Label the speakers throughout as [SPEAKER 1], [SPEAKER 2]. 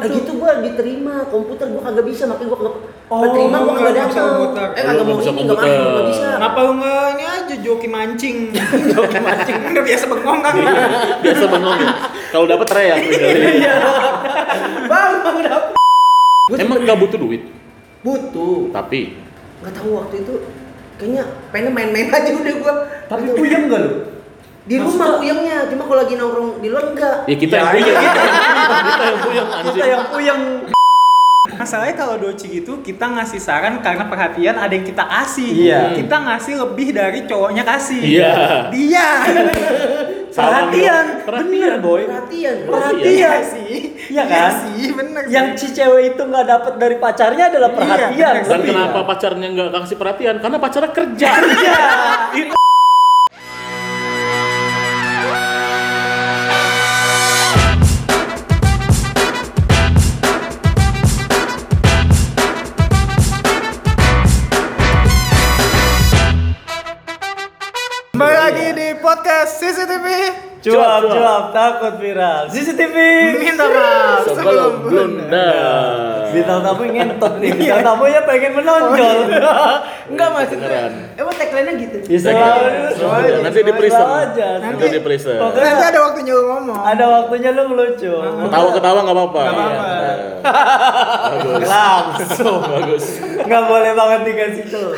[SPEAKER 1] Nah gitu gua diterima komputer gua kagak bisa makanya gua kagak
[SPEAKER 2] Oh,
[SPEAKER 1] keterima gua kagak
[SPEAKER 2] nggak bisa
[SPEAKER 1] datang.
[SPEAKER 2] komputer.
[SPEAKER 1] Eh
[SPEAKER 3] Lu
[SPEAKER 1] kagak
[SPEAKER 3] nggak
[SPEAKER 1] mau
[SPEAKER 3] bisa
[SPEAKER 1] ini nggak mau
[SPEAKER 3] komputer.
[SPEAKER 1] nggak bisa.
[SPEAKER 2] Kenapa lu nggak ini aja joki mancing? joki mancing. Udah biasa bengong kan?
[SPEAKER 3] biasa bengong ya. kalau dapat teriak
[SPEAKER 1] Iya. Bang, bang udah. Gua
[SPEAKER 3] emang nggak butuh duit
[SPEAKER 1] butuh.
[SPEAKER 3] tapi
[SPEAKER 1] Gak tahu waktu itu kayaknya pengen main-main aja udah gua.
[SPEAKER 4] Tapi
[SPEAKER 1] Gitu.
[SPEAKER 4] puyeng gak lu?
[SPEAKER 1] di rumah uyangnya cuma kalau lagi nongkrong di luar enggak.
[SPEAKER 3] ya kita yang punya kita yang punya
[SPEAKER 4] iya. Kita yang puyeng.
[SPEAKER 2] Masalahnya kalau doci gitu kita ngasih saran karena perhatian ada yang kita kasih.
[SPEAKER 4] Iya.
[SPEAKER 2] Kita ngasih lebih dari cowoknya kasih.
[SPEAKER 3] Iya.
[SPEAKER 2] Dia. perhatian.
[SPEAKER 3] perhatian boy
[SPEAKER 1] Perhatian. bro.
[SPEAKER 3] Perhatian.
[SPEAKER 2] Iya sih.
[SPEAKER 4] Iya kan?
[SPEAKER 2] sih, bener
[SPEAKER 4] Yang
[SPEAKER 2] sih.
[SPEAKER 4] si cewek itu nggak dapat dari pacarnya adalah
[SPEAKER 2] Iya,
[SPEAKER 4] perhatian.
[SPEAKER 2] bener.
[SPEAKER 3] dan
[SPEAKER 2] Lebih,
[SPEAKER 4] ya.
[SPEAKER 3] kenapa pacarnya nggak kasih perhatian karena pacarnya kerja
[SPEAKER 4] Iya.
[SPEAKER 3] Itu.
[SPEAKER 2] Kembali lagi di podcast CCTV.
[SPEAKER 4] Cuap, cuap, takut viral. CCTV.
[SPEAKER 2] Minta maaf
[SPEAKER 3] sebelum blunder
[SPEAKER 4] Ya. Bintang tamu ngentot nih. Bintang tamunya pengen
[SPEAKER 2] Oh,
[SPEAKER 4] menonjol.
[SPEAKER 2] iya.
[SPEAKER 1] Enggak maksudnya.
[SPEAKER 3] Kedengeran.
[SPEAKER 1] Emang tagline-nya gitu.
[SPEAKER 4] Ya
[SPEAKER 3] Iya.
[SPEAKER 4] selalu.
[SPEAKER 3] Selalu aja, kan? nanti di prison.
[SPEAKER 4] Aja.
[SPEAKER 3] Nanti di prison.
[SPEAKER 4] Pokoknya
[SPEAKER 2] Nanti ada waktunya lu ngomong.
[SPEAKER 4] ada waktunya lu ngelucu.
[SPEAKER 3] ketawa ketawa nggak apa-apa
[SPEAKER 2] Nggak apa-apa.
[SPEAKER 3] Iya. bagus
[SPEAKER 4] Langsung.
[SPEAKER 3] bagus
[SPEAKER 4] Nggak boleh banget dikasih tuh.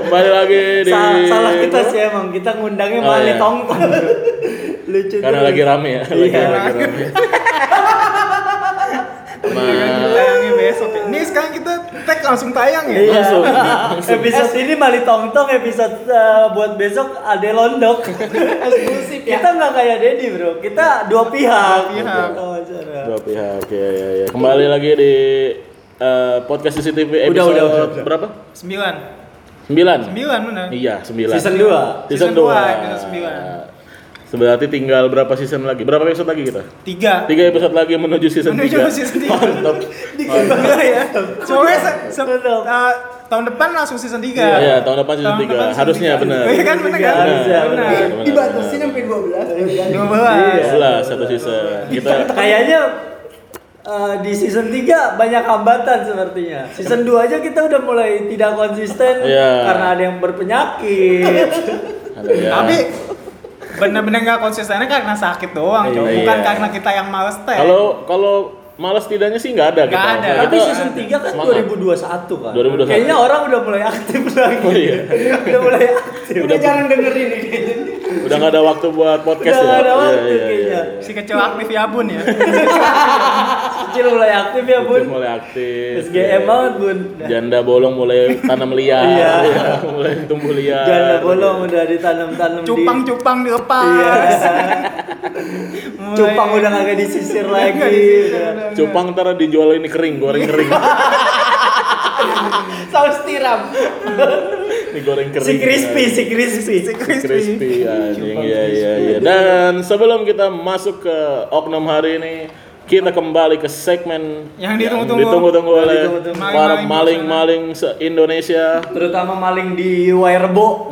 [SPEAKER 3] kembali lagi di
[SPEAKER 4] Sa- salah kita sih emang kita ngundangnya
[SPEAKER 3] Oh,
[SPEAKER 4] malah
[SPEAKER 3] iya.
[SPEAKER 4] tongkol lucu
[SPEAKER 3] karena
[SPEAKER 4] tuh.
[SPEAKER 3] lagi rame ya lagi,
[SPEAKER 4] Iya.
[SPEAKER 3] lagi rame Nah, Sama
[SPEAKER 2] Tayangnya besok ya. Ini sekarang kita tag langsung tayang ya.
[SPEAKER 4] Iya.
[SPEAKER 3] langsung
[SPEAKER 4] episode
[SPEAKER 2] Eh,
[SPEAKER 4] ini mali tongtong episode eh, buat besok ade londok
[SPEAKER 1] Eksklusif ya.
[SPEAKER 4] kita nggak kayak Dedi bro kita dua pihak
[SPEAKER 2] Dua pihak.
[SPEAKER 4] Oh, cara.
[SPEAKER 3] dua pihak ya ya ya kembali lagi di eh, podcast CCTV episode
[SPEAKER 4] Udah, udah, udah, udah.
[SPEAKER 3] berapa
[SPEAKER 2] Sembilan.
[SPEAKER 3] sembilan
[SPEAKER 2] Sembilan bener.
[SPEAKER 3] iya sembilan
[SPEAKER 4] season
[SPEAKER 3] season
[SPEAKER 4] 2
[SPEAKER 2] Season
[SPEAKER 3] dua
[SPEAKER 2] dua, episode sembilan.
[SPEAKER 3] berarti tinggal berapa season lagi berapa episode lagi kita
[SPEAKER 2] Tiga.
[SPEAKER 3] tiga episode lagi menuju season
[SPEAKER 2] Menuju
[SPEAKER 3] tiga
[SPEAKER 2] season tiga.
[SPEAKER 3] mantap
[SPEAKER 2] Iya ya. Soalnya se- se-
[SPEAKER 4] Betul.
[SPEAKER 2] eh, tahun depan langsung season 3.
[SPEAKER 3] Iya, iya, tahun depan season tiga. Harusnya, benar.
[SPEAKER 2] Iya kan benar kan?
[SPEAKER 4] Harusnya,
[SPEAKER 2] Benar.
[SPEAKER 3] benar.
[SPEAKER 1] Dibatasin sampai
[SPEAKER 3] Iya.
[SPEAKER 1] 12.
[SPEAKER 2] 12.
[SPEAKER 3] sebelas satu season kita
[SPEAKER 4] kayaknya eh, di season 3 banyak hambatan sepertinya. Season 2 aja kita udah mulai tidak konsisten
[SPEAKER 3] Iya.
[SPEAKER 4] karena ada yang berpenyakit.
[SPEAKER 3] ada ya.
[SPEAKER 2] Tapi benar-benar nggak konsistennya karena sakit doang, Cok.
[SPEAKER 3] Iya.
[SPEAKER 2] bukan karena kita yang males teh.
[SPEAKER 3] kalau kalau malas tidaknya sih nggak ada
[SPEAKER 2] Nggak ada.
[SPEAKER 3] Kita-
[SPEAKER 4] Tapi
[SPEAKER 3] kita-
[SPEAKER 4] season 3 kan
[SPEAKER 3] semangat.
[SPEAKER 4] 2021 kan.
[SPEAKER 3] 2021.
[SPEAKER 4] Kayaknya orang udah mulai aktif lagi.
[SPEAKER 3] Oh, iya.
[SPEAKER 4] udah mulai aktif.
[SPEAKER 3] Udah jarang
[SPEAKER 4] dengerin ini.
[SPEAKER 3] udah nggak ada waktu buat podcast ya
[SPEAKER 4] Udah nggak ada
[SPEAKER 3] Iya,
[SPEAKER 4] waktu
[SPEAKER 3] iya,
[SPEAKER 4] kayaknya.
[SPEAKER 3] iya, iya.
[SPEAKER 2] si kecil aktif ya bun ya.
[SPEAKER 4] Kecil mulai aktif ya, Bun.
[SPEAKER 3] Terus mulai aktif
[SPEAKER 4] SGM
[SPEAKER 3] ya.
[SPEAKER 4] banget, Bun.
[SPEAKER 3] janda bolong mulai tanam liar
[SPEAKER 4] Iya.
[SPEAKER 3] ya, mulai tumbuh liar
[SPEAKER 4] Janda bolong udah ditanam-tanam di
[SPEAKER 2] Cupang-cupang dilepas.
[SPEAKER 4] Iya.
[SPEAKER 2] Mulai-
[SPEAKER 4] Cupang udah kagak disisir lagi.
[SPEAKER 2] Nggak disisir,
[SPEAKER 4] Udah.
[SPEAKER 2] benar.
[SPEAKER 3] cupang ntar dijual ini kering goreng kering
[SPEAKER 1] Saus tiram.
[SPEAKER 3] ini goreng kering
[SPEAKER 4] Si crispy, si crispy.
[SPEAKER 3] Si crispy anjing ya ya ya dan sebelum kita masuk ke oknum hari ini kita kembali ke segmen
[SPEAKER 2] Yang ditunggu-tunggu.
[SPEAKER 3] ditunggu-tunggu
[SPEAKER 4] Yang
[SPEAKER 3] oleh
[SPEAKER 4] ditunggu-tunggu.
[SPEAKER 3] para
[SPEAKER 2] Maling-maling
[SPEAKER 3] maling-maling se Indonesia
[SPEAKER 4] Terutama maling di Wairebo.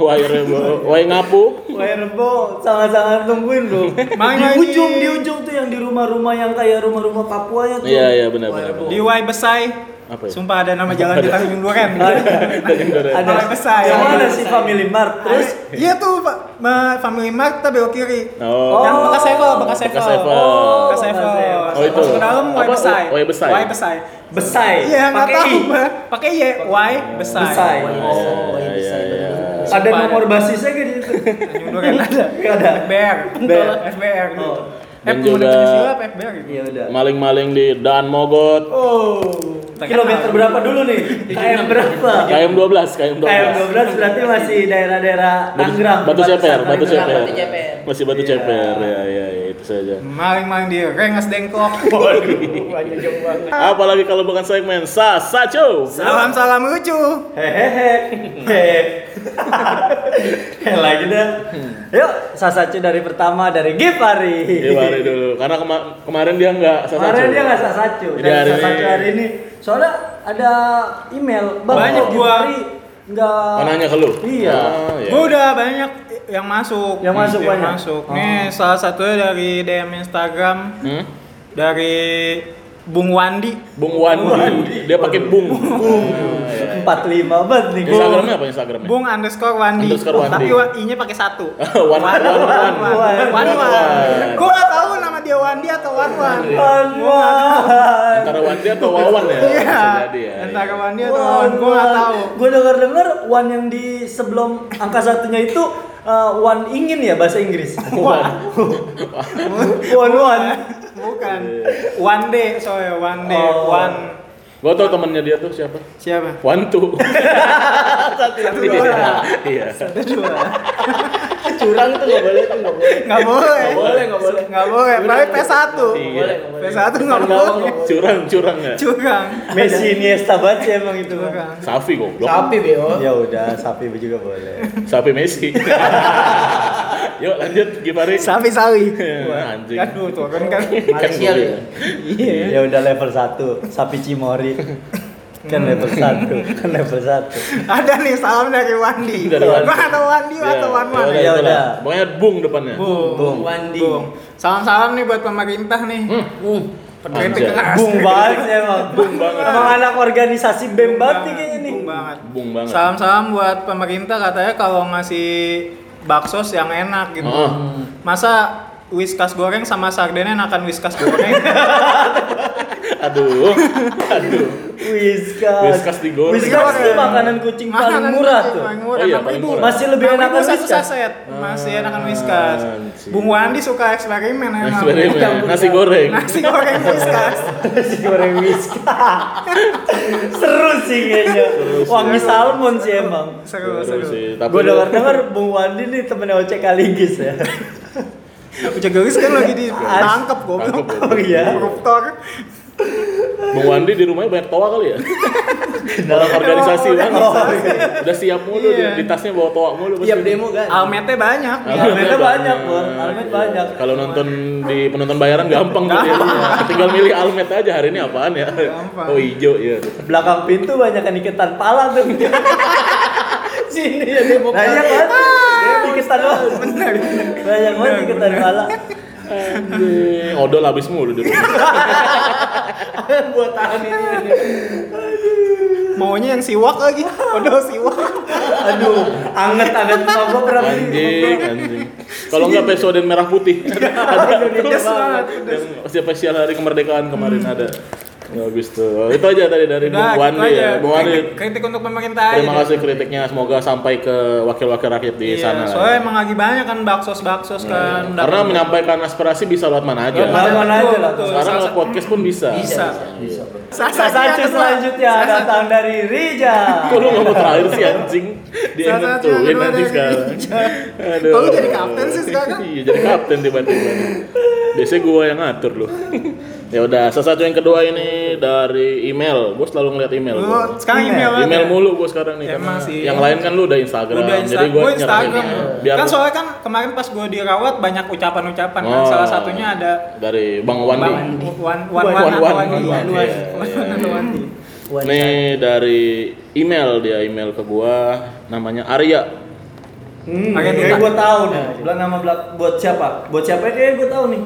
[SPEAKER 3] Wai ngapu
[SPEAKER 4] Wairebo sangat-sangat tungguin bro.
[SPEAKER 2] Main
[SPEAKER 4] di
[SPEAKER 2] lagi.
[SPEAKER 4] ujung, di ujung tuh yang di rumah-rumah yang kayak rumah-rumah Papua ya tuh.
[SPEAKER 3] Iya, iya, benar, benar,
[SPEAKER 4] Wairebo.
[SPEAKER 2] Di Y Besai.
[SPEAKER 3] Apa ya?
[SPEAKER 2] Sumpah ada nama jalan di Tanjung Duren.
[SPEAKER 4] Ada
[SPEAKER 2] Balai Besar,
[SPEAKER 4] Yang
[SPEAKER 2] ya.
[SPEAKER 4] mana sih Family Mart? Terus
[SPEAKER 2] Iya tuh Pak, Ma- Family Mart tapi belok kiri.
[SPEAKER 3] oh
[SPEAKER 2] Yang bekas Evel, bekas Evel.
[SPEAKER 3] Bekas Evel.
[SPEAKER 2] Bekas
[SPEAKER 4] Bekas
[SPEAKER 2] Evel.
[SPEAKER 4] Evel.
[SPEAKER 3] Oh, itu.
[SPEAKER 2] Masuk ke dalam Y
[SPEAKER 3] Apa?
[SPEAKER 2] Besai.
[SPEAKER 3] Y Besai.
[SPEAKER 2] Y Besai.
[SPEAKER 4] Besai.
[SPEAKER 2] Iya, enggak
[SPEAKER 4] Pakai
[SPEAKER 2] tahu,
[SPEAKER 4] I.
[SPEAKER 2] Mbak. Pakai Y, Y Besai.
[SPEAKER 4] Besai.
[SPEAKER 3] Oh, iya, iya, iya.
[SPEAKER 4] Ada nomor basisnya gitu.
[SPEAKER 2] Tanjung Duren ada.
[SPEAKER 4] Nggak ada.
[SPEAKER 2] FBR.
[SPEAKER 4] FBR.
[SPEAKER 2] FBR. gitu.
[SPEAKER 4] Oh.
[SPEAKER 2] Eh,
[SPEAKER 3] Dan
[SPEAKER 2] pemuda
[SPEAKER 3] juga-
[SPEAKER 2] Pancasila apa FBR gitu.
[SPEAKER 4] Iya udah.
[SPEAKER 3] maling-maling di Dan Mogot
[SPEAKER 4] Oh. Kilometer berapa dulu nih? KM berapa?
[SPEAKER 3] KM 12 KM 12
[SPEAKER 4] KM 12 berarti masih daerah-daerah Tangerang.
[SPEAKER 3] batu ceper batu
[SPEAKER 4] perbatasan
[SPEAKER 3] ceper
[SPEAKER 4] Tangerang.
[SPEAKER 1] ceper.
[SPEAKER 3] masih batu
[SPEAKER 4] Iya.
[SPEAKER 3] ceper ya ya ya, itu saja
[SPEAKER 2] Maling-maling di Rengas Dengklok.
[SPEAKER 3] apalagi kalau bukan segmen sasaco
[SPEAKER 4] Iya.
[SPEAKER 2] Salam-salam lucu.
[SPEAKER 3] Oh,
[SPEAKER 4] Hehehe. Hehehe. Lagi dah. Hmm. Yuk, sasacu dari pertama dari Gipari.
[SPEAKER 3] Dewari dulu Iya, karena kema- kemarin dia nggak sasaco
[SPEAKER 4] Kemarin dia nggak sasacu.
[SPEAKER 3] Jadi
[SPEAKER 4] Dan
[SPEAKER 3] hari
[SPEAKER 4] sasacu
[SPEAKER 3] ini-
[SPEAKER 4] hari ini. Soalnya ada email Bang,
[SPEAKER 2] Banyak
[SPEAKER 4] kok
[SPEAKER 2] gua.
[SPEAKER 4] Gipari nggak.
[SPEAKER 3] oh, nanya ke lu
[SPEAKER 4] Iya.
[SPEAKER 3] Oh, iya.
[SPEAKER 2] Gue udah banyak yang masuk.
[SPEAKER 4] Yang masuk
[SPEAKER 2] Yang
[SPEAKER 4] banyak?
[SPEAKER 2] masuk.
[SPEAKER 4] Oh.
[SPEAKER 2] Nih salah satunya dari DM Instagram
[SPEAKER 3] Hmm?
[SPEAKER 2] dari Bung Wandi.
[SPEAKER 3] Bung Wandi. Dia pakai Bung. Bung.
[SPEAKER 4] Empat lima banget nih.
[SPEAKER 3] Instagramnya apa Instagramnya?
[SPEAKER 2] Bung underscore Wandi. Oh,
[SPEAKER 3] Underscore Wandi.
[SPEAKER 2] Tapi wa- i-nya pakai satu.
[SPEAKER 3] Wan Wan Wan.
[SPEAKER 2] Wan Wan.
[SPEAKER 3] Wan Wan.
[SPEAKER 2] Gue gak tahu nama dia Wandi atau Wan Wan.
[SPEAKER 4] Wan Wan.
[SPEAKER 3] Antara Wandi atau Wawan ya?
[SPEAKER 2] Iya.
[SPEAKER 3] Bisa jadi ya.
[SPEAKER 2] Antara Wandi atau Wan. Gue gak tahu.
[SPEAKER 4] Gue denger dengar Wan yang di sebelum angka satunya itu eh, Wan ingin ya bahasa Inggris.
[SPEAKER 3] Wan.
[SPEAKER 4] Wan Wan.
[SPEAKER 2] Bukan. One day soalnya one day.
[SPEAKER 4] Oh.
[SPEAKER 2] One
[SPEAKER 3] Gua tau temennya dia tuh siapa?
[SPEAKER 2] siapa?
[SPEAKER 3] Wantu.
[SPEAKER 2] Satu
[SPEAKER 3] Iya.
[SPEAKER 2] dua.
[SPEAKER 3] Iya.
[SPEAKER 2] Satu dua.
[SPEAKER 1] curang itu nggak boleh tuh nggak boleh
[SPEAKER 2] Nggak boleh.
[SPEAKER 4] Nggak boleh, nggak boleh.
[SPEAKER 2] Nggak boleh. Balik P1.
[SPEAKER 3] Iya.
[SPEAKER 2] P1 nggak boleh.
[SPEAKER 3] Curang curang ya.
[SPEAKER 2] Curang.
[SPEAKER 4] Messi Iniesta banget sih emang itu.
[SPEAKER 2] Curang.
[SPEAKER 3] Safi goblok.
[SPEAKER 1] sapi beo
[SPEAKER 4] Ya udah, sapi juga boleh.
[SPEAKER 3] Sapi Messi. Yuk lanjut Gimari.
[SPEAKER 2] Sapi sawi.
[SPEAKER 3] Ya, Anjing.
[SPEAKER 2] Aduh, tuh kan kan.
[SPEAKER 1] Malaysia lu ya
[SPEAKER 2] Iya.
[SPEAKER 4] Ya udah level 1, sapi Cimori. Kan level 1, kan level 1.
[SPEAKER 2] Ada nih salam dari Wandi.
[SPEAKER 3] Dari Wandi.
[SPEAKER 2] Gua atau Wandi
[SPEAKER 3] Ya,
[SPEAKER 2] atau Wan Wan.
[SPEAKER 3] yaudah,
[SPEAKER 4] Ya
[SPEAKER 3] itulah.
[SPEAKER 4] udah.
[SPEAKER 3] Pokoknya bung depannya.
[SPEAKER 4] Bung.
[SPEAKER 1] Wandi
[SPEAKER 2] Bung. Salam-salam nih buat pemerintah nih.
[SPEAKER 1] hmm
[SPEAKER 2] Kritik
[SPEAKER 3] Anjay.
[SPEAKER 2] keras.
[SPEAKER 4] Bung banget sih emang. Bung banget. Emang anak organisasi BEM
[SPEAKER 2] Bung
[SPEAKER 4] banget
[SPEAKER 2] banget,
[SPEAKER 4] nih kayaknya nih.
[SPEAKER 2] Bung banget.
[SPEAKER 3] Bung banget.
[SPEAKER 2] Salam-salam buat pemerintah katanya kalau ngasih bakso yang enak gitu.
[SPEAKER 3] Heeh.
[SPEAKER 2] Masa Whiskas goreng sama sardennya enakan Whiskas goreng.
[SPEAKER 3] Aduh. Aduh.
[SPEAKER 4] Whiskas.
[SPEAKER 3] Whiskas digoreng.
[SPEAKER 4] Whiskas tuh makanan kucing paling
[SPEAKER 2] Makanan
[SPEAKER 4] murah
[SPEAKER 2] kucing
[SPEAKER 4] tuh.
[SPEAKER 2] Paling murah,
[SPEAKER 3] Oh iya,
[SPEAKER 2] 6.000.
[SPEAKER 3] paling murah. Ah,
[SPEAKER 4] Masih lebih enak
[SPEAKER 2] Enam ribu satu
[SPEAKER 4] Whiskas.
[SPEAKER 2] saset. Masih enakan Whiskas.
[SPEAKER 3] Anjing.
[SPEAKER 2] Bung Wandi suka eksperimen emang.
[SPEAKER 3] Eksperimen. Nasi goreng.
[SPEAKER 2] Nasi goreng Whiskas.
[SPEAKER 4] Nasi goreng Whiskas. Seru sih kayaknya. Wangi salmon sih emang.
[SPEAKER 2] Seru,
[SPEAKER 3] Seru
[SPEAKER 2] seru.
[SPEAKER 3] sih, Tapi
[SPEAKER 4] Gue
[SPEAKER 3] lu-
[SPEAKER 4] denger denger Bung Wandi nih temennya Ocek Kaligis ya.
[SPEAKER 2] Ucek Gelis kan lagi ditangkep
[SPEAKER 3] Tangkep,
[SPEAKER 2] goblok.
[SPEAKER 3] goblok.
[SPEAKER 4] Oh iya.
[SPEAKER 2] Koruptor.
[SPEAKER 3] Bung Wandi di rumahnya banyak toa kali ya. Dalam organisasi
[SPEAKER 2] Emang
[SPEAKER 3] banget.
[SPEAKER 4] organisasi.
[SPEAKER 3] Udah siap mulu dia.
[SPEAKER 2] Oh, Iya.
[SPEAKER 3] Di tasnya bawa toa mulu. pasti.
[SPEAKER 1] tiap demo kan
[SPEAKER 2] Almete Iya, banyak.
[SPEAKER 3] Almet
[SPEAKER 4] Almetnya banyak, Bor. Almet banyak.
[SPEAKER 3] Kalau nonton di penonton bayaran gampang tuh dia. Tinggal milih Almet aja hari ini apaan ya.
[SPEAKER 2] Gampang.
[SPEAKER 3] Oh hijau ya.
[SPEAKER 4] Belakang pintu banyak kan iketan pala tuh. Nah, iya
[SPEAKER 1] sini ya demo
[SPEAKER 4] Banyak banget. kan? Iketan lo. Banyak banget iketan pala.
[SPEAKER 3] Anjing, Odol habis mulu di
[SPEAKER 2] Iya,
[SPEAKER 3] rumah.
[SPEAKER 1] buat tahan ini
[SPEAKER 2] Maunya yang siwak lagi. Odol siwak.
[SPEAKER 4] Aduh, anget-anget sama gue pernah beli.
[SPEAKER 3] Anjing, anjing. Kalau nggak peso dan merah putih. ada tuh.
[SPEAKER 2] Pedes banget.
[SPEAKER 3] Yang spesial hari kemerdekaan kemarin ada. Bagus tuh. Itu aja tadi dari
[SPEAKER 2] Hmm. Udah,
[SPEAKER 3] Bung
[SPEAKER 2] gitu
[SPEAKER 3] Wandi.
[SPEAKER 2] aja.
[SPEAKER 3] ya. Bung Wandi,
[SPEAKER 2] Kritik- Kritik untuk pemerintah aja.
[SPEAKER 3] terima kasih kritiknya. Semoga sampai ke wakil-wakil rakyat di
[SPEAKER 2] Iya,
[SPEAKER 3] sana. Iya, lah
[SPEAKER 2] soalnya
[SPEAKER 3] ya.
[SPEAKER 2] emang lagi banyak kan baksos-baksos kan.
[SPEAKER 3] Karena menyampaikan aspirasi bisa lewat mana aja.
[SPEAKER 2] Lewat
[SPEAKER 4] Mana mana aja lah.
[SPEAKER 2] Betul,
[SPEAKER 3] Sekarang
[SPEAKER 2] salah-
[SPEAKER 3] lewat podcast pun bisa.
[SPEAKER 2] Bisa.
[SPEAKER 3] Iya.
[SPEAKER 4] Sasa Sanchez selanjutnya datang dari Rija.
[SPEAKER 3] Kok lu ngomong terakhir sih anjing? Dia yang
[SPEAKER 2] Salah satu yang
[SPEAKER 3] nentuin
[SPEAKER 2] kedua
[SPEAKER 3] nanti
[SPEAKER 2] dari Iya.
[SPEAKER 3] sekarang. Aduh.
[SPEAKER 2] Kok lu jadi kapten sih sekarang?
[SPEAKER 3] iya, jadi kapten tiba-tiba. Biasanya gua yang ngatur lu. ya udah, salah satu yang kedua ini dari email. Gua selalu ngeliat email
[SPEAKER 2] Lu
[SPEAKER 3] gua.
[SPEAKER 2] sekarang email aja.
[SPEAKER 3] Email mulu gua sekarang nih.
[SPEAKER 2] Emang
[SPEAKER 3] karena
[SPEAKER 2] sih.
[SPEAKER 3] Yang lain kan lu udah Instagram.
[SPEAKER 2] Udah
[SPEAKER 3] jadi
[SPEAKER 2] Instagram,
[SPEAKER 3] gua
[SPEAKER 2] gue
[SPEAKER 3] nyerahin
[SPEAKER 2] Instagram.
[SPEAKER 3] email. Biar
[SPEAKER 2] kan soalnya kan kemarin pas gue dirawat banyak ucapan-ucapan kan.
[SPEAKER 3] Oh.
[SPEAKER 2] Salah satunya ada
[SPEAKER 3] dari Bang Wandi.
[SPEAKER 2] Bang- Wan Wan
[SPEAKER 4] Wan-
[SPEAKER 2] Wan
[SPEAKER 3] Wan-
[SPEAKER 2] atau
[SPEAKER 3] Wan-
[SPEAKER 2] Wandi.
[SPEAKER 3] Wan-
[SPEAKER 2] Wan-
[SPEAKER 3] iya,
[SPEAKER 2] Wan atau Oh, Wandi.
[SPEAKER 3] Nih dari email dia email ke gua namanya Arya
[SPEAKER 4] Hmm,
[SPEAKER 2] Pakai
[SPEAKER 4] kayaknya
[SPEAKER 2] minta.
[SPEAKER 4] gue tahu nih. Belah nama belak buat siapa? Buat siapa kayaknya gue tahu nih.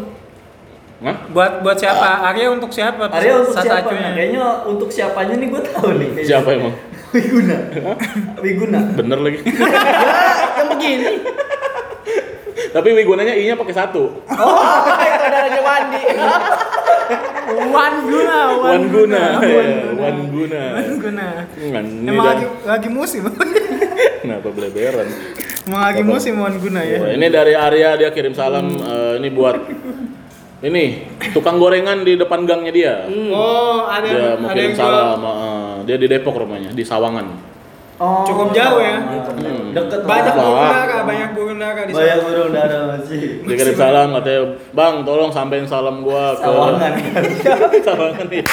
[SPEAKER 3] Hah?
[SPEAKER 2] Buat buat siapa? Arya untuk siapa?
[SPEAKER 4] Arya untuk
[SPEAKER 2] Salah
[SPEAKER 4] siapa?
[SPEAKER 2] satunya.
[SPEAKER 4] Nah, Kayaknya untuk siapanya nih gue tahu nih. kayaknya.
[SPEAKER 3] Siapa emang?
[SPEAKER 4] Wiguna. Wiguna.
[SPEAKER 3] Bener lagi.
[SPEAKER 2] Ya,
[SPEAKER 1] yang begini
[SPEAKER 3] Tapi wigunanya i-nya pakai satu.
[SPEAKER 1] saudaranya Wandi
[SPEAKER 2] Wan Guna,
[SPEAKER 3] Wan guna.
[SPEAKER 2] Wan
[SPEAKER 3] ya,
[SPEAKER 2] Guna.
[SPEAKER 3] Wan guna.
[SPEAKER 2] Wan Guna.
[SPEAKER 3] Ngan, Ini
[SPEAKER 2] Emang
[SPEAKER 3] dah.
[SPEAKER 2] lagi lagi musim.
[SPEAKER 3] Kenapa beleberan?
[SPEAKER 2] Emang lagi musim Wan Guna ya.
[SPEAKER 3] Wah, ini dari Arya dia kirim salam
[SPEAKER 2] Hmm.
[SPEAKER 3] eh, ini buat ini tukang gorengan di depan gangnya dia.
[SPEAKER 2] Oh, ada
[SPEAKER 3] Dia
[SPEAKER 2] yang
[SPEAKER 3] mau
[SPEAKER 2] ada
[SPEAKER 3] kirim
[SPEAKER 2] yang jual
[SPEAKER 3] salam. eh, dia di Depok rumahnya di Sawangan.
[SPEAKER 4] Oh.
[SPEAKER 2] Cukup jauh ya.
[SPEAKER 3] Hmm.
[SPEAKER 4] Deket
[SPEAKER 2] banyak
[SPEAKER 3] Wah.
[SPEAKER 2] burung dara, banyak burung dara di
[SPEAKER 4] Banyak
[SPEAKER 2] sana.
[SPEAKER 4] burung dara masih.
[SPEAKER 3] Dia kirim salam katanya, "Bang, tolong sampein salam gua ke
[SPEAKER 4] Sawangan.
[SPEAKER 3] Sawangan ya.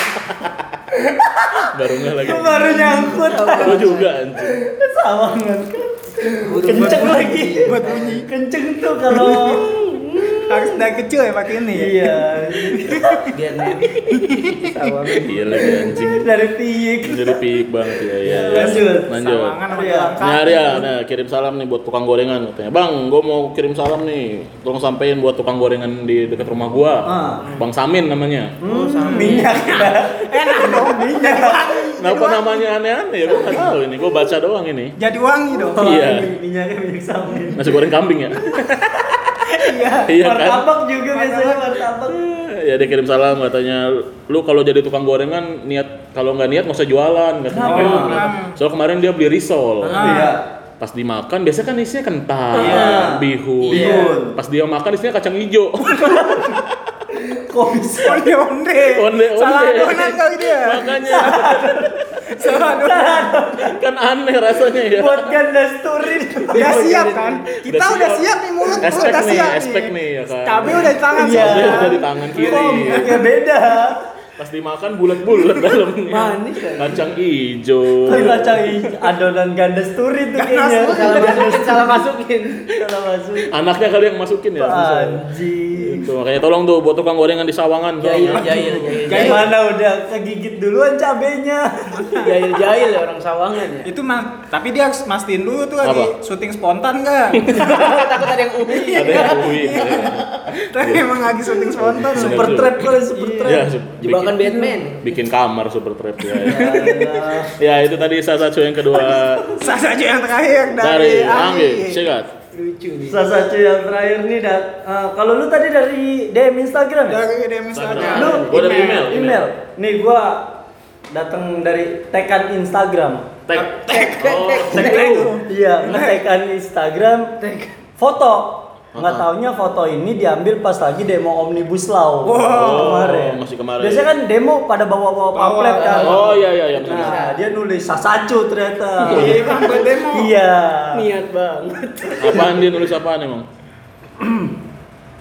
[SPEAKER 3] Barunya lagi.
[SPEAKER 4] Gua baru nyangkut.
[SPEAKER 3] Lu juga anjing.
[SPEAKER 4] Sawangan. Kenceng lagi.
[SPEAKER 2] Buat bunyi.
[SPEAKER 4] Kenceng tuh kalau
[SPEAKER 2] harus dari kecil ya pakai ini ya
[SPEAKER 4] Iya.
[SPEAKER 1] biar nanti
[SPEAKER 4] Sama.
[SPEAKER 3] Iya lagi anjing.
[SPEAKER 4] Dari piyik.
[SPEAKER 3] Jadi piik banget ya. Iya, iya.
[SPEAKER 4] Lanjut.
[SPEAKER 3] Lanjut.
[SPEAKER 2] Sawangan sama
[SPEAKER 4] Iya.
[SPEAKER 2] tulang
[SPEAKER 3] Nah,
[SPEAKER 2] kaki.
[SPEAKER 3] Arya, nah, kirim salam nih buat tukang gorengan katanya. Bang, gue mau kirim salam nih. Tolong sampein buat tukang gorengan di dekat rumah gua.
[SPEAKER 4] Ah.
[SPEAKER 3] Bang Samin namanya.
[SPEAKER 4] Hmm. Oh, Minyak ya.
[SPEAKER 2] enak dong
[SPEAKER 4] Minyak.
[SPEAKER 3] Kenapa namanya aneh-aneh ya? Gue nggak tahu ini. Gue baca doang ini.
[SPEAKER 2] jadi wangi dong
[SPEAKER 3] Oh. Iya.
[SPEAKER 4] Minyaknya minyak samin.
[SPEAKER 3] Nasi goreng kambing ya.
[SPEAKER 4] Iya.
[SPEAKER 3] Iya kan?
[SPEAKER 4] Martabak juga biasanya martabak.
[SPEAKER 3] ya dia kirim salam katanya lu kalau jadi tukang gorengan niat kalau nggak niat nggak usah jualan katanya
[SPEAKER 4] Kenapa emang?
[SPEAKER 3] soal kemarin dia beli risol
[SPEAKER 2] Ah.
[SPEAKER 4] Iya.
[SPEAKER 3] pas dimakan biasanya kan isinya kentang
[SPEAKER 4] Iya.
[SPEAKER 3] bihun
[SPEAKER 4] Bihun.
[SPEAKER 3] pas dia makan isinya kacang hijau
[SPEAKER 4] Kok bisa?
[SPEAKER 2] onde onde
[SPEAKER 3] Onde,
[SPEAKER 2] salah
[SPEAKER 3] onde.
[SPEAKER 2] adonan kali dia
[SPEAKER 3] makanya
[SPEAKER 2] salah adonan
[SPEAKER 3] kan aneh rasanya ya
[SPEAKER 4] Buat gandasturin.
[SPEAKER 2] udah siap kan kita
[SPEAKER 3] Udah
[SPEAKER 2] udah
[SPEAKER 3] siap.
[SPEAKER 2] siap nih mulut mulut
[SPEAKER 3] Aspek
[SPEAKER 2] udah
[SPEAKER 3] nih,
[SPEAKER 2] siap
[SPEAKER 3] aspek nih ya kan.
[SPEAKER 2] cabai udah di tangan
[SPEAKER 4] Iya.
[SPEAKER 3] Cabai
[SPEAKER 2] soalnya.
[SPEAKER 3] udah di tangan kiri
[SPEAKER 4] Kok ya beda.
[SPEAKER 3] pas dimakan bulat-bulat dalamnya
[SPEAKER 4] Manis ya.
[SPEAKER 3] kacang hijau
[SPEAKER 4] Tapi kacang hijau, adonan gandasturin tuh kayaknya.
[SPEAKER 1] salah masukin salah masukin
[SPEAKER 4] Salah masuk.
[SPEAKER 3] anaknya kali yang masukin ya susah.
[SPEAKER 4] Anjing.
[SPEAKER 3] Itu, makanya tolong tuh buat tukang gorengan di Sawangan
[SPEAKER 1] jahil
[SPEAKER 3] soalnya.
[SPEAKER 1] jahil jahil
[SPEAKER 4] Kayak
[SPEAKER 1] jahil
[SPEAKER 4] mana udah kegigit duluan cabenya.
[SPEAKER 1] jahil jahil ya orang sawangan ya
[SPEAKER 2] itu mah tapi dia harus mastiin dulu tuh
[SPEAKER 3] Apa?
[SPEAKER 2] lagi syuting spontan kan
[SPEAKER 1] takut ada yang ubi
[SPEAKER 3] ada yang Iya. kuih ada yang-
[SPEAKER 2] tapi emang lagi syuting spontan
[SPEAKER 3] Bener
[SPEAKER 4] Super
[SPEAKER 3] juga.
[SPEAKER 4] trap kali super trap.
[SPEAKER 3] ya su-
[SPEAKER 1] jebakan
[SPEAKER 3] bikin,
[SPEAKER 1] Batman
[SPEAKER 3] bikin kamar super trap ya, ya. Ya, itu tadi Sasacu yang kedua
[SPEAKER 2] Salah satu yang terakhir
[SPEAKER 3] dari
[SPEAKER 2] dari,
[SPEAKER 3] Anggi
[SPEAKER 2] Anggi.
[SPEAKER 3] sikat
[SPEAKER 1] lucu nih
[SPEAKER 4] Salah satu yang terakhir nih dat. eh, kalau lu tadi dari DM Instagram ya?
[SPEAKER 2] Dari DM Instagram.
[SPEAKER 4] Lu
[SPEAKER 3] Gua dari email.
[SPEAKER 4] Email. Nih gua datang dari tekan Instagram.
[SPEAKER 3] tek
[SPEAKER 2] Tek.
[SPEAKER 3] oh tek lu.
[SPEAKER 4] Iya, ngetekan Instagram foto. Nggak taunya foto ini diambil pas lagi demo Omnibus Law kemarin.
[SPEAKER 3] masih kemarin.
[SPEAKER 4] Biasanya kan demo pada bawa-bawa
[SPEAKER 2] Bawa,
[SPEAKER 4] pamflet kan.
[SPEAKER 3] oh iya iya iya betul.
[SPEAKER 4] Nah, dia nulis Sasacu ternyata.
[SPEAKER 2] Iya, Bang, buat demo.
[SPEAKER 4] Iya.
[SPEAKER 1] niat banget
[SPEAKER 3] apaan dia nulis apaan emang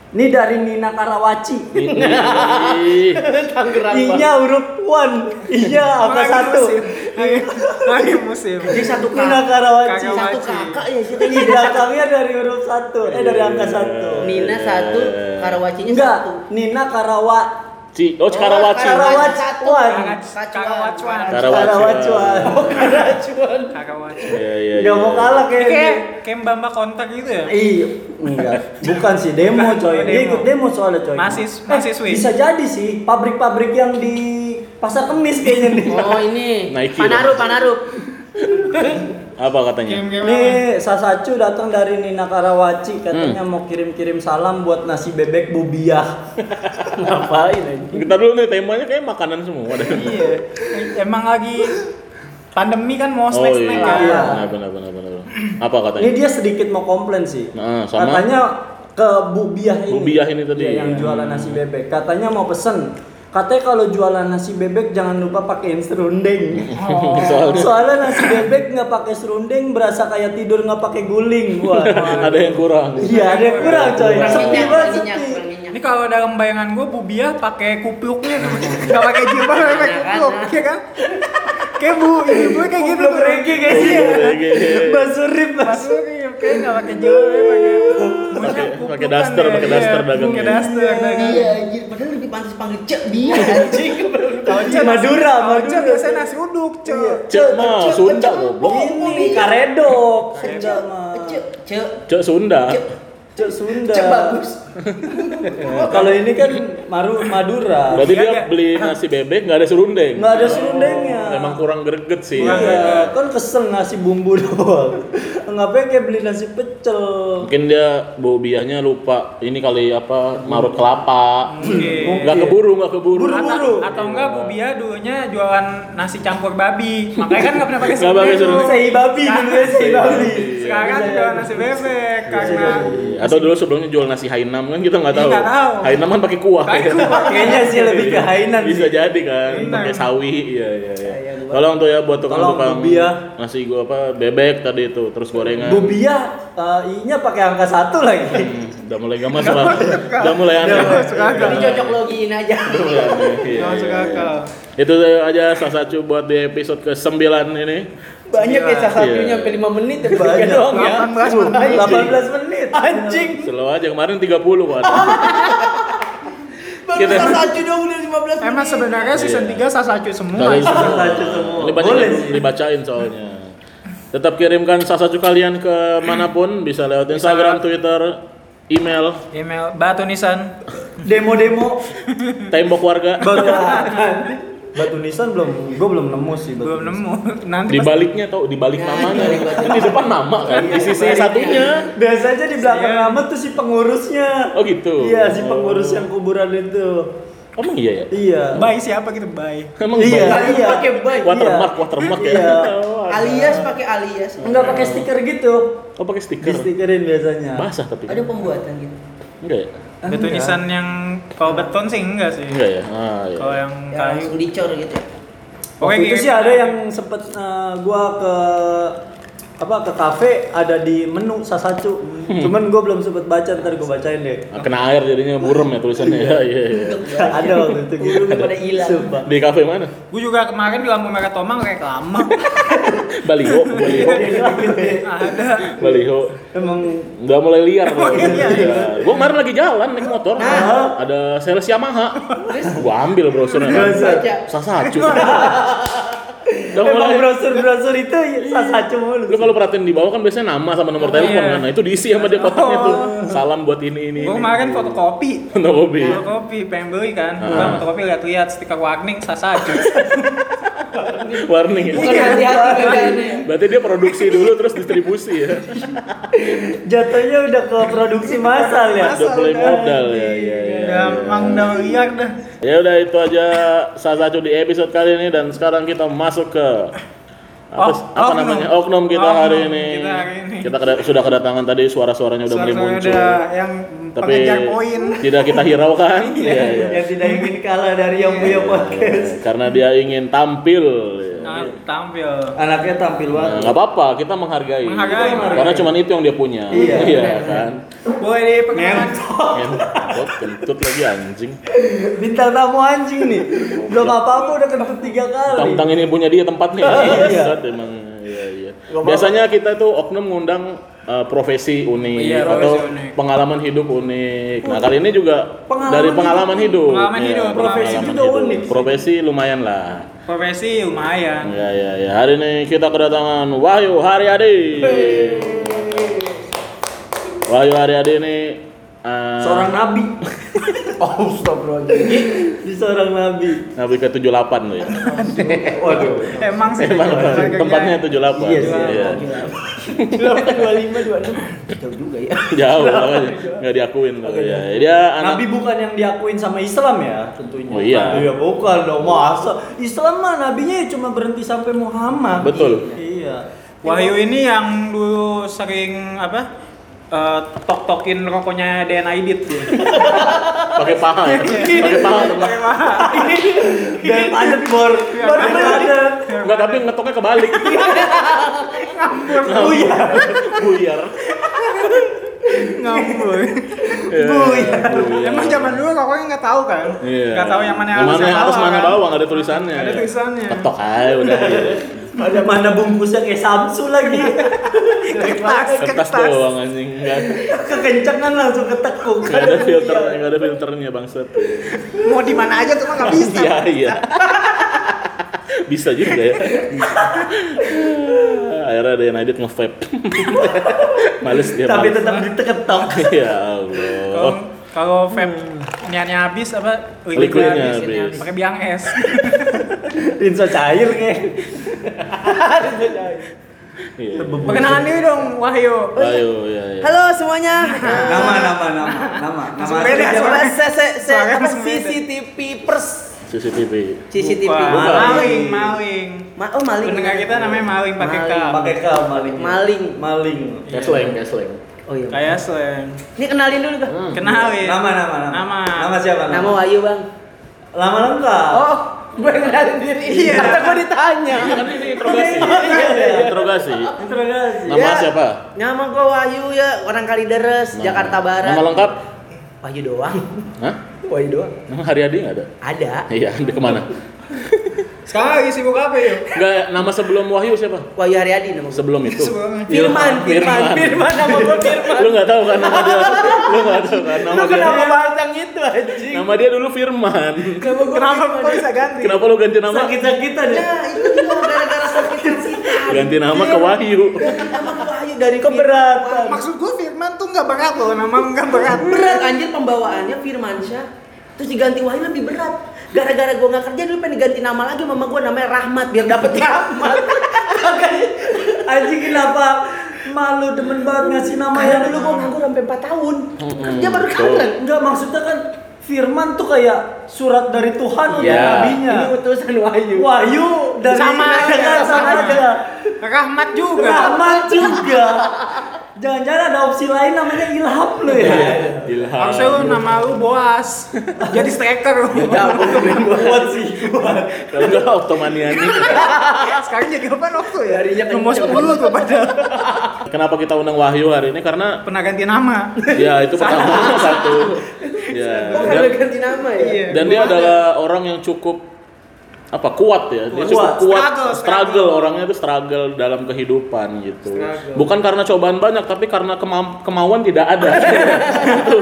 [SPEAKER 4] Ini dari Nina Karawaci.
[SPEAKER 3] Ini- ini-
[SPEAKER 1] Tangerang
[SPEAKER 4] I-nya huruf one, I-nya angka
[SPEAKER 2] Lagi
[SPEAKER 4] satu.
[SPEAKER 2] musim. Lagi- Lagi musim.
[SPEAKER 1] jadi satu
[SPEAKER 4] Nina
[SPEAKER 1] kakak
[SPEAKER 4] Karawaci.
[SPEAKER 2] Kakak.
[SPEAKER 1] satu kakak ya sih
[SPEAKER 4] Ini belakangnya dari huruf satu,
[SPEAKER 3] Iya.
[SPEAKER 4] eh dari angka satu.
[SPEAKER 1] Nina satu
[SPEAKER 3] Eh.
[SPEAKER 1] Karawacinya
[SPEAKER 4] Enggak,
[SPEAKER 1] satu
[SPEAKER 4] Nina Karawa
[SPEAKER 3] Ci, oh Karawaci
[SPEAKER 4] Karawaci. Karawacuan.
[SPEAKER 2] Karawacuan.
[SPEAKER 3] Karawaci.
[SPEAKER 4] Karawacuan.
[SPEAKER 1] Karawacuan
[SPEAKER 2] Karawaci.
[SPEAKER 3] iya iya
[SPEAKER 4] Gak mau kalah
[SPEAKER 2] Kayak
[SPEAKER 4] kayaknya.
[SPEAKER 2] kayak mbak mbak kontak gitu ya.
[SPEAKER 4] Iya, enggak. Bukan sih demo coy. Dia ikut demo soalnya coy.
[SPEAKER 2] Mahasis- mahasiswi.
[SPEAKER 4] Eh, bisa jadi sih pabrik-pabrik yang di pasar kemis kayaknya nih.
[SPEAKER 1] oh ini
[SPEAKER 3] Nike.
[SPEAKER 1] Panarup Panarup
[SPEAKER 3] apa
[SPEAKER 1] Iya.
[SPEAKER 3] katanya
[SPEAKER 2] Game game.
[SPEAKER 4] Nih Sasacu datang dari Nina Karawaci katanya
[SPEAKER 3] Hmm.
[SPEAKER 4] mau kirim-kirim salam buat nasi bebek bubiah. Ngapain aja?
[SPEAKER 3] kita dulu nih temanya kayak makanan semua deh
[SPEAKER 2] Iya. Emang lagi pandemi kan mau
[SPEAKER 3] oh
[SPEAKER 2] snack
[SPEAKER 3] iya
[SPEAKER 2] snack kan.
[SPEAKER 4] Iya.
[SPEAKER 3] benar benar benar benar apa
[SPEAKER 4] Ini
[SPEAKER 3] katanya
[SPEAKER 4] dia sedikit mau komplain sih.
[SPEAKER 3] Nah, sama.
[SPEAKER 4] Katanya ke Bubiah ini.
[SPEAKER 3] Bubiah ini tadi.
[SPEAKER 4] Iya, yang jualan nasi bebek. Katanya mau pesen. Katanya kalau jualan nasi bebek jangan lupa pakai serundeng.
[SPEAKER 3] Soal-
[SPEAKER 4] Soalnya nasi bebek nggak pakai serundeng berasa kayak tidur nggak pakai guling gua.
[SPEAKER 3] ada yang kurang
[SPEAKER 4] Iya, ada yang kurang coy.
[SPEAKER 1] Kurang
[SPEAKER 4] Sepi
[SPEAKER 1] minyak,
[SPEAKER 4] banget
[SPEAKER 1] kurang minyak,
[SPEAKER 4] sepi.
[SPEAKER 1] kurang minyak.
[SPEAKER 2] Ini kalau dalam bayangan gue Bubiah pakai kupluknya tuh. Gak pakai jilbab, tapi
[SPEAKER 4] Iya
[SPEAKER 2] pakai kupluk, ya kan? Kayak bu, ini gue kayak gitu.
[SPEAKER 4] Goblok rege kayaknya.
[SPEAKER 3] Rege.
[SPEAKER 4] Basurip Mas.
[SPEAKER 2] Masuk ya, kayak nggak pakai jilbab, pakai
[SPEAKER 3] Pakai-
[SPEAKER 2] kuplukan
[SPEAKER 3] pakai daster,
[SPEAKER 2] ya,
[SPEAKER 3] pakai
[SPEAKER 2] iya.
[SPEAKER 3] daster gitu. dagangnya.
[SPEAKER 2] Pakai daster dagangnya.
[SPEAKER 1] iya anjir padahal lebih pantas panggil cek dia anjing
[SPEAKER 2] Oce
[SPEAKER 4] Madura, Iya.
[SPEAKER 2] Oce
[SPEAKER 4] Madura.
[SPEAKER 2] biasanya nasi uduk, cuy.
[SPEAKER 3] Cek mah Sunda goblok.
[SPEAKER 4] Ini karedok. Sunda mah.
[SPEAKER 1] cek cek
[SPEAKER 3] Cek Sunda.
[SPEAKER 4] Cek Sunda.
[SPEAKER 1] cek bagus
[SPEAKER 4] Kalau ini kan Maru Madura.
[SPEAKER 3] Berarti dia beli nasi bebek Iya, nggak ada serundeng.
[SPEAKER 4] Nggak ada serundengnya.
[SPEAKER 3] Oh, Emang kurang greget sih.
[SPEAKER 4] Iya, kan kesel nasi bumbu doang. Ngapain kayak beli nasi pecel?
[SPEAKER 3] Mungkin dia bau biahnya lupa ini kali apa marut kelapa.
[SPEAKER 2] Mungkin.
[SPEAKER 3] Nggak keburu, nggak keburu.
[SPEAKER 2] Atau, atau enggak Bu Bia dulunya jualan nasi campur babi. Makanya kan enggak pernah pakai
[SPEAKER 3] Nggak pakai
[SPEAKER 2] serundeng.
[SPEAKER 3] serundeng.
[SPEAKER 4] Sei babi dulu ya, sei babi.
[SPEAKER 2] Sekarang kan
[SPEAKER 4] Iya.
[SPEAKER 2] jualan nasi bebek karena
[SPEAKER 3] Iya, Atau dulu sebelumnya jual nasi Hainam kan kita nggak
[SPEAKER 2] Iya,
[SPEAKER 3] tahu.
[SPEAKER 2] nggak tahu.
[SPEAKER 3] Hainam kan pakai kuah. Iya,
[SPEAKER 2] Pakai kuah.
[SPEAKER 4] Kayaknya sih lebih ke Hainan
[SPEAKER 3] Bisa
[SPEAKER 4] sih.
[SPEAKER 3] jadi kan,
[SPEAKER 2] Benar.
[SPEAKER 3] pakai sawi, iya iya iya.
[SPEAKER 4] Iya, iya.
[SPEAKER 3] Tolong tuh ya buat tukang-tukang
[SPEAKER 4] Tolong, bubiah.
[SPEAKER 3] nasi Ya. gua apa bebek tadi itu, terus gorengan.
[SPEAKER 4] eh, Bubia, i-nya pakai angka satu lagi.
[SPEAKER 3] udah mulai gak masuk akal. Udah mulai aneh.
[SPEAKER 2] Nggak masuk akal.
[SPEAKER 1] Ini cocok login aja.
[SPEAKER 3] Udah mulai aneh. Iya,
[SPEAKER 2] Nggak masuk
[SPEAKER 3] iya, iya.
[SPEAKER 2] akal.
[SPEAKER 3] Itu aja Sasacu buat di episode ke-9 ini.
[SPEAKER 1] Banyak ya salah
[SPEAKER 3] Iya.
[SPEAKER 1] satunya sampai 5 menit tapi tiga
[SPEAKER 4] Banyak.
[SPEAKER 1] doang ya.
[SPEAKER 2] 18 menit.
[SPEAKER 4] 18 menit.
[SPEAKER 1] Anjing.
[SPEAKER 3] Slow aja kemarin 30 kok ada.
[SPEAKER 1] Baru
[SPEAKER 3] Kita-
[SPEAKER 1] salah satu doang udah 15 menit.
[SPEAKER 2] Emang sebenarnya
[SPEAKER 3] Iya.
[SPEAKER 2] season 3 sasacu semua.
[SPEAKER 3] Dari
[SPEAKER 4] Salah satu semua.
[SPEAKER 3] Ini banyak
[SPEAKER 4] Boleh
[SPEAKER 3] yang
[SPEAKER 4] sih.
[SPEAKER 3] dibacain soalnya. Tetap kirimkan sasacu kalian ke manapun, bisa lewat Instagram, Twitter, email,
[SPEAKER 2] Email batu nisan.
[SPEAKER 4] Demo-demo
[SPEAKER 3] tembok warga.
[SPEAKER 4] baru Batu nisan belum, gue belum nemu sih. batu
[SPEAKER 2] Belum
[SPEAKER 4] nisan.
[SPEAKER 2] nemu. Nanti
[SPEAKER 3] Di
[SPEAKER 2] pas-
[SPEAKER 3] baliknya tau, di balik namanya.
[SPEAKER 4] Iya,
[SPEAKER 3] Kan di depan nama kan, di sisi
[SPEAKER 1] baliknya.
[SPEAKER 3] satunya.
[SPEAKER 4] Biasanya di belakang
[SPEAKER 2] Iya.
[SPEAKER 4] nama tuh si pengurusnya.
[SPEAKER 3] Oh gitu.
[SPEAKER 4] Iya, si
[SPEAKER 3] Oh.
[SPEAKER 4] pengurus yang kuburan itu.
[SPEAKER 3] Emang iya ya?
[SPEAKER 4] Iya.
[SPEAKER 2] Bye siapa gitu bye.
[SPEAKER 3] Emang
[SPEAKER 4] Iya.
[SPEAKER 3] baik.
[SPEAKER 1] Alias
[SPEAKER 4] Iya.
[SPEAKER 1] pakai baik.
[SPEAKER 3] Watermark, watermark ya.
[SPEAKER 4] Iya.
[SPEAKER 3] Oh, ada.
[SPEAKER 1] Alias pakai alias.
[SPEAKER 4] Enggak pakai stiker gitu.
[SPEAKER 3] Oh pakai
[SPEAKER 4] Di
[SPEAKER 3] stiker.
[SPEAKER 4] stikerin biasanya.
[SPEAKER 3] Basah tapi. kan?
[SPEAKER 1] Ada pembuatan gitu.
[SPEAKER 3] Enggak ya?
[SPEAKER 4] Ah,
[SPEAKER 2] Batu
[SPEAKER 4] enggak.
[SPEAKER 2] nisan yang kalau beton sih enggak sih.
[SPEAKER 3] Enggak ya? Ah, iya.
[SPEAKER 2] Kalau yang
[SPEAKER 1] Ya,
[SPEAKER 2] kayu.
[SPEAKER 1] langsung dicor gitu.
[SPEAKER 4] Waktu itu
[SPEAKER 2] kirim-
[SPEAKER 4] sih ada yang sempet eh, gua ke apa ke kafe ada di menu sasacu. Cuman gua belum sempet baca ntar gua bacain deh.
[SPEAKER 3] Ah, Kena air jadinya burem ya tulisannya. Iya, iya, iya.
[SPEAKER 4] ada waktu itu gitu.
[SPEAKER 1] Burung pada hilang.
[SPEAKER 4] Sumpah.
[SPEAKER 3] Di kafe mana?
[SPEAKER 2] Gue juga kemarin di lampu merah Tomang reklame.
[SPEAKER 3] Baliho, Baliho,
[SPEAKER 4] Iya.
[SPEAKER 2] ada.
[SPEAKER 3] Baliho.
[SPEAKER 4] Emang
[SPEAKER 3] Udah mulai liar loh.
[SPEAKER 2] Iya, iya.
[SPEAKER 3] Gue kemarin lagi jalan naik motor.
[SPEAKER 4] Nah.
[SPEAKER 3] Ada sales Yamaha. Gue ambil brosurnya kan.
[SPEAKER 2] Iya,
[SPEAKER 4] Brosur.
[SPEAKER 1] Baca.
[SPEAKER 3] Sasacu. Udah
[SPEAKER 4] emang
[SPEAKER 3] mulai.
[SPEAKER 4] brosur-brosur itu sasacu mulu.
[SPEAKER 3] Lu kalau perhatiin di bawah kan biasanya nama sama nomor telepon
[SPEAKER 2] Iya.
[SPEAKER 3] kan. Nah, itu diisi sama dia kotaknya tuh. Salam buat ini ini.
[SPEAKER 2] Gue
[SPEAKER 4] Iya.
[SPEAKER 3] ini.
[SPEAKER 2] kemarin Iya. fotokopi.
[SPEAKER 3] Fotokopi.
[SPEAKER 2] Fotokopi pengen beli kan. Gua
[SPEAKER 3] Iya. Ah. Iya,
[SPEAKER 2] fotokopi lihat-lihat stiker warning sasacu.
[SPEAKER 3] Warning ya.
[SPEAKER 1] Bukan
[SPEAKER 2] Iya.
[SPEAKER 1] kan hati-hati kerjaannya.
[SPEAKER 3] Berarti dia produksi dulu terus distribusi ya.
[SPEAKER 4] Jatuhnya udah ke produksi massal ya.
[SPEAKER 3] Udah mulai modal ya. Iya, iya. iya.
[SPEAKER 2] Gampang dah liar dah.
[SPEAKER 3] Ya udah itu aja Sasacu di episode kali ini dan sekarang kita masuk ke apa,
[SPEAKER 2] Ok-
[SPEAKER 3] apa
[SPEAKER 2] Oh, oknum.
[SPEAKER 3] namanya oknum kita
[SPEAKER 2] Oknum
[SPEAKER 3] hari ini.
[SPEAKER 2] kita hari ini.
[SPEAKER 3] Kita keda- sudah kedatangan tadi suara-suaranya udah mulai
[SPEAKER 2] Suara-suara
[SPEAKER 3] muncul.
[SPEAKER 2] udah yang
[SPEAKER 3] Tapi Iya.
[SPEAKER 2] pengejar poin.
[SPEAKER 3] tidak kita hiraukan. Iya, iya.
[SPEAKER 4] Yang tidak ingin kalah dari yang punya podcast.
[SPEAKER 3] Karena dia ingin tampil. ya.
[SPEAKER 2] Nah, tampil.
[SPEAKER 4] Anaknya tampil
[SPEAKER 3] Nah,
[SPEAKER 4] banget.
[SPEAKER 3] nggak apa-apa, kita menghargai.
[SPEAKER 2] Menghargai,
[SPEAKER 3] Karena cuma itu yang dia punya.
[SPEAKER 4] Iya.
[SPEAKER 3] kan.
[SPEAKER 2] Boleh diperkenalkan.
[SPEAKER 3] Kentut, kentut lagi anjing.
[SPEAKER 4] Bintang tamu anjing nih. Belum apa-apa udah kentut tiga kali.
[SPEAKER 3] Tentang ini punya dia tempatnya.
[SPEAKER 4] Iya.
[SPEAKER 3] Bangsat emang. Iya, iya. Biasanya kita tuh oknum ngundang uh, profesi unik
[SPEAKER 2] Iya,
[SPEAKER 3] atau
[SPEAKER 2] profesi unik.
[SPEAKER 3] pengalaman hidup unik. Nah, kali ini juga
[SPEAKER 4] Hmm. Pengalaman
[SPEAKER 3] dari pengalaman hidup.
[SPEAKER 4] hidup.
[SPEAKER 3] Iya,
[SPEAKER 2] Pengalaman hidup, profesi
[SPEAKER 3] pengalaman
[SPEAKER 4] juga unik.
[SPEAKER 3] Profesi lumayan lah.
[SPEAKER 2] Profesi lumayan.
[SPEAKER 3] Ya, ya, ya. Hari ini kita kedatangan Wahyu Haryadi. Wahyu Haryadi ini uh,
[SPEAKER 4] Seorang nabi. oh, stop Di seorang nabi.
[SPEAKER 3] Nabi ke-78 loh ya.
[SPEAKER 4] Waduh.
[SPEAKER 2] Emang sih. gitu.
[SPEAKER 3] Emang
[SPEAKER 2] Harganya-
[SPEAKER 3] tempatnya 78.
[SPEAKER 4] Iya sih.
[SPEAKER 3] Iya.
[SPEAKER 4] Delapan dua lima dua enam. Jauh juga ya.
[SPEAKER 3] Jauh makanya nggak diakuin loh ya.
[SPEAKER 2] iya.
[SPEAKER 3] Dia anak
[SPEAKER 4] Nabi bukan yang diakuin sama Islam ya tentunya.
[SPEAKER 3] Oh, iya.
[SPEAKER 4] bukan dong masa. Islam mah nabinya ya cuma berhenti sampai Muhammad.
[SPEAKER 3] Betul.
[SPEAKER 4] Iya.
[SPEAKER 2] Wahyu ini yang dulu sering apa? eh, tok-tokin rokoknya DNA Idit ya.
[SPEAKER 3] pakai paha ya. Iya. pakai paha teman
[SPEAKER 4] Dan padat bor.
[SPEAKER 3] Iya,
[SPEAKER 4] Baru padat.
[SPEAKER 3] nggak
[SPEAKER 2] Iya.
[SPEAKER 3] tapi ngetoknya kebalik
[SPEAKER 4] Buyar.
[SPEAKER 3] buyar Iya,
[SPEAKER 2] Ngambul.
[SPEAKER 4] Buyar.
[SPEAKER 2] Emang zaman dulu rokoknya nggak tahu kan?
[SPEAKER 3] Iya.
[SPEAKER 2] Nggak tahu yang mana
[SPEAKER 3] yang mana yang atas
[SPEAKER 2] bawah,
[SPEAKER 3] mana
[SPEAKER 2] kan?
[SPEAKER 3] bawah nggak ada tulisannya
[SPEAKER 2] Nggak ada tulisannya.
[SPEAKER 3] ketok aja udah iya.
[SPEAKER 4] Ada mana bungkusnya kayak Samsu lagi.
[SPEAKER 2] Kertas,
[SPEAKER 3] kertas
[SPEAKER 2] kertas.
[SPEAKER 3] doang anjing nggak
[SPEAKER 4] Kekencangan langsung ketekuk.
[SPEAKER 3] nggak Iya, ada filter nggak ada filternya bangset
[SPEAKER 2] Mau di mana aja cuma nggak bisa.
[SPEAKER 3] iya iya bisa juga ya akhirnya ada yang edit nge-vape males dia
[SPEAKER 4] Tapi
[SPEAKER 3] males.
[SPEAKER 4] tetap diteketok.
[SPEAKER 3] ya
[SPEAKER 2] Kalau
[SPEAKER 3] Allah
[SPEAKER 2] kalau vape niatnya habis apa?
[SPEAKER 3] Liquidnya
[SPEAKER 2] ini
[SPEAKER 3] habis.
[SPEAKER 2] Pakai biang es.
[SPEAKER 4] Rinso cair kayak. Rinso cair.
[SPEAKER 3] Iya.
[SPEAKER 2] Perkenalan diri dong Wahyu.
[SPEAKER 3] ayo ya ya
[SPEAKER 1] Halo semuanya.
[SPEAKER 4] Nama nama nama nama nama.
[SPEAKER 2] Beda,
[SPEAKER 4] asli siapa?
[SPEAKER 1] Saya saya saya
[SPEAKER 2] Suaranya
[SPEAKER 1] apa,
[SPEAKER 2] langsung beda.
[SPEAKER 1] CCTV pers.
[SPEAKER 3] CCTV
[SPEAKER 1] CCTV.
[SPEAKER 2] Bukan.
[SPEAKER 3] Bukan.
[SPEAKER 2] Maling, maling.
[SPEAKER 1] Ma oh maling.
[SPEAKER 2] Pendengar kita namanya maling pakai K.
[SPEAKER 4] Pakai K maling.
[SPEAKER 1] Maling.
[SPEAKER 4] Maling.
[SPEAKER 3] Kesleng, kesleng.
[SPEAKER 1] Oh iya.
[SPEAKER 2] Kayak slang.
[SPEAKER 1] Ini kenalin dulu Bang.
[SPEAKER 3] Hmm.
[SPEAKER 2] Kenalin.
[SPEAKER 4] Nama nama
[SPEAKER 2] Oh, iya. Nama.
[SPEAKER 4] Nama siapa?
[SPEAKER 1] Nama Wahyu Bang.
[SPEAKER 4] Lama lengkap.
[SPEAKER 1] Oh, gue ngenalin diri
[SPEAKER 2] Iya.
[SPEAKER 1] kata gue ditanya
[SPEAKER 3] Iya kan ini interogasi. Iya, interogasi.
[SPEAKER 4] Interogasi.
[SPEAKER 3] Nama
[SPEAKER 1] Ya.
[SPEAKER 3] siapa?
[SPEAKER 1] nama gue Wahyu ya orang Kalideres
[SPEAKER 3] Nama-
[SPEAKER 1] Jakarta Barat
[SPEAKER 3] Nama lengkap?
[SPEAKER 1] Wahyu doang
[SPEAKER 3] Hah?
[SPEAKER 1] Wahyu doang
[SPEAKER 3] Nama Haryadi nggak ada?
[SPEAKER 1] ada
[SPEAKER 3] Iya, ada kemana?
[SPEAKER 2] Sekarang lagi sibuk apa ya?
[SPEAKER 3] Enggak, nama sebelum Wahyu siapa?
[SPEAKER 1] Wahyu Haryadi nama gue
[SPEAKER 3] Sebelum itu.
[SPEAKER 2] Sebelum-
[SPEAKER 1] Firman Firman
[SPEAKER 3] Firman.
[SPEAKER 1] Firman nama gue Firman
[SPEAKER 3] Lu nggak tahu kan nama dia? Lu nggak tahu kan nama
[SPEAKER 1] lu
[SPEAKER 3] dia?
[SPEAKER 1] kenapa bahas yang itu anjing
[SPEAKER 3] Nama dia dulu Firman.
[SPEAKER 2] Kenapa gua Kenapa gua bisa ganti?
[SPEAKER 3] Kenapa lu ganti nama?
[SPEAKER 4] Sakit-sakitan ya.
[SPEAKER 1] ya itu juga gara-gara sakit sakitan
[SPEAKER 3] Ganti nama ke Wahyu.
[SPEAKER 1] nama gue Wahyu dari
[SPEAKER 4] Keberatan.
[SPEAKER 2] Maksud gua Firman tuh nggak berat loh, nama lu nggak berat.
[SPEAKER 1] berat anjir pembawaannya Firmansyah terus diganti Wahyu lebih berat gara-gara gue nggak kerja dulu pengen diganti nama lagi mama gue namanya Rahmat biar dapet rahmat
[SPEAKER 4] Aji kenapa malu demen banget ngasih nama
[SPEAKER 1] makanya
[SPEAKER 4] yang
[SPEAKER 1] dulu gue nganggur sampai 4 tahun
[SPEAKER 3] Hmm,
[SPEAKER 1] kerja baru
[SPEAKER 3] Tuh.
[SPEAKER 1] kangen
[SPEAKER 4] Enggak maksudnya kan Firman tuh kayak surat dari Tuhan untuk
[SPEAKER 3] Iya.
[SPEAKER 4] nabinya.
[SPEAKER 1] ini utusan Wahyu
[SPEAKER 4] Wahyu dari
[SPEAKER 1] Sama aja,
[SPEAKER 4] dengan sama
[SPEAKER 1] sama
[SPEAKER 4] aja.
[SPEAKER 2] Rahmat juga.
[SPEAKER 4] Rahmat juga. Jangan-jangan ada opsi lain namanya Ilham lu ya.
[SPEAKER 3] Iya. Ilham.
[SPEAKER 2] Harusnya lu nama lu Boas. Jadi striker lu.
[SPEAKER 4] Buat sih buat.
[SPEAKER 3] Kalau nggak Oktomaniani.
[SPEAKER 2] Sekarang jadi apa waktu ya?
[SPEAKER 1] Harinya
[SPEAKER 2] Nomor 10 tuh padahal.
[SPEAKER 3] Kenapa kita undang Wahyu hari ini? Karena
[SPEAKER 2] Pernah ganti nama.
[SPEAKER 3] ya itu pertama satu. Ya.
[SPEAKER 1] Oh,
[SPEAKER 3] Dan,
[SPEAKER 1] karena ganti nama ya?
[SPEAKER 2] Iya.
[SPEAKER 3] dan dia adalah orang yang cukup apa kuat ya dia
[SPEAKER 4] Kuat.
[SPEAKER 3] cukup
[SPEAKER 2] Struggle,
[SPEAKER 3] kuat struggle,
[SPEAKER 2] struggle.
[SPEAKER 3] orangnya itu struggle dalam kehidupan gitu
[SPEAKER 2] Struggle.
[SPEAKER 3] bukan karena cobaan banyak tapi karena kema- kemauan tidak ada Gitu.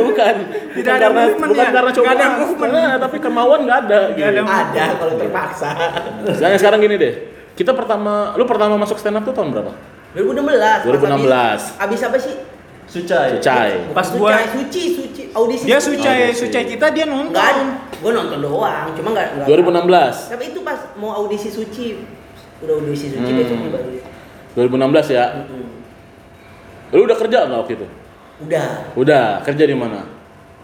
[SPEAKER 3] bukan bukan
[SPEAKER 2] ada
[SPEAKER 3] karena
[SPEAKER 2] movement
[SPEAKER 3] bukan
[SPEAKER 2] ya?
[SPEAKER 3] karena
[SPEAKER 2] Nggak
[SPEAKER 3] cobaan
[SPEAKER 2] ada movement.
[SPEAKER 3] Nah, tapi kemauan nggak ada
[SPEAKER 2] Nggak
[SPEAKER 3] gitu.
[SPEAKER 2] ada
[SPEAKER 1] ada kalau terpaksa
[SPEAKER 3] Sekarang, sekarang gini deh kita pertama lu pertama masuk stand up tuh tahun berapa
[SPEAKER 1] 2016 pas
[SPEAKER 3] 2016.
[SPEAKER 1] abis, abis apa sih
[SPEAKER 4] Sucai.
[SPEAKER 3] Sucai
[SPEAKER 2] Pas
[SPEAKER 1] Suci,
[SPEAKER 2] gua-
[SPEAKER 1] suci suci audisi
[SPEAKER 2] Dia
[SPEAKER 1] Suci.
[SPEAKER 2] sucai, sucai kita dia
[SPEAKER 1] Nggak ada.
[SPEAKER 2] nonton.
[SPEAKER 1] gue nonton doang cuma nggak nggak-
[SPEAKER 3] 2016
[SPEAKER 1] tapi itu pas mau audisi suci udah audisi suci
[SPEAKER 3] Hmm.
[SPEAKER 1] besoknya baru
[SPEAKER 3] 2016 ya
[SPEAKER 1] Mm-mm.
[SPEAKER 3] lu udah kerja nggak waktu itu
[SPEAKER 1] udah
[SPEAKER 3] udah kerja di mana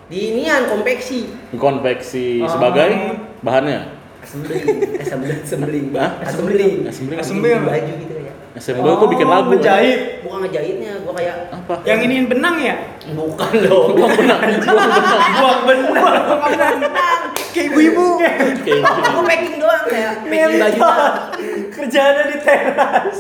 [SPEAKER 1] di inian konveksi
[SPEAKER 3] konveksi
[SPEAKER 2] Oh.
[SPEAKER 3] sebagai bahannya
[SPEAKER 1] assembling assembling assembling
[SPEAKER 3] Hah?
[SPEAKER 1] assembling
[SPEAKER 3] Assembling.
[SPEAKER 2] Assembling.
[SPEAKER 1] baju gitu ya
[SPEAKER 3] SMP gua bikin lagu. kan?
[SPEAKER 4] Menjahit.
[SPEAKER 1] bukan ngejahitnya gua kayak
[SPEAKER 3] Apa?
[SPEAKER 2] Yang iniin benang ya?
[SPEAKER 1] bukan loh
[SPEAKER 3] Buang benang, buang benang.
[SPEAKER 4] Buang benar.
[SPEAKER 2] Kayak ibu-ibu.
[SPEAKER 3] Oke.
[SPEAKER 1] aku packing doang kayak packing baju doang.
[SPEAKER 4] Iya. Kerjaannya di teras.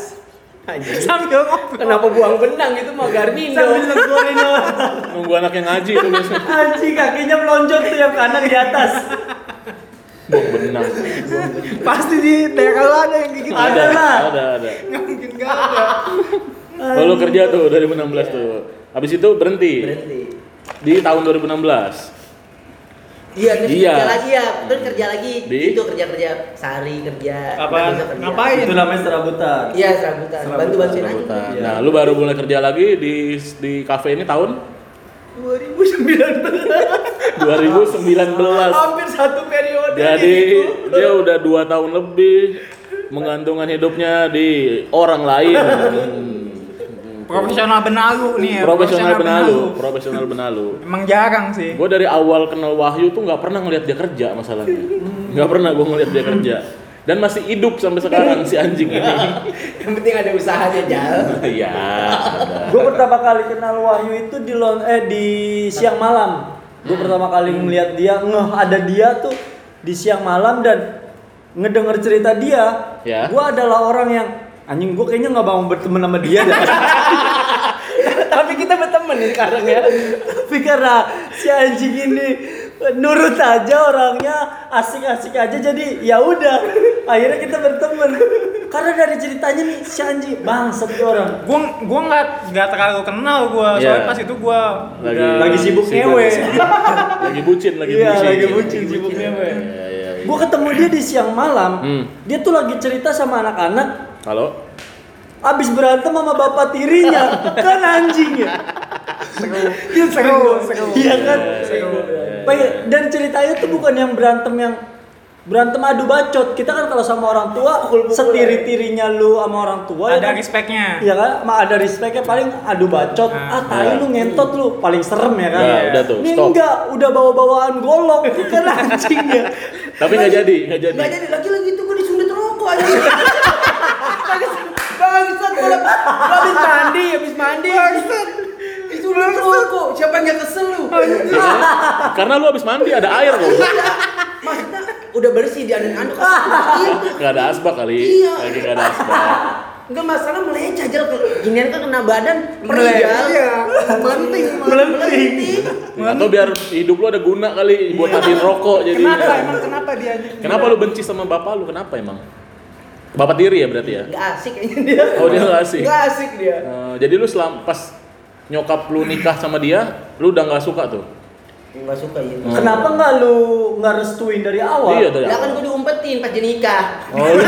[SPEAKER 2] Sambil ngobrol.
[SPEAKER 1] kenapa buang benang itu mah Garmindo
[SPEAKER 4] Sambil negorin orang.
[SPEAKER 3] Nunggu anaknya ngaji itu biasanya.
[SPEAKER 4] Anjing kakinya melonjor tuh yang kanan di atas.
[SPEAKER 3] Buang benang.
[SPEAKER 2] Pasti di daerah lu ada yang gigit.
[SPEAKER 3] Ada,
[SPEAKER 4] lah.
[SPEAKER 3] ada, ada.
[SPEAKER 2] Nggak mungkin nggak ada.
[SPEAKER 3] Lalu kerja tuh 2016 tuh. Habis itu berhenti
[SPEAKER 1] berhenti
[SPEAKER 3] di tahun 2016.
[SPEAKER 1] iya terus
[SPEAKER 3] Iya.
[SPEAKER 1] kerja lagi ya terus kerja lagi
[SPEAKER 3] Di?
[SPEAKER 1] itu kerja kerja sehari kerja
[SPEAKER 2] Apa?
[SPEAKER 1] besok kerja.
[SPEAKER 2] Ngapain?
[SPEAKER 4] Itu namanya serabutan.
[SPEAKER 1] iya serabutan
[SPEAKER 4] Serabutan,
[SPEAKER 1] bantu bantuin aja
[SPEAKER 3] Serabutan.
[SPEAKER 4] Iya.
[SPEAKER 3] Nah, lu baru mulai kerja lagi di di kafe ini tahun 2019.
[SPEAKER 4] Hampir satu periode.
[SPEAKER 3] Jadi
[SPEAKER 4] gitu.
[SPEAKER 3] dia udah dua tahun lebih menggantungkan hidupnya di orang lain. Hmm.
[SPEAKER 2] Profesional benalu nih ya.
[SPEAKER 3] profesional benalu, profesional benalu.
[SPEAKER 2] Emang jarang sih.
[SPEAKER 3] Gue dari awal kenal Wahyu tuh nggak pernah ngelihat dia kerja masalahnya, nggak pernah gue ngelihat dia kerja dan masih hidup sampai sekarang si anjing ini.
[SPEAKER 1] yang penting ada usahanya jalan
[SPEAKER 3] Iya.
[SPEAKER 4] Gue pertama kali kenal Wahyu itu di lon eh di siang malam. Gue
[SPEAKER 1] Hmm.
[SPEAKER 4] pertama kali melihat dia ngeh ada dia tuh di siang malam dan ngedenger cerita dia.
[SPEAKER 3] Ya.
[SPEAKER 4] Gue adalah orang yang anjing gue kayaknya nggak mau berteman sama dia deh.
[SPEAKER 1] tapi kita berteman nih sekarang ya
[SPEAKER 4] Tapi karena si anjing ini nurut aja orangnya asik-asik aja jadi ya udah akhirnya kita berteman karena dari ceritanya nih si anjing bangsat tuh orang
[SPEAKER 2] Gue gue nggak nggak terlalu kenal gue. Soalnya
[SPEAKER 3] Iya.
[SPEAKER 2] pas itu gue
[SPEAKER 3] Lagi-
[SPEAKER 4] lagi sibuk
[SPEAKER 3] Sibuk.
[SPEAKER 4] ngewe
[SPEAKER 3] Lagi bucin, lagi
[SPEAKER 4] Iya,
[SPEAKER 3] bucin.
[SPEAKER 4] lagi bucin, sibuk ngewe.
[SPEAKER 3] Iya, iya, iya.
[SPEAKER 4] Gue ketemu dia di siang malam.
[SPEAKER 3] Hmm.
[SPEAKER 4] Dia tuh lagi cerita sama anak-anak
[SPEAKER 3] Halo.
[SPEAKER 4] abis berantem sama bapak tirinya. kan anjing ya.
[SPEAKER 2] Seru, seru, seru.
[SPEAKER 4] Iya kan?
[SPEAKER 2] Seru.
[SPEAKER 3] iya.
[SPEAKER 4] Baik, dan ceritanya tuh bukan yang berantem yang berantem adu bacot. Kita kan kalau sama orang tua setiri-tirinya lu sama orang
[SPEAKER 2] Ada
[SPEAKER 4] tua ya. kan?
[SPEAKER 2] respectnya.
[SPEAKER 4] Iya kan? Ma ada respectnya paling adu bacot.
[SPEAKER 2] Ah.
[SPEAKER 4] Ah, tai
[SPEAKER 3] Iya.
[SPEAKER 4] lu ngentot lu paling serem ya kan?
[SPEAKER 3] Nah, udah tuh,
[SPEAKER 4] Ini
[SPEAKER 3] stop.
[SPEAKER 4] enggak, udah bawa-bawaan golok kan anjing ya.
[SPEAKER 3] Tapi nggak jadi, nggak jadi.
[SPEAKER 1] Gak jadi lagi-lagi itu gue disundut rokok aja. Bangsat gue dapat
[SPEAKER 2] Habis mandi, habis mandi.
[SPEAKER 1] bangsat. Disundut rokok. Siapa yang gak kesel lu?
[SPEAKER 3] Karena lu habis mandi ada air kok.
[SPEAKER 1] Maksudnya udah bersih di anduk-anduk itu
[SPEAKER 3] Gak ada asbak kali.
[SPEAKER 1] Iya.
[SPEAKER 3] Lagi gak ada asbak.
[SPEAKER 1] Enggak masalah meleceh aja ginian kan kena badan
[SPEAKER 2] Meleceh,
[SPEAKER 1] perijal.
[SPEAKER 2] iya.
[SPEAKER 1] Melenting,
[SPEAKER 4] Melenting.
[SPEAKER 3] Iya. Atau biar hidup lu ada guna kali buat hatiin rokok jadi. ya.
[SPEAKER 2] Kenapa emang kenapa dia anjing?
[SPEAKER 3] Kenapa lu benci sama bapak lu? Kenapa emang? Bapak tiri ya berarti ya?
[SPEAKER 1] Enggak asik kayaknya dia.
[SPEAKER 3] Oh dia gak asik.
[SPEAKER 1] Enggak asik dia.
[SPEAKER 3] Eh, jadi lu selam pas nyokap lu nikah sama dia, lu udah nggak suka tuh?
[SPEAKER 1] Enggak suka
[SPEAKER 2] iya.
[SPEAKER 1] ya.
[SPEAKER 3] Hmm.
[SPEAKER 4] Kenapa nggak lu nggak restuin dari awal?
[SPEAKER 3] Iya dari
[SPEAKER 1] Lah kan
[SPEAKER 3] awal.
[SPEAKER 1] gue diumpetin pas jadi nikah.
[SPEAKER 3] Oh, lu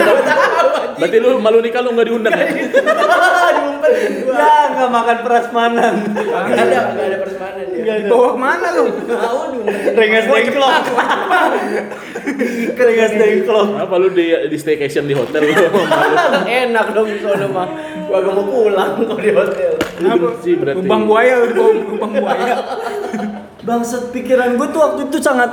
[SPEAKER 3] Berarti lu malu nikah lu nggak diundang ya?
[SPEAKER 1] diumpetin gua.
[SPEAKER 4] Ya nggak makan prasmanan.
[SPEAKER 1] Enggak ada, enggak ada ya. persebanan dia.
[SPEAKER 4] Nggak ada.
[SPEAKER 2] Bawa kemana lu?
[SPEAKER 1] Mau diumpetin.
[SPEAKER 4] Rengas dengklok. Rengas dengklok.
[SPEAKER 3] Kenapa lu di, di staycation di hotel lu?
[SPEAKER 1] Enak dong di sono mah. Gua gak mau pulang kalau di hotel.
[SPEAKER 3] Lu benci Iya, berarti.
[SPEAKER 2] Lubang buaya lu dibawa lubang buaya.
[SPEAKER 4] Bangsat pikiran gue tuh waktu itu sangat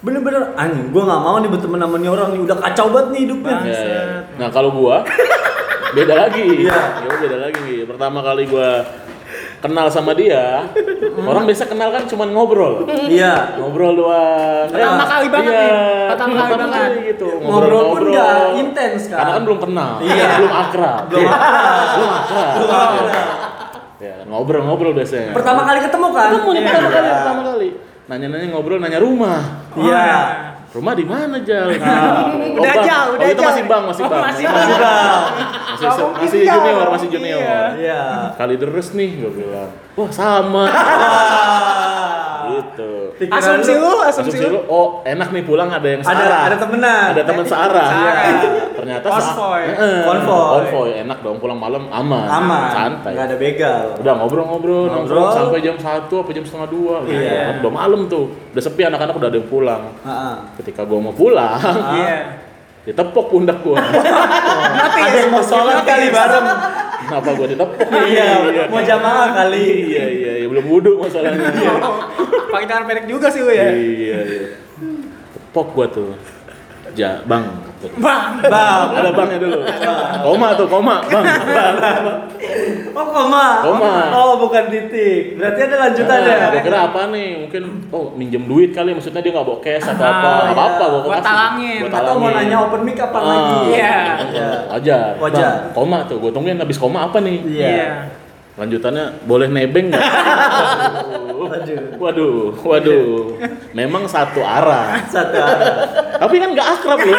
[SPEAKER 4] bener-bener anjing gue nggak mau nih berteman sama nih orang nih udah kacau banget nih hidupnya
[SPEAKER 3] Ya, ya. Nah kalau gua beda lagi.
[SPEAKER 4] Iya.
[SPEAKER 3] Ya, beda lagi. Pertama kali gua kenal sama dia, orang biasa kenal kan cuma ngobrol.
[SPEAKER 4] iya
[SPEAKER 3] Ngobrol doang.
[SPEAKER 2] Pertama kali banget
[SPEAKER 3] iya.
[SPEAKER 2] nih. Pertama kali banget.
[SPEAKER 3] gitu.
[SPEAKER 4] Ngobrol pun nggak intens kan.
[SPEAKER 3] Karena kan belum kenal.
[SPEAKER 4] Iya.
[SPEAKER 3] Belum akrab.
[SPEAKER 4] Belum
[SPEAKER 3] Iya.
[SPEAKER 4] akrab.
[SPEAKER 3] Belum akrab.
[SPEAKER 4] Belum akrab.
[SPEAKER 3] Iya. Ya, ngobrol-ngobrol biasanya.
[SPEAKER 4] pertama kali ketemu kan
[SPEAKER 3] Ketemu nih pertama
[SPEAKER 4] Iya.
[SPEAKER 3] kali, pertama kali. Nanya-nanya ngobrol, nanya rumah.
[SPEAKER 4] iya
[SPEAKER 3] Rumah di mana Jal? Oh,
[SPEAKER 2] Udah
[SPEAKER 3] Bang.
[SPEAKER 2] jauh,
[SPEAKER 3] Oh,
[SPEAKER 2] udah
[SPEAKER 3] itu
[SPEAKER 2] jauh.
[SPEAKER 3] masih bang, masih
[SPEAKER 2] Oh,
[SPEAKER 3] bang,
[SPEAKER 2] masih
[SPEAKER 4] Masih, Bang.
[SPEAKER 3] masih,
[SPEAKER 2] Nggak mungkin
[SPEAKER 3] masih
[SPEAKER 2] jauh,
[SPEAKER 3] junior,
[SPEAKER 2] dong.
[SPEAKER 3] masih junior.
[SPEAKER 2] Iya.
[SPEAKER 4] iya
[SPEAKER 3] Kali deres nih, gue bilang. Wah sama. gitu.
[SPEAKER 4] Pikiran
[SPEAKER 2] Asumsi lu, asumsi
[SPEAKER 3] Asumsi
[SPEAKER 2] lu.
[SPEAKER 3] lu, oh enak nih pulang ada yang
[SPEAKER 4] Ada-
[SPEAKER 3] searah.
[SPEAKER 4] ada temenan. Eh,
[SPEAKER 3] Ada teman searah.
[SPEAKER 2] Searah.
[SPEAKER 3] Ternyata
[SPEAKER 2] Konvoy.
[SPEAKER 3] Heeh.
[SPEAKER 4] Konvoy.
[SPEAKER 3] Konvoy, enak dong pulang malam aman.
[SPEAKER 4] aman
[SPEAKER 3] Santai.
[SPEAKER 4] nggak ada begal
[SPEAKER 3] Udah ngobrol-ngobrol,
[SPEAKER 4] Ngobrol.
[SPEAKER 3] nongkrong sampai jam 1 apa jam setengah 2 gitu.
[SPEAKER 4] Iya.
[SPEAKER 3] kan. Udah malam tuh. Udah sepi anak-anak udah ada yang pulang.
[SPEAKER 4] Heeh.
[SPEAKER 3] Ketika gua mau pulang,
[SPEAKER 2] Iya.
[SPEAKER 3] ditepok pundak gua.
[SPEAKER 4] ada
[SPEAKER 2] ya?
[SPEAKER 4] yang mau sholat kali bareng
[SPEAKER 3] Kenapa gua ditepok? nih?
[SPEAKER 4] iya mau jamaah kali
[SPEAKER 3] Iya iya iya belum wudhu masalahnya. Iya
[SPEAKER 2] Pakai tangan pendek juga sih lu ya.
[SPEAKER 3] iya. iya. Tepok gua tuh. Ja, bang.
[SPEAKER 2] Bang.
[SPEAKER 4] bang
[SPEAKER 3] Ada bangnya dulu. Koma tuh, koma, bang. bang.
[SPEAKER 4] oh koma
[SPEAKER 3] Koma.
[SPEAKER 4] oh bukan titik berarti ada lanjutannya
[SPEAKER 3] Nah, gua kira apa nih? Mungkin oh minjem duit kali maksudnya dia nggak bawa cash atau apa.
[SPEAKER 2] Ah,
[SPEAKER 3] Apa apa gua
[SPEAKER 2] Gua
[SPEAKER 3] kasih.
[SPEAKER 2] talangin.
[SPEAKER 3] Gua
[SPEAKER 4] atau mau
[SPEAKER 3] talangin.
[SPEAKER 4] nanya open mic kapan
[SPEAKER 3] Ah,
[SPEAKER 4] lagi
[SPEAKER 2] Iya.
[SPEAKER 4] Iya.
[SPEAKER 3] Wajar.
[SPEAKER 4] Wajar.
[SPEAKER 3] Bang, koma tuh. Gua tungguin habis koma apa nih?
[SPEAKER 4] iya
[SPEAKER 3] Lanjutannya boleh nebeng nggak?
[SPEAKER 4] Waduh.
[SPEAKER 3] Waduh, waduh. Memang satu arah.
[SPEAKER 4] satu arah.
[SPEAKER 3] Tapi kan nggak akrab loh.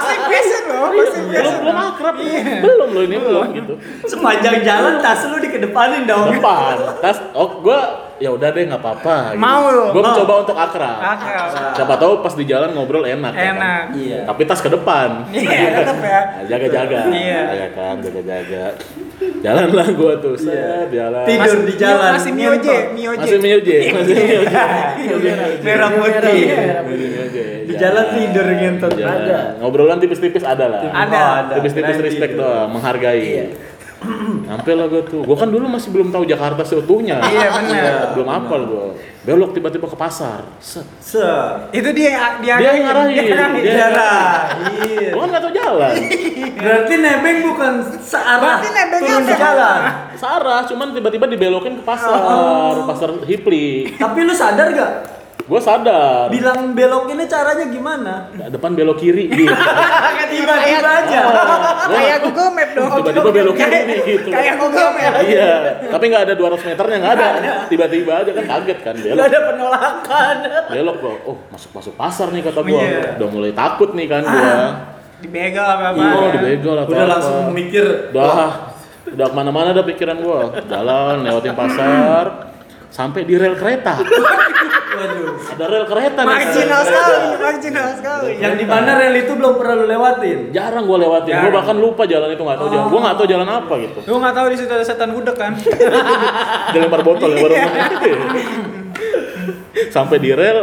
[SPEAKER 2] Pasti biasa loh, pasti biasa.
[SPEAKER 3] belum belum akrab belum loh ini belum gitu
[SPEAKER 4] sepanjang jalan tas lu dikedepanin dong
[SPEAKER 3] depan tas oh gue ya udah deh nggak apa-apa gitu.
[SPEAKER 2] Mau lu,
[SPEAKER 3] gue
[SPEAKER 4] mau.
[SPEAKER 3] coba untuk akrab
[SPEAKER 2] Akrab.
[SPEAKER 3] siapa tahu pas di jalan ngobrol enak ya kan?
[SPEAKER 2] Enak.
[SPEAKER 4] iya
[SPEAKER 3] tapi tas ke depan
[SPEAKER 2] Iya, tetap ya.
[SPEAKER 3] Nah, jaga-jaga
[SPEAKER 2] Iya.
[SPEAKER 3] ya kan jaga-jaga jalanlah gue tuh set jalan
[SPEAKER 4] Tidur.
[SPEAKER 2] Masih-
[SPEAKER 4] di jalan,
[SPEAKER 2] Masih mioje,
[SPEAKER 4] ngentot.
[SPEAKER 2] mioje.
[SPEAKER 3] masih mioje masih mioje
[SPEAKER 4] Iya,
[SPEAKER 2] Iya.
[SPEAKER 4] merah putih
[SPEAKER 3] Masih mioje.
[SPEAKER 4] Di jalan tidur ngentot.
[SPEAKER 3] iya, Jalan.
[SPEAKER 4] Ada.
[SPEAKER 3] ngobrolan tipis-tipis ada lah
[SPEAKER 2] Ada.
[SPEAKER 4] Oh,
[SPEAKER 3] Tipis-tipis
[SPEAKER 4] Nanti.
[SPEAKER 3] respect doang, menghargai. Sampai lah gue tuh, gue kan dulu masih belum tahu Jakarta seutuhnya.
[SPEAKER 2] Iya, benar.
[SPEAKER 3] Belum hafal gue. Belok tiba-tiba ke pasar. Set.
[SPEAKER 4] Se. Iya,
[SPEAKER 2] Itu dia dia
[SPEAKER 3] Dia yang ngarahin. Dia-
[SPEAKER 4] Jarahin.
[SPEAKER 3] Gue kan nggak tahu jalan.
[SPEAKER 4] Berarti nebeng bukan searah
[SPEAKER 2] Berarti nebengnya
[SPEAKER 4] turun di
[SPEAKER 2] apa?
[SPEAKER 4] jalan.
[SPEAKER 3] Sarah, cuman tiba-tiba dibelokin ke pasar, pasar Hipli.
[SPEAKER 4] Tapi lu sadar gak?
[SPEAKER 3] Gue sadar.
[SPEAKER 4] Bilang belok ini caranya gimana?
[SPEAKER 3] Depan belok kiri gitu.
[SPEAKER 4] Tiba-tiba aja.
[SPEAKER 2] gitu. Kayak Google Map dong.
[SPEAKER 3] Tiba-tiba belok kiri nih, gitu.
[SPEAKER 2] Kayak Google Map.
[SPEAKER 3] iya, tapi nggak ada 200 meternya nggak ada. Tiba-tiba aja kan kaget kan belok.
[SPEAKER 4] Gak ada penolakan.
[SPEAKER 3] Belok gua, oh masuk masuk pasar nih kata gua.
[SPEAKER 2] Iya.
[SPEAKER 3] Udah mulai takut nih kan gua.
[SPEAKER 2] Dibegal apa apa.
[SPEAKER 3] Oh, dibegal atau
[SPEAKER 4] Udah
[SPEAKER 3] apa.
[SPEAKER 4] langsung mikir.
[SPEAKER 3] Udah, ah, udah kemana-mana dah pikiran gua. Jalan, lewatin pasar, sampai di rel kereta.
[SPEAKER 4] Waduh.
[SPEAKER 3] Ada rel kereta nih.
[SPEAKER 2] Marginal sekali, marginal sekali.
[SPEAKER 4] Yang di mana rel itu belum pernah lu lewatin.
[SPEAKER 3] Jarang gua lewatin. Gua
[SPEAKER 2] Jarang.
[SPEAKER 3] bahkan lupa jalan itu nggak tahu jalan. Gua nggak tahu jalan apa gitu.
[SPEAKER 2] Lu nggak tahu di situ ada setan budak kan?
[SPEAKER 3] Dilempar botol ya baru.
[SPEAKER 2] Iya.
[SPEAKER 3] sampai di rel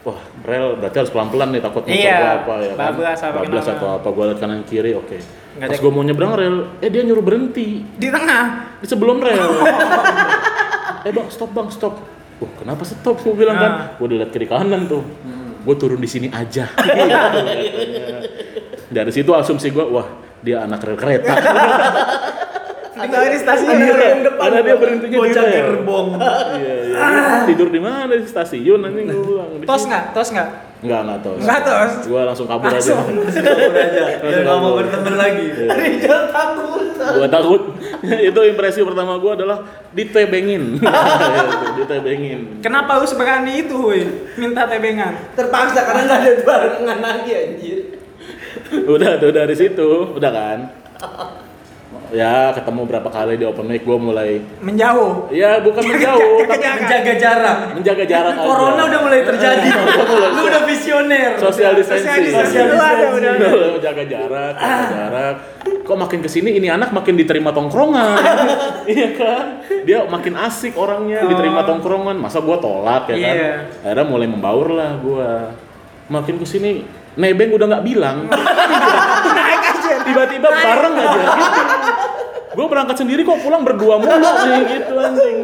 [SPEAKER 3] Wah, rel berarti harus pelan-pelan nih takut motor
[SPEAKER 2] Iya,
[SPEAKER 3] gua apa ya kan.
[SPEAKER 2] bablas apa
[SPEAKER 3] Bablas
[SPEAKER 2] kenapa.
[SPEAKER 3] atau apa gua liat kanan kiri oke.
[SPEAKER 2] Nggak
[SPEAKER 3] Pas
[SPEAKER 2] ada-
[SPEAKER 3] gua mau nyebrang rel, eh dia nyuruh berhenti.
[SPEAKER 2] Di tengah.
[SPEAKER 3] di sebelum rel. eh bang, stop bang, stop. Wah, kenapa stop? Gue bilang kan,
[SPEAKER 2] Nah.
[SPEAKER 3] gue udah liat kiri kanan tuh.
[SPEAKER 2] Hmm.
[SPEAKER 3] Gue turun di sini aja. Iya, Dari situ asumsi gue, wah dia anak rel kereta.
[SPEAKER 2] Tinggal di stasiun.
[SPEAKER 4] Ada
[SPEAKER 3] Iya,
[SPEAKER 4] yang depan.
[SPEAKER 3] karena dia berhentinya di
[SPEAKER 4] Bocah
[SPEAKER 3] rel.
[SPEAKER 4] gerbong. Ah.
[SPEAKER 3] Iya, iya. Tidur di mana di stasiun anjing gua bilang. Di
[SPEAKER 2] Tos
[SPEAKER 3] sini.
[SPEAKER 2] nggak? Tos nggak?
[SPEAKER 3] Enggak, enggak tos.
[SPEAKER 2] Nggak tos.
[SPEAKER 3] Gua langsung kabur aja.
[SPEAKER 2] Langsung.
[SPEAKER 4] aja. Dan nggak mau berteman lagi.
[SPEAKER 3] Iya.
[SPEAKER 1] Rizal takut.
[SPEAKER 3] gua takut. Itu impresi pertama gua adalah ditebengin. Iya, ditebengin.
[SPEAKER 2] Kenapa lu seberani itu, Huy? Minta tebengan.
[SPEAKER 1] Terpaksa karena nggak ada barengan lagi anjir.
[SPEAKER 3] Udah tuh dari situ, udah kan? Ya, ketemu berapa kali di open mic gua mulai
[SPEAKER 2] Menjauh.
[SPEAKER 3] Ya, bukan menjauh, tapi
[SPEAKER 2] Jaga.
[SPEAKER 4] Menjaga jarak.
[SPEAKER 3] menjaga jarak aja.
[SPEAKER 4] Corona udah mulai terjadi. Lu udah visioner.
[SPEAKER 3] Social distancing.
[SPEAKER 4] Social
[SPEAKER 2] Lu ada, Ah. udah.
[SPEAKER 4] distancing.
[SPEAKER 3] Udah, jaga jarak, jaga jarak. Kok makin kesini ini anak makin diterima tongkrongan, iya kan? Dia makin asik orangnya, diterima tongkrongan. Masa gua tolak ya kan?
[SPEAKER 2] Iya.
[SPEAKER 3] Akhirnya mulai membaur lah gua. Makin kesini nebeng udah nggak bilang.
[SPEAKER 2] Naik aja.
[SPEAKER 3] Tiba-tiba bareng aja. Gitu. Gue berangkat sendiri kok pulang berdua mulu sih gitu anjing.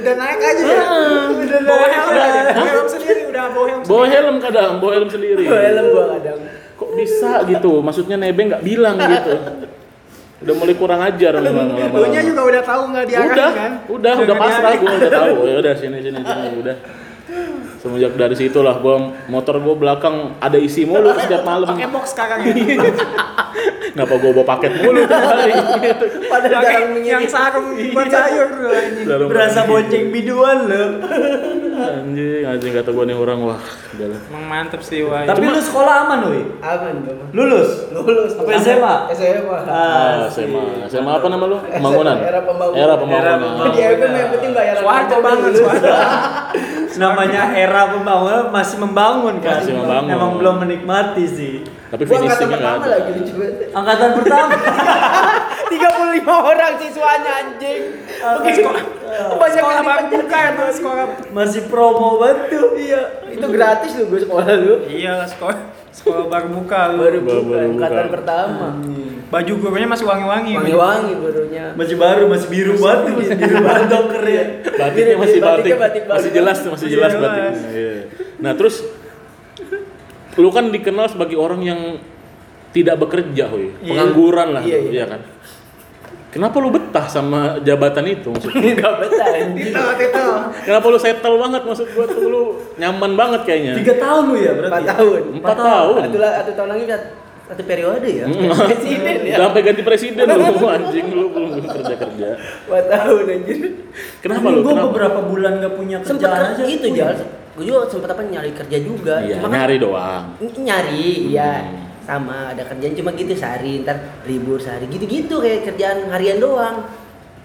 [SPEAKER 2] Udah naik aja. ya? Udah bawa helm aja. Bawa helm sendiri udah bawa helm.
[SPEAKER 3] Bawa helm kadang, bawa helm sendiri.
[SPEAKER 4] Gua helm gua kadang.
[SPEAKER 3] kok bisa gitu maksudnya nebeng nggak bilang gitu udah mulai kurang ajar memang lama-lama.
[SPEAKER 2] Lu nya juga udah tahu nggak diarahin
[SPEAKER 3] udah
[SPEAKER 2] kan?
[SPEAKER 3] udah udah pasrah gue udah tahu ya udah sini sini sini udah semenjak dari situlah gue motor gue belakang ada isi mulu setiap malam
[SPEAKER 2] Pakai box sekarang ya.
[SPEAKER 3] kenapa gue bawa paket mulu tiap hari gitu.
[SPEAKER 2] Pakai
[SPEAKER 4] Padahal jarang
[SPEAKER 2] yang
[SPEAKER 4] menyengat.
[SPEAKER 2] sarung buat sayur lu ini.
[SPEAKER 3] Dalam
[SPEAKER 4] Berasa
[SPEAKER 3] kondisi-
[SPEAKER 4] bonceng biduan lu.
[SPEAKER 3] anjing anjing kata gue nih orang wah udah lah.
[SPEAKER 2] Emang mantep sih, Wai.
[SPEAKER 4] Tapi lu sekolah aman, Wih.
[SPEAKER 1] Aman dong.
[SPEAKER 4] Lulus.
[SPEAKER 1] Lulus.
[SPEAKER 4] Apa SMA?
[SPEAKER 1] SMA.
[SPEAKER 3] ah SMA SMA apa nama lu pembangunan
[SPEAKER 1] Era pembangunan.
[SPEAKER 3] era pembangunan
[SPEAKER 1] Di FM Iya, yang penting bayaran.
[SPEAKER 2] Suarto
[SPEAKER 1] aja
[SPEAKER 2] banget,
[SPEAKER 1] dulu.
[SPEAKER 2] suarto.
[SPEAKER 4] Namanya era pembangunan masih membangun kan.
[SPEAKER 3] Masih membangun.
[SPEAKER 4] Emang belum menikmati sih.
[SPEAKER 3] tapi
[SPEAKER 1] Gua angkatan
[SPEAKER 3] finishingnya nggak
[SPEAKER 1] pertama
[SPEAKER 3] ada
[SPEAKER 1] lagi lucu banget.
[SPEAKER 4] Angkatan pertama.
[SPEAKER 1] 35 orang siswanya anjing.
[SPEAKER 2] Pakai sekolah.
[SPEAKER 1] Iya.
[SPEAKER 2] Sekolah baru buka ya, Bang. sekolah.
[SPEAKER 4] masih promo banget tuh. Iya.
[SPEAKER 1] Itu gratis lu gue sekolah lu.
[SPEAKER 2] Iya, sekolah. Sekolah baru buka lu.
[SPEAKER 1] Baru
[SPEAKER 3] Baru
[SPEAKER 1] buka
[SPEAKER 3] buka. Hmm.
[SPEAKER 1] angkatan pertama.
[SPEAKER 2] Baju gurunya masih wangi-wangi.
[SPEAKER 1] Wangi-wangi barunya.
[SPEAKER 4] Masih baru, masih biru banget tuh, biru banget ya. dong keren.
[SPEAKER 3] batiknya masih batik,
[SPEAKER 1] Iya, Batiknya batik baru.
[SPEAKER 3] masih jelas tuh, masih
[SPEAKER 2] Masih
[SPEAKER 3] jelas
[SPEAKER 2] jelas.
[SPEAKER 3] batiknya. Iya. Nah terus lu kan dikenal sebagai orang yang tidak bekerja, hoy, pengangguran lah,
[SPEAKER 1] Iya, iya.
[SPEAKER 3] iya kan? Kenapa lu betah sama jabatan itu? Maksudnya?
[SPEAKER 1] Enggak betah anjing.
[SPEAKER 2] Itu, itu.
[SPEAKER 3] Kenapa lu settle banget maksud gua tuh lu nyaman banget kayaknya.
[SPEAKER 4] Tiga tahun lu ya berarti.
[SPEAKER 1] 4 tahun.
[SPEAKER 3] Iya. Empat tahun. Hmm.
[SPEAKER 1] Satu, la- satu tahun lagi udah satu periode ya. Presiden ya.
[SPEAKER 3] Sampai ganti presiden lu anjing lu belum kerja kerja.
[SPEAKER 1] 4 tahun anjir.
[SPEAKER 3] Kenapa lu?
[SPEAKER 4] Gue
[SPEAKER 3] Kenapa?
[SPEAKER 4] Nah, beberapa bulan gak punya
[SPEAKER 1] Sempet
[SPEAKER 4] kerjaan aja.
[SPEAKER 1] kerja itu
[SPEAKER 4] Wih,
[SPEAKER 1] Jal. Gue juga sempet apa nyari kerja juga.
[SPEAKER 3] Iya,
[SPEAKER 1] Cuma kan
[SPEAKER 3] nyari doang.
[SPEAKER 1] ny- nyari iya
[SPEAKER 3] Hmm.
[SPEAKER 1] sama ada kerjaan cuma gitu sehari ntar libur sehari gitu-gitu kayak kerjaan harian doang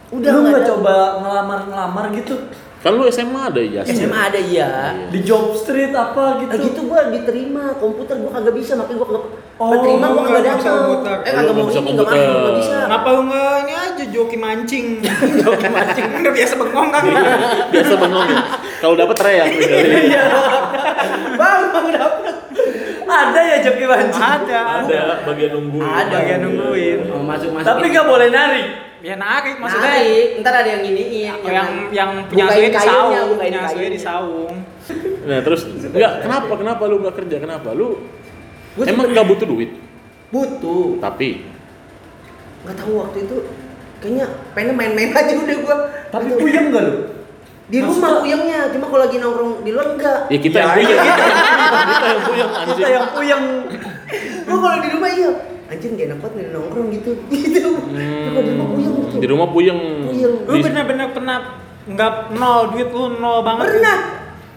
[SPEAKER 1] udah
[SPEAKER 4] lu
[SPEAKER 1] nggak
[SPEAKER 4] nggak
[SPEAKER 1] ada.
[SPEAKER 4] coba ngelamar ngelamar gitu
[SPEAKER 3] Kan lu SMA ada ijazah.
[SPEAKER 1] SMA ada iya
[SPEAKER 4] di job street apa gitu?
[SPEAKER 1] Nah, gitu gua diterima komputer gua kagak bisa makanya gua kagak
[SPEAKER 4] Oh,
[SPEAKER 1] keterima gua kagak
[SPEAKER 2] nggak bisa
[SPEAKER 1] datang.
[SPEAKER 2] komputer.
[SPEAKER 1] Eh
[SPEAKER 3] Lu
[SPEAKER 1] kagak
[SPEAKER 3] nggak
[SPEAKER 1] mau
[SPEAKER 3] bisa
[SPEAKER 1] ini nggak mau
[SPEAKER 3] komputer.
[SPEAKER 1] nggak bisa.
[SPEAKER 2] Kenapa lu nggak ini aja joki mancing? joki mancing. Udah biasa bengong kan?
[SPEAKER 3] Biasa bengong ya. Kalau dapat teriak.
[SPEAKER 4] Iya.
[SPEAKER 1] Bang, bang dapet.
[SPEAKER 4] Ada ya job mancing.
[SPEAKER 2] Ada.
[SPEAKER 3] Ada bagian nunggu.
[SPEAKER 1] Ada.
[SPEAKER 2] Bagian nungguin.
[SPEAKER 1] Mau masuk masuk.
[SPEAKER 4] Tapi gak boleh narik.
[SPEAKER 2] Ya narik maksudnya.
[SPEAKER 1] maksudnya ntar ada yang giniin
[SPEAKER 2] Yang yang punya
[SPEAKER 1] bukain
[SPEAKER 2] asuhnya di
[SPEAKER 1] kayunya,
[SPEAKER 2] saung,
[SPEAKER 1] bukain
[SPEAKER 2] punya asuhnya di
[SPEAKER 1] kayunya.
[SPEAKER 2] saung.
[SPEAKER 3] Nah terus enggak kenapa kenapa lu nggak kerja kenapa lu
[SPEAKER 1] Gua
[SPEAKER 3] emang
[SPEAKER 1] sempet-
[SPEAKER 3] nggak butuh duit
[SPEAKER 1] butuh.
[SPEAKER 3] tapi
[SPEAKER 1] Gak tahu waktu itu kayaknya pengen main-main aja udah gua.
[SPEAKER 4] Tapi
[SPEAKER 1] Gitu.
[SPEAKER 4] puyeng gak lu?
[SPEAKER 1] di rumah puyengnya cuma kalau lagi nongkrong di luar enggak.
[SPEAKER 3] ya kita yang
[SPEAKER 4] iya,
[SPEAKER 3] punya kita yang punya anjing
[SPEAKER 4] Kita yang puyeng.
[SPEAKER 1] Gua kalau di rumah iya anjir gak enak banget nih nongkrong gitu gitu. Gua kalau di rumah puyeng gitu.
[SPEAKER 3] Hmm. di rumah puyeng
[SPEAKER 1] Puyeng.
[SPEAKER 2] Lu
[SPEAKER 3] Di-
[SPEAKER 2] bener-bener pernah nggak nol duit lu nol banget.
[SPEAKER 1] Pernah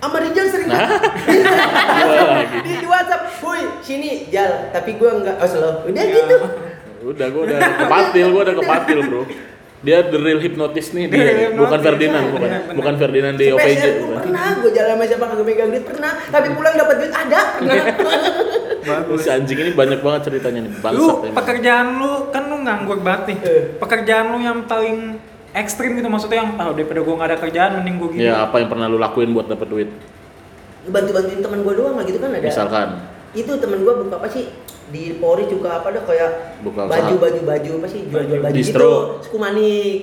[SPEAKER 1] sama Rizal sering
[SPEAKER 3] Nah. Gua lagi.
[SPEAKER 1] di, di WhatsApp, "Boy, sini Jal, tapi gua enggak oh slow." Udah
[SPEAKER 3] Iya.
[SPEAKER 2] Ya.
[SPEAKER 1] gitu.
[SPEAKER 3] udah gua udah kepatil gua udah kepatil bro dia the real hypnotis nih dia
[SPEAKER 2] The real
[SPEAKER 3] bukan
[SPEAKER 2] hypnotis.
[SPEAKER 3] Ferdinand bukan
[SPEAKER 2] Benar-benar.
[SPEAKER 3] bukan Ferdinand di OPJ
[SPEAKER 1] Spesial gua pernah gua jalan sama siapa kagak megang duit pernah, tapi pulang dapat duit ada pernah.
[SPEAKER 3] si anjing ini banyak banget ceritanya nih bangsat
[SPEAKER 2] Lu
[SPEAKER 3] emang.
[SPEAKER 2] pekerjaan lu kan lu nganggur banget nih.
[SPEAKER 1] Eh.
[SPEAKER 2] Pekerjaan lu yang paling ekstrim gitu maksudnya yang tahu daripada gua nggak ada kerjaan mending gua gini.
[SPEAKER 3] ya apa yang pernah lu lakuin buat dapet duit
[SPEAKER 1] Bantu-bantuin teman gua doang lah gitu kan ada.
[SPEAKER 3] misalkan
[SPEAKER 1] Itu teman gua buka apa sih? Di Polri juga apa dah kayak
[SPEAKER 3] Buka usaha.
[SPEAKER 1] baju-baju baju apa sih? Jual-jual baju
[SPEAKER 3] Distro.
[SPEAKER 1] gitu. Suku manik.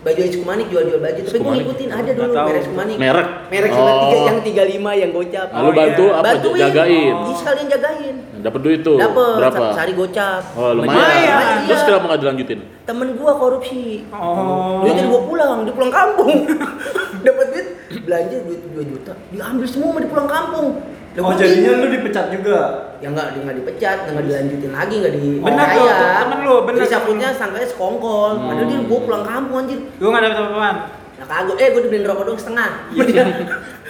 [SPEAKER 1] Baju Ais Kumanik jual-jual baju, tapi gue
[SPEAKER 3] Kumanik?
[SPEAKER 1] ngikutin ada dulu
[SPEAKER 2] Nggak tahu.
[SPEAKER 1] merek Kumanik.
[SPEAKER 3] Merek?
[SPEAKER 1] Merek cuma
[SPEAKER 3] Oh.
[SPEAKER 1] tiga yang 35 yang gocap.
[SPEAKER 2] Oh,
[SPEAKER 3] Lalu Nah, bantu
[SPEAKER 2] iya.
[SPEAKER 3] apa
[SPEAKER 1] Bantuin.
[SPEAKER 3] jagain?
[SPEAKER 1] Iya, sekalian jagain.
[SPEAKER 3] Dapat duit tuh.
[SPEAKER 1] Dapet,
[SPEAKER 3] Berapa?
[SPEAKER 1] se- sehari gocap.
[SPEAKER 3] Oh, lumayan.
[SPEAKER 2] Lumayan.
[SPEAKER 3] Terus
[SPEAKER 1] Iya.
[SPEAKER 3] kenapa nggak dilanjutin?
[SPEAKER 1] Temen gua korupsi.
[SPEAKER 2] Oh.
[SPEAKER 1] Duitnya gua pulang, dia pulang kampung. Dapat duit belanja duit 2 juta, diambil semua sama dia pulang kampung. Lah,
[SPEAKER 4] Oh
[SPEAKER 1] gua
[SPEAKER 4] jadinya
[SPEAKER 1] bingung.
[SPEAKER 4] lu dipecat juga?
[SPEAKER 1] ya nggak dia nggak dipecat, nggak dilanjutin lagi, nggak di
[SPEAKER 2] Benar
[SPEAKER 1] nggak
[SPEAKER 2] tuh,
[SPEAKER 1] kaya.
[SPEAKER 2] temen lu, benar
[SPEAKER 1] Jadi
[SPEAKER 2] tuh.
[SPEAKER 1] sangkutnya sangkanya sekongkol, padahal dia gua pulang kampung anjir.
[SPEAKER 2] Gue gak dapet apa-apaan.
[SPEAKER 1] Nah kagak, eh gua dibeliin rokok doang setengah.
[SPEAKER 3] Filter.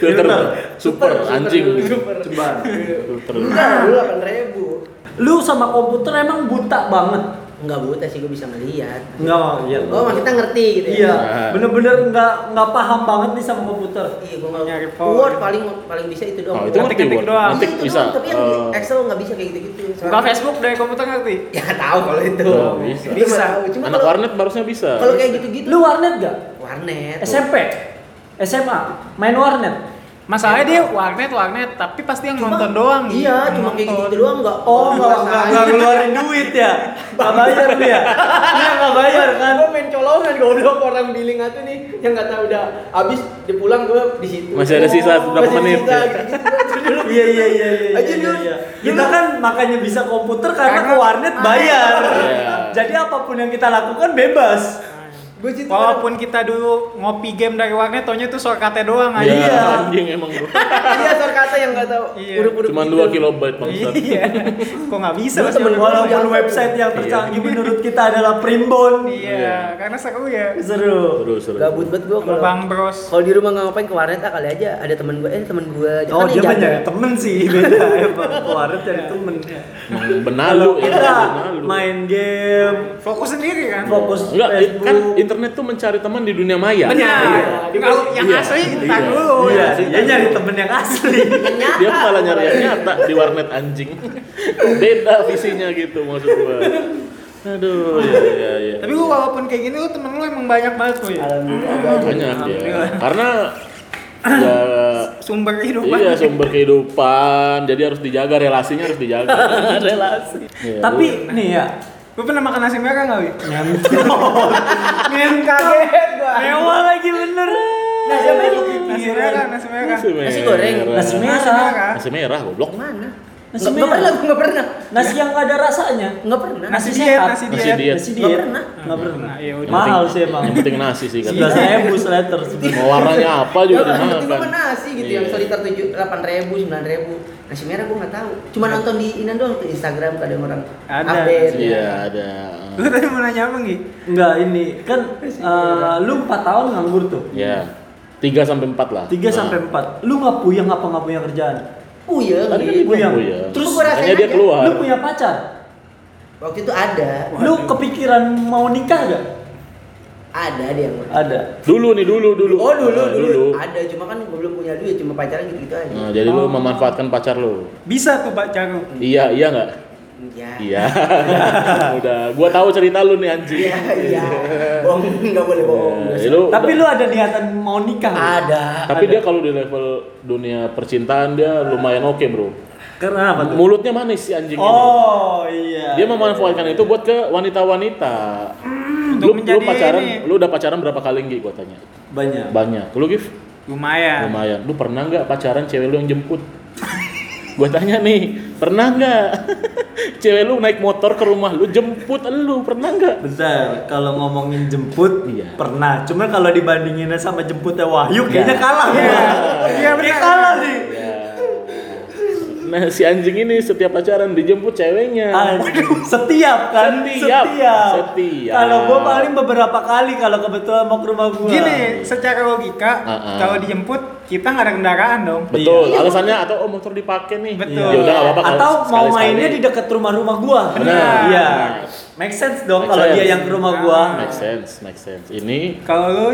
[SPEAKER 4] Filter.
[SPEAKER 3] Super, anjing.
[SPEAKER 1] Super. Iya.
[SPEAKER 4] Ceban.
[SPEAKER 3] Filter.
[SPEAKER 1] Enggak, dulu 8.000.
[SPEAKER 4] Lu sama komputer emang buta banget.
[SPEAKER 1] Enggak buta sih gua bisa melihat.
[SPEAKER 4] Enggak, iya.
[SPEAKER 1] Oh, kita ngerti gitu ya.
[SPEAKER 4] Iya,
[SPEAKER 3] Nah.
[SPEAKER 4] bener-bener nggak nggak paham banget nih sama komputer.
[SPEAKER 1] Iya, gua
[SPEAKER 2] Nyari
[SPEAKER 1] nggak
[SPEAKER 2] power.
[SPEAKER 1] Word paling paling bisa itu doang.
[SPEAKER 3] Oh, itu ngerti
[SPEAKER 2] Ketik-ketik
[SPEAKER 3] Word.
[SPEAKER 2] doang.
[SPEAKER 3] Nanti
[SPEAKER 1] Iya, itu
[SPEAKER 3] bisa.
[SPEAKER 1] doang, tapi yang di
[SPEAKER 3] eh,
[SPEAKER 1] Excel nggak bisa kayak gitu-gitu.
[SPEAKER 2] Buka Facebook dari komputer ngerti?
[SPEAKER 1] Ya tahu kalau itu.
[SPEAKER 3] Oh, bisa.
[SPEAKER 1] Dia
[SPEAKER 2] Bisa.
[SPEAKER 1] tahu. Cuma
[SPEAKER 3] anak
[SPEAKER 1] kalau-
[SPEAKER 3] warnet harusnya bisa.
[SPEAKER 1] Kalau kayak gitu-gitu
[SPEAKER 4] Lu warnet gak?
[SPEAKER 1] warnet.
[SPEAKER 4] SMP? SMA? Main warnet?
[SPEAKER 2] Masalahnya dia warnet warnet, tapi pasti yang
[SPEAKER 1] Cuma-
[SPEAKER 2] nonton doang.
[SPEAKER 1] Iya, cuma kayak gitu doang enggak.
[SPEAKER 4] Oh, nggak nggak nggak ngeluarin duit ya? Nggak bayar lu ya? Iya nggak bayar kan?
[SPEAKER 1] Gue main colongan goblok orang billing aku nih yang nggak tahu udah habis dia pulang gue di situ.
[SPEAKER 3] Masih ada sisa berapa
[SPEAKER 1] Masih
[SPEAKER 3] menit,
[SPEAKER 1] sisa, gitu,
[SPEAKER 3] ya?
[SPEAKER 1] gitu-gitu. Dulu-
[SPEAKER 4] Iya iya iya iya.
[SPEAKER 1] Aja
[SPEAKER 4] iya, iya,
[SPEAKER 1] dulu.
[SPEAKER 4] iya. Kita kan makanya bisa komputer karena Ah. ke
[SPEAKER 2] Karena-
[SPEAKER 4] warnet bayar.
[SPEAKER 3] Iya.
[SPEAKER 4] Jadi apapun yang kita lakukan bebas.
[SPEAKER 1] Gue situ. kan,
[SPEAKER 2] Walaupun kita dulu ngopi game dari warnet, taunya itu shortcutnya doang
[SPEAKER 3] Ya,
[SPEAKER 2] aja.
[SPEAKER 4] Iya.
[SPEAKER 3] anjing emang bro.
[SPEAKER 1] iya sor kata yang nggak tahu.
[SPEAKER 2] Iya.
[SPEAKER 1] Urut-urut
[SPEAKER 3] Cuman
[SPEAKER 1] gitu.
[SPEAKER 3] 2 kilobyte bangsat.
[SPEAKER 2] Iya. Kok nggak bisa?
[SPEAKER 1] Dulu
[SPEAKER 2] masih
[SPEAKER 1] temen
[SPEAKER 2] orang-
[SPEAKER 4] Walaupun
[SPEAKER 1] Iya.
[SPEAKER 4] website yang tercanggih menurut kita adalah Primbon.
[SPEAKER 2] Iya, karena seru ya.
[SPEAKER 4] Seru.
[SPEAKER 3] Terus terus.
[SPEAKER 1] Gabut banget gue
[SPEAKER 2] Sama
[SPEAKER 1] kalau
[SPEAKER 2] Bang Bros.
[SPEAKER 1] kalau di rumah nggak ngapain ke warnet ah kali aja ada teman gue eh teman gue
[SPEAKER 2] Kan
[SPEAKER 4] Oh dia mah
[SPEAKER 1] banyak
[SPEAKER 4] nyari temen sih beda emang ke warnet cari temen.
[SPEAKER 3] Emang Benalu ya.
[SPEAKER 4] kita
[SPEAKER 3] benalu.
[SPEAKER 4] main game
[SPEAKER 2] Fokus sendiri kan?
[SPEAKER 4] fokus
[SPEAKER 3] Enggak, i-
[SPEAKER 4] Facebook.
[SPEAKER 3] kan internet tuh mencari teman di dunia maya.
[SPEAKER 4] Iya.
[SPEAKER 2] Benar. Kalau yang
[SPEAKER 3] Iya.
[SPEAKER 2] asli entar
[SPEAKER 3] Iya.
[SPEAKER 2] dulu.
[SPEAKER 4] iya, dia nyari temen yang asli.
[SPEAKER 3] Dia malah nyari yang nyata di warnet anjing. Beda visinya gitu maksud gua. Aduh, ya ya ya.
[SPEAKER 2] Tapi lu walaupun kayak gini lu temen lu emang banyak banget tuh ya.
[SPEAKER 3] banyak
[SPEAKER 1] iya.
[SPEAKER 3] ya.
[SPEAKER 2] Alhamdulillah.
[SPEAKER 3] Karena ya
[SPEAKER 2] Sumber kehidupan.
[SPEAKER 3] iya sumber kehidupan, jadi harus dijaga relasinya harus dijaga.
[SPEAKER 4] relasi.
[SPEAKER 3] Iya,
[SPEAKER 4] Tapi nih ya,
[SPEAKER 2] Lu pernah makan nasi merah enggak, Wi?
[SPEAKER 4] Iya.
[SPEAKER 2] Min
[SPEAKER 4] kaget
[SPEAKER 2] kaget
[SPEAKER 4] gua.
[SPEAKER 2] gua. Nah,
[SPEAKER 4] Mewah lagi bener.
[SPEAKER 1] Nasi merah.
[SPEAKER 2] Nasi merah, gitu? nasi merah.
[SPEAKER 3] Nasi
[SPEAKER 1] Nasi goreng.
[SPEAKER 4] Nasi
[SPEAKER 2] Nasi
[SPEAKER 4] merah.
[SPEAKER 2] merah.
[SPEAKER 3] Nasi merah goblok.
[SPEAKER 1] mana
[SPEAKER 4] Nasi
[SPEAKER 1] nggak nggak
[SPEAKER 4] merah.
[SPEAKER 1] pernah gue nggak pernah
[SPEAKER 4] Nasi yang gak ada rasanya.
[SPEAKER 1] nggak pernah
[SPEAKER 2] Nasi
[SPEAKER 4] Nasi
[SPEAKER 2] diet,
[SPEAKER 4] sehat.
[SPEAKER 2] nasi
[SPEAKER 3] Nasi
[SPEAKER 2] diet.
[SPEAKER 3] diet.
[SPEAKER 4] Nasi
[SPEAKER 1] Nggak
[SPEAKER 4] diet.
[SPEAKER 1] pernah.
[SPEAKER 4] Nggak pernah. Iya,
[SPEAKER 2] Nah, ya udah.
[SPEAKER 3] Yang
[SPEAKER 4] Mahal
[SPEAKER 3] penting-
[SPEAKER 4] sih emang.
[SPEAKER 3] Yang penting nasi sih kan.
[SPEAKER 4] Sebelas ribu seletter sebenarnya.
[SPEAKER 3] Mau warnanya apa juga
[SPEAKER 1] Iya. Yang penting gue
[SPEAKER 3] dimakan.
[SPEAKER 1] pernah sih gitu yang
[SPEAKER 3] Iya.
[SPEAKER 1] soliter tujuh delapan ribu sembilan ribu nasi merah gue nggak tahu cuma
[SPEAKER 4] Nah.
[SPEAKER 1] nonton di inan doang tuh Instagram kadang orang
[SPEAKER 2] Ada.
[SPEAKER 1] update
[SPEAKER 3] Iya, ada.
[SPEAKER 2] Lu tadi mau nanya apa, Gi?
[SPEAKER 4] Enggak ini kan eh, lu 4 tahun nganggur tuh.
[SPEAKER 3] Ya. 3 sampai 4 lah. Nah.
[SPEAKER 4] 3 sampai 4. Lu nggak puyeng apa nggak punya kerjaan?
[SPEAKER 1] puyeng
[SPEAKER 3] Tadi kan
[SPEAKER 1] gitu.
[SPEAKER 3] dia
[SPEAKER 4] Puyeng.
[SPEAKER 3] puyeng.
[SPEAKER 1] Terus
[SPEAKER 3] Terus
[SPEAKER 1] gua rasain
[SPEAKER 3] dia
[SPEAKER 1] aja.
[SPEAKER 3] keluar.
[SPEAKER 4] Lu punya pacar?
[SPEAKER 1] waktu itu ada
[SPEAKER 4] Lu kepikiran mau nikah gak?
[SPEAKER 1] ada dia yang
[SPEAKER 4] Ada.
[SPEAKER 3] Dulu nih dulu dulu.
[SPEAKER 1] oh dulu
[SPEAKER 3] Nah,
[SPEAKER 1] dulu ada cuma kan gue belum punya duit cuma pacaran gitu gitu aja
[SPEAKER 3] Nah, jadi lu memanfaatkan pacar lu.
[SPEAKER 2] Bisa tuh Pak Jago.
[SPEAKER 3] Iya, iya nggak?
[SPEAKER 1] iya
[SPEAKER 3] Iya. Udah, gua tahu cerita lu nih anjing.
[SPEAKER 1] iya iya bohong nggak boleh bohong
[SPEAKER 3] Ya, lu,
[SPEAKER 4] Oh, Tapi lu ada niatan mau nikah? nggak?
[SPEAKER 1] ada
[SPEAKER 3] tapi dia kalau di level dunia percintaan dia lumayan oke, Bro.
[SPEAKER 4] Karena apa tuh?
[SPEAKER 3] Mulutnya manis si anjing ini.
[SPEAKER 4] Oh iya. Hmm,
[SPEAKER 3] Dia memanfaatkan itu buat ke wanita-wanita.
[SPEAKER 2] untuk
[SPEAKER 3] lu, lu
[SPEAKER 2] menjadi
[SPEAKER 3] pacaran,
[SPEAKER 2] ini.
[SPEAKER 3] lu udah pacaran berapa kali Gi gua tanya?
[SPEAKER 4] banyak.
[SPEAKER 3] Banyak. Lu Gif?
[SPEAKER 4] Ya.
[SPEAKER 2] Lumayan.
[SPEAKER 3] Lumayan. Lu pernah nggak pacaran cewek lu yang jemput? Gua tanya nih, pernah nggak cewek lu naik motor ke rumah lu jemput lu pernah nggak?
[SPEAKER 4] Bentar, kalau ngomongin jemput
[SPEAKER 3] Iya.
[SPEAKER 4] pernah. Cuma kalau dibandinginnya sama jemputnya Wahyu
[SPEAKER 3] Iya.
[SPEAKER 4] kayaknya kalah. ya.
[SPEAKER 2] Iya. Iya,
[SPEAKER 4] Iya,
[SPEAKER 2] benar.
[SPEAKER 4] kalah nih.
[SPEAKER 3] Ya. Nah si anjing ini setiap pacaran dijemput ceweknya.
[SPEAKER 4] Anjing. Iya. Setiap kan?
[SPEAKER 3] Setiap.
[SPEAKER 4] Setiap.
[SPEAKER 3] Setiap.
[SPEAKER 4] Kalau gua paling beberapa kali kalau kebetulan mau ke rumah gua.
[SPEAKER 2] Gini, secara logika
[SPEAKER 3] Ah, ah.
[SPEAKER 2] kalau dijemput kita nggak ada kendaraan dong.
[SPEAKER 3] Betul. Alasannya atau oh motor dipakai nih.
[SPEAKER 2] Betul.
[SPEAKER 3] Ya udah nggak apa-apa. kalau
[SPEAKER 4] Atau mau
[SPEAKER 3] sekali-sekali.
[SPEAKER 4] mainnya di dekat rumah-rumah gua.
[SPEAKER 3] Benar.
[SPEAKER 4] Iya. Make sense dong
[SPEAKER 3] Make
[SPEAKER 4] kalau dia
[SPEAKER 3] sense.
[SPEAKER 4] yang ke rumah gua.
[SPEAKER 3] Make sense, make sense. Ini
[SPEAKER 2] Kalau lu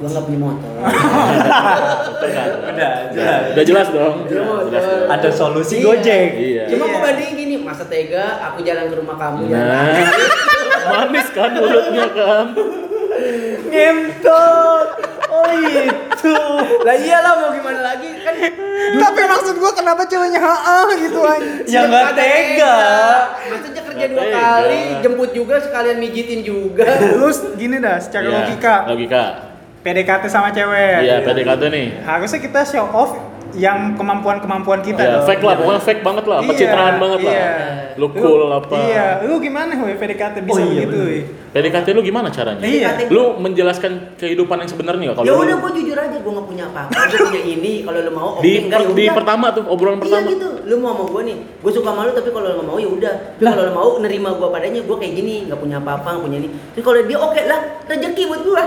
[SPEAKER 1] gue nggak punya motor
[SPEAKER 3] Iya.
[SPEAKER 4] Udah,
[SPEAKER 3] udah,
[SPEAKER 4] jelas.
[SPEAKER 3] udah jelas dong. Udah, jelas dong.
[SPEAKER 4] Iya. Ada solusi
[SPEAKER 1] Iya.
[SPEAKER 4] Gojek.
[SPEAKER 3] Iya.
[SPEAKER 1] cuma gue bandingin gini masa tega aku jalan ke rumah kamu ya
[SPEAKER 3] Nah, manis kan mulutnya kan.
[SPEAKER 4] Ngentot. Oh itu.
[SPEAKER 1] lah iyalah mau gimana lagi kan
[SPEAKER 2] Tapi maksud gua kenapa ceweknya haa gitu aja.
[SPEAKER 4] Ya nggak tega.
[SPEAKER 1] maksudnya kerja dua
[SPEAKER 3] Nggak tega.
[SPEAKER 1] sekali jemput juga sekalian mijitin juga
[SPEAKER 2] Terus gini dah, secara
[SPEAKER 3] Iya,
[SPEAKER 2] logika,
[SPEAKER 3] logika
[SPEAKER 2] PDKT sama cewek.
[SPEAKER 3] iya PDKT nih
[SPEAKER 2] Harusnya kita show off yang kemampuan-kemampuan kita
[SPEAKER 3] ya
[SPEAKER 2] dong.
[SPEAKER 3] fake lah pokoknya fake banget lah
[SPEAKER 2] Iya,
[SPEAKER 3] pencitraan banget lah
[SPEAKER 2] iya.
[SPEAKER 3] lu cool apa
[SPEAKER 2] Iya, lu gimana weh PDKT bisa
[SPEAKER 4] Oh, iya,
[SPEAKER 2] gitu?
[SPEAKER 4] bener.
[SPEAKER 2] weh?
[SPEAKER 3] PDKT lu gimana caranya
[SPEAKER 2] Iya.
[SPEAKER 3] lu menjelaskan kehidupan yang sebenarnya nggak
[SPEAKER 1] ya
[SPEAKER 3] kalau
[SPEAKER 1] udah
[SPEAKER 3] lu-
[SPEAKER 1] gue jujur aja gue nggak punya apa-apa gue punya ini kalau lu mau oke
[SPEAKER 3] di
[SPEAKER 1] enggak
[SPEAKER 3] di
[SPEAKER 1] ya udah.
[SPEAKER 3] pertama tuh obrolan
[SPEAKER 1] Iya
[SPEAKER 3] pertama
[SPEAKER 1] gitu, lu mau sama gue nih, gue suka malu tapi kalau lu nggak mau ya udah. Tapi Kalau lu mau nerima gue padanya, gue kayak gini, nggak punya apa-apa, nggak punya ini. Tapi kalau dia oke lah, rezeki buat gue.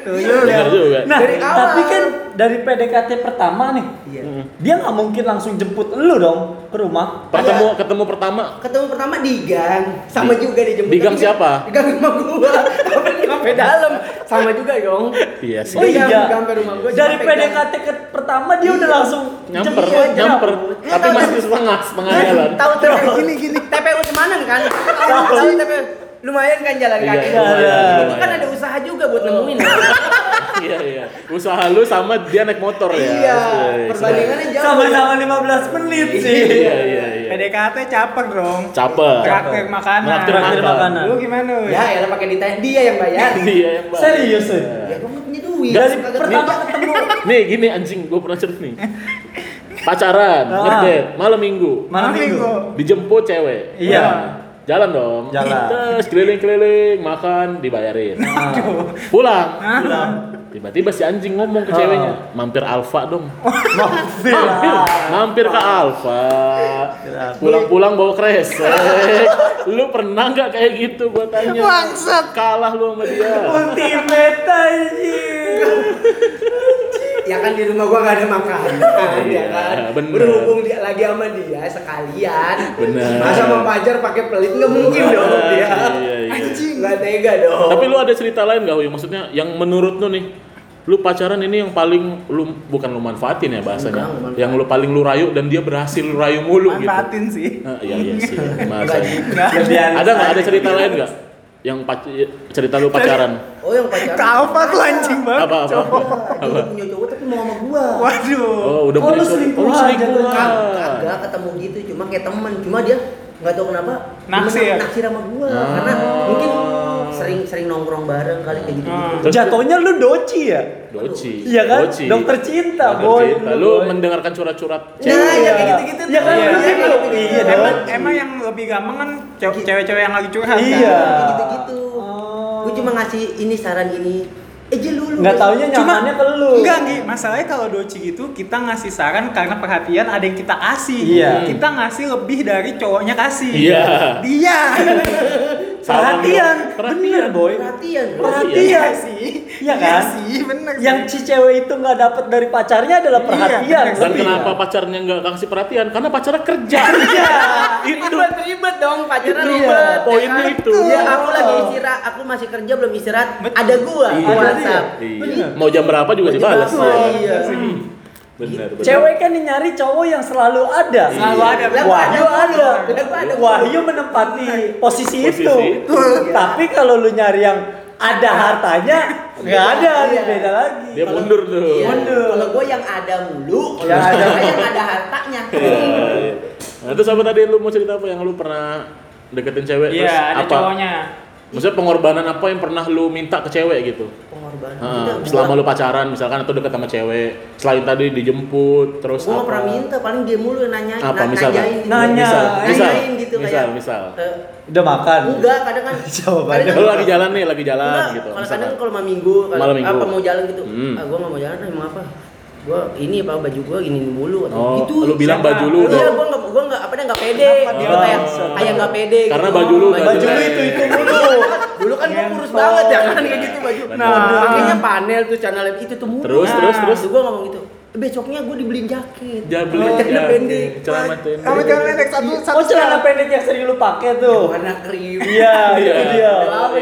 [SPEAKER 2] Tuh, iya.
[SPEAKER 3] Bener juga.
[SPEAKER 4] Nah,
[SPEAKER 1] Dari awal.
[SPEAKER 4] tapi kan dari PDKT pertama nih,
[SPEAKER 1] Iya.
[SPEAKER 4] dia nggak mungkin langsung jemput lu dong ke rumah.
[SPEAKER 3] Pertemu ketemu pertama
[SPEAKER 1] Ketemu pertama di gang, sama
[SPEAKER 3] Di-
[SPEAKER 1] juga dijemput.
[SPEAKER 3] di gang
[SPEAKER 1] Tapi
[SPEAKER 3] siapa?
[SPEAKER 1] Di gang rumah gue, tapi di kafe dalam, sama juga dong.
[SPEAKER 3] Iya
[SPEAKER 1] Di
[SPEAKER 3] sih.
[SPEAKER 4] Oh iya.
[SPEAKER 1] gang- gang ke rumah gua,
[SPEAKER 4] dari
[SPEAKER 1] sampai Iya. gang.
[SPEAKER 4] PDKT ke pertama dia udah langsung
[SPEAKER 3] nyamper
[SPEAKER 4] jemput. Iya,
[SPEAKER 3] nyamper
[SPEAKER 4] jemput.
[SPEAKER 3] tapi masih setengah setengah jalan
[SPEAKER 1] Tahu tuh
[SPEAKER 2] Gini, gini.
[SPEAKER 1] TPU Semanan kan? Tahu TPU lumayan kan jalan
[SPEAKER 3] Iya,
[SPEAKER 1] kaki.
[SPEAKER 3] lumayan,
[SPEAKER 1] Itu kan
[SPEAKER 3] lumayan. Oh.
[SPEAKER 1] ada usaha juga buat nemuin.
[SPEAKER 3] iya iya usaha lu sama dia naik motor ya
[SPEAKER 1] Iya,
[SPEAKER 3] Iya,
[SPEAKER 1] perbandingannya jauh.
[SPEAKER 4] Sama-sama 15 menit sih.
[SPEAKER 3] iya iya iya
[SPEAKER 2] PDKT caper dong.
[SPEAKER 3] capek
[SPEAKER 2] Traktir makanan.
[SPEAKER 3] Traktir
[SPEAKER 4] Traktir
[SPEAKER 3] makan
[SPEAKER 4] makanan.
[SPEAKER 2] Lu gimana? weh?
[SPEAKER 1] Ya, ya pakai ditanya dia yang bayar.
[SPEAKER 3] iya yang baik.
[SPEAKER 4] Serius sih.
[SPEAKER 1] Ya, gue nggak punya duit.
[SPEAKER 4] Dari
[SPEAKER 1] Kagak
[SPEAKER 4] pertama
[SPEAKER 1] punya.
[SPEAKER 4] ketemu
[SPEAKER 3] nih gini anjing gue pernah cerita nih pacaran
[SPEAKER 4] Ah.
[SPEAKER 3] ngedate malam minggu
[SPEAKER 2] Malam minggu.
[SPEAKER 3] dijemput cewek
[SPEAKER 4] Iya.
[SPEAKER 3] Nah, jalan dong
[SPEAKER 4] Jalan.
[SPEAKER 3] terus keliling keliling makan dibayarin
[SPEAKER 4] Nah.
[SPEAKER 2] Aduh.
[SPEAKER 3] pulang
[SPEAKER 2] Hah?
[SPEAKER 3] tiba-tiba si anjing ngomong ke ceweknya mampir alfa dong
[SPEAKER 4] Oh. Mampir.
[SPEAKER 3] mampir mampir ke Alfa pulang-pulang bawa kresek lu pernah nggak kayak gitu gua tanya
[SPEAKER 2] Bangsat.
[SPEAKER 3] kalah lu sama dia
[SPEAKER 4] Ultimate anjir.
[SPEAKER 1] Ya kan di rumah gua gak ada makanan.
[SPEAKER 3] Iya,
[SPEAKER 1] ya kan?
[SPEAKER 3] bener.
[SPEAKER 1] Berhubung dia lagi sama dia sekalian.
[SPEAKER 3] Bener.
[SPEAKER 1] Masa mau pajar pakai pelit nggak mungkin dong dia.
[SPEAKER 3] Iya, iya.
[SPEAKER 1] Nggak tega dong.
[SPEAKER 3] tapi lu ada cerita lain gak Huy? maksudnya yang menurut lu nih lu pacaran ini yang paling lu bukan lu manfaatin ya bahasanya
[SPEAKER 1] Enggak, manfaatin.
[SPEAKER 3] yang lu paling lu rayu dan dia berhasil lu rayu mulu gitu
[SPEAKER 2] Manfaatin sih.
[SPEAKER 3] Ah, iya iya sih bahasanya
[SPEAKER 2] Nah,
[SPEAKER 3] ada nggak ada cerita lain nggak yang pac- cerita lu pacaran
[SPEAKER 1] Oh yang pacaran.
[SPEAKER 2] Ke Alfa tuh anjing banget.
[SPEAKER 3] apa apa, apa?
[SPEAKER 1] Dia udah punya cowok tapi mau sama gua.
[SPEAKER 2] Waduh.
[SPEAKER 3] Oh, udah
[SPEAKER 4] Oh,
[SPEAKER 3] punya
[SPEAKER 4] lu
[SPEAKER 3] suami. Oh,
[SPEAKER 4] selingkuhan,
[SPEAKER 3] lu selingkuhan.
[SPEAKER 1] Kag- Kagak ketemu gitu, cuma kayak temen. Cuma dia nggak tahu kenapa. cuma
[SPEAKER 2] Naksir.
[SPEAKER 1] Naksir sama gua.
[SPEAKER 3] Ah.
[SPEAKER 1] Karena mungkin sering-sering nongkrong bareng kali kayak
[SPEAKER 2] Ah.
[SPEAKER 1] gitu.
[SPEAKER 3] Terus-
[SPEAKER 4] Jatuhnya lu doci ya?
[SPEAKER 3] Doci.
[SPEAKER 4] Iya kan?
[SPEAKER 3] Doci.
[SPEAKER 4] Dokter cinta,
[SPEAKER 3] Dokter
[SPEAKER 4] boy.
[SPEAKER 3] cinta.
[SPEAKER 4] Lu,
[SPEAKER 3] Lu
[SPEAKER 4] boy.
[SPEAKER 3] mendengarkan curhat-curhat
[SPEAKER 1] Nah,
[SPEAKER 3] cewek.
[SPEAKER 1] ya kayak gitu-gitu.
[SPEAKER 4] Iya kan?
[SPEAKER 1] tuh.
[SPEAKER 2] Lu
[SPEAKER 1] Iya,
[SPEAKER 4] gitu.
[SPEAKER 1] kayak
[SPEAKER 4] Iya,
[SPEAKER 1] gitu.
[SPEAKER 2] Emang emang yang lebih gampang kan ce- cewek-cewek yang lagi curhat. kan?
[SPEAKER 4] Iya.
[SPEAKER 1] Kayak gitu-gitu.
[SPEAKER 4] Oh.
[SPEAKER 1] Gue Gitu. cuma ngasih ini saran ini. Eh, je lu lu.
[SPEAKER 4] Nggak taunya nyamannya ke lu.
[SPEAKER 2] Enggak, Gi. Masalahnya kalau doci gitu kita ngasih saran karena perhatian ada yang kita kasih.
[SPEAKER 4] Iya.
[SPEAKER 2] Kita ngasih lebih dari cowoknya kasih.
[SPEAKER 3] Iya.
[SPEAKER 2] Dia.
[SPEAKER 3] Salam.
[SPEAKER 4] Perhatian.
[SPEAKER 3] Perhatian.
[SPEAKER 4] Bener, boy.
[SPEAKER 1] Perhatian. bro.
[SPEAKER 4] Perhatian.
[SPEAKER 2] sih.
[SPEAKER 4] Iya kan?
[SPEAKER 2] sih, bener.
[SPEAKER 4] Yang
[SPEAKER 2] sih.
[SPEAKER 4] si cewek itu nggak dapat dari pacarnya adalah
[SPEAKER 2] Iya,
[SPEAKER 4] perhatian.
[SPEAKER 2] bener.
[SPEAKER 3] Dan
[SPEAKER 4] Lebih.
[SPEAKER 3] kenapa pacarnya nggak kasih perhatian? Karena pacarnya kerja. itu
[SPEAKER 1] Ribet dong pacaran
[SPEAKER 4] Iya,
[SPEAKER 1] ribet.
[SPEAKER 3] poinnya itu.
[SPEAKER 1] Ya aku lagi istirahat, aku masih kerja belum istirahat.
[SPEAKER 2] Betul.
[SPEAKER 1] Ada gua
[SPEAKER 3] Iya.
[SPEAKER 1] di WhatsApp.
[SPEAKER 3] Iya. Mau jam berapa juga dibalas.
[SPEAKER 1] Dibalas, iya.
[SPEAKER 3] Bener, bener.
[SPEAKER 4] Cewek kan nyari cowok yang selalu ada.
[SPEAKER 2] Selalu ada.
[SPEAKER 1] Lah,
[SPEAKER 4] Wahyu
[SPEAKER 1] gua
[SPEAKER 4] ada.
[SPEAKER 1] Lah, gua ada.
[SPEAKER 4] Wahyu menempati posisi,
[SPEAKER 3] Posisi
[SPEAKER 4] itu.
[SPEAKER 3] itu.
[SPEAKER 4] Tapi kalau lu nyari yang ada hartanya, nggak ada,
[SPEAKER 1] Iya.
[SPEAKER 4] beda lagi.
[SPEAKER 3] Dia mundur tuh.
[SPEAKER 1] Iya.
[SPEAKER 4] Mundur.
[SPEAKER 1] Kalau gua yang ada mulu, kalau
[SPEAKER 4] Yang ada.
[SPEAKER 1] ada yang ada hartanya.
[SPEAKER 3] Iya. Nah, terus apa tadi lu mau cerita apa yang lu pernah deketin cewek
[SPEAKER 2] Iya,
[SPEAKER 3] terus
[SPEAKER 2] ada
[SPEAKER 3] apa?
[SPEAKER 2] cowoknya.
[SPEAKER 3] Maksudnya pengorbanan apa yang pernah lu minta ke cewek gitu?
[SPEAKER 1] Pengorbanan. Tidak,
[SPEAKER 3] Nah,
[SPEAKER 1] gua-
[SPEAKER 3] selama lu pacaran misalkan atau deket sama cewek, selain tadi dijemput terus
[SPEAKER 1] gua
[SPEAKER 3] apa?
[SPEAKER 1] nggak pernah minta, paling dia mulu yang nanya,
[SPEAKER 3] Apa,
[SPEAKER 1] na-
[SPEAKER 3] misal,
[SPEAKER 1] nanyain, gitu.
[SPEAKER 4] Nanya.
[SPEAKER 3] Misal, misal,
[SPEAKER 1] nanyain gitu
[SPEAKER 3] misal,
[SPEAKER 1] kayak.
[SPEAKER 3] misal.
[SPEAKER 1] eh,
[SPEAKER 4] Udah makan.
[SPEAKER 1] enggak, kadang kan.
[SPEAKER 4] Jawabannya.
[SPEAKER 1] kadang kan-
[SPEAKER 3] Lu lagi jalan nih, lagi jalan
[SPEAKER 1] Enggak,
[SPEAKER 3] gitu.
[SPEAKER 1] Kalau
[SPEAKER 3] misalkan.
[SPEAKER 1] kadang kalau malam minggu, kalau
[SPEAKER 3] Malam minggu.
[SPEAKER 1] apa mau jalan gitu.
[SPEAKER 3] Hmm.
[SPEAKER 1] Ah, gua enggak mau jalan emang apa? Gua ini apa baju gua gini mulu atau
[SPEAKER 3] Oh,
[SPEAKER 1] gitu.
[SPEAKER 3] lu bilang
[SPEAKER 2] siapa?
[SPEAKER 3] baju lu
[SPEAKER 1] Iya,
[SPEAKER 3] udah.
[SPEAKER 1] gua enggak gua enggak apa enggak pede.
[SPEAKER 2] Kenapa
[SPEAKER 1] Gua
[SPEAKER 2] dia
[SPEAKER 1] kayak
[SPEAKER 4] nggak-
[SPEAKER 1] kayak enggak pede
[SPEAKER 3] Oh. Karena
[SPEAKER 1] gitu.
[SPEAKER 3] baju lu udah
[SPEAKER 4] Baju lu ya? Iya.
[SPEAKER 3] jelek.
[SPEAKER 4] itu itu mulu.
[SPEAKER 1] Dulu kan gua kurus
[SPEAKER 2] Gentong.
[SPEAKER 1] banget ya kan kayak gitu baju.
[SPEAKER 3] Bener.
[SPEAKER 1] Nah, dulu pakainya panel tuh channel itu tuh mulu.
[SPEAKER 3] Terus,
[SPEAKER 1] Nah,
[SPEAKER 3] terus, terus.
[SPEAKER 1] Gua ngomong gitu. Besoknya gua dibeliin jaket.
[SPEAKER 3] Jangan beli
[SPEAKER 1] Celana
[SPEAKER 3] jaket,
[SPEAKER 1] pendek.
[SPEAKER 3] celana pendek.
[SPEAKER 2] Kamu jangan pendek satu satu.
[SPEAKER 4] Oh celana pendek yang sering lu pakai tuh.
[SPEAKER 1] Warna krim.
[SPEAKER 4] Iya,
[SPEAKER 3] Iya,
[SPEAKER 4] itu dia.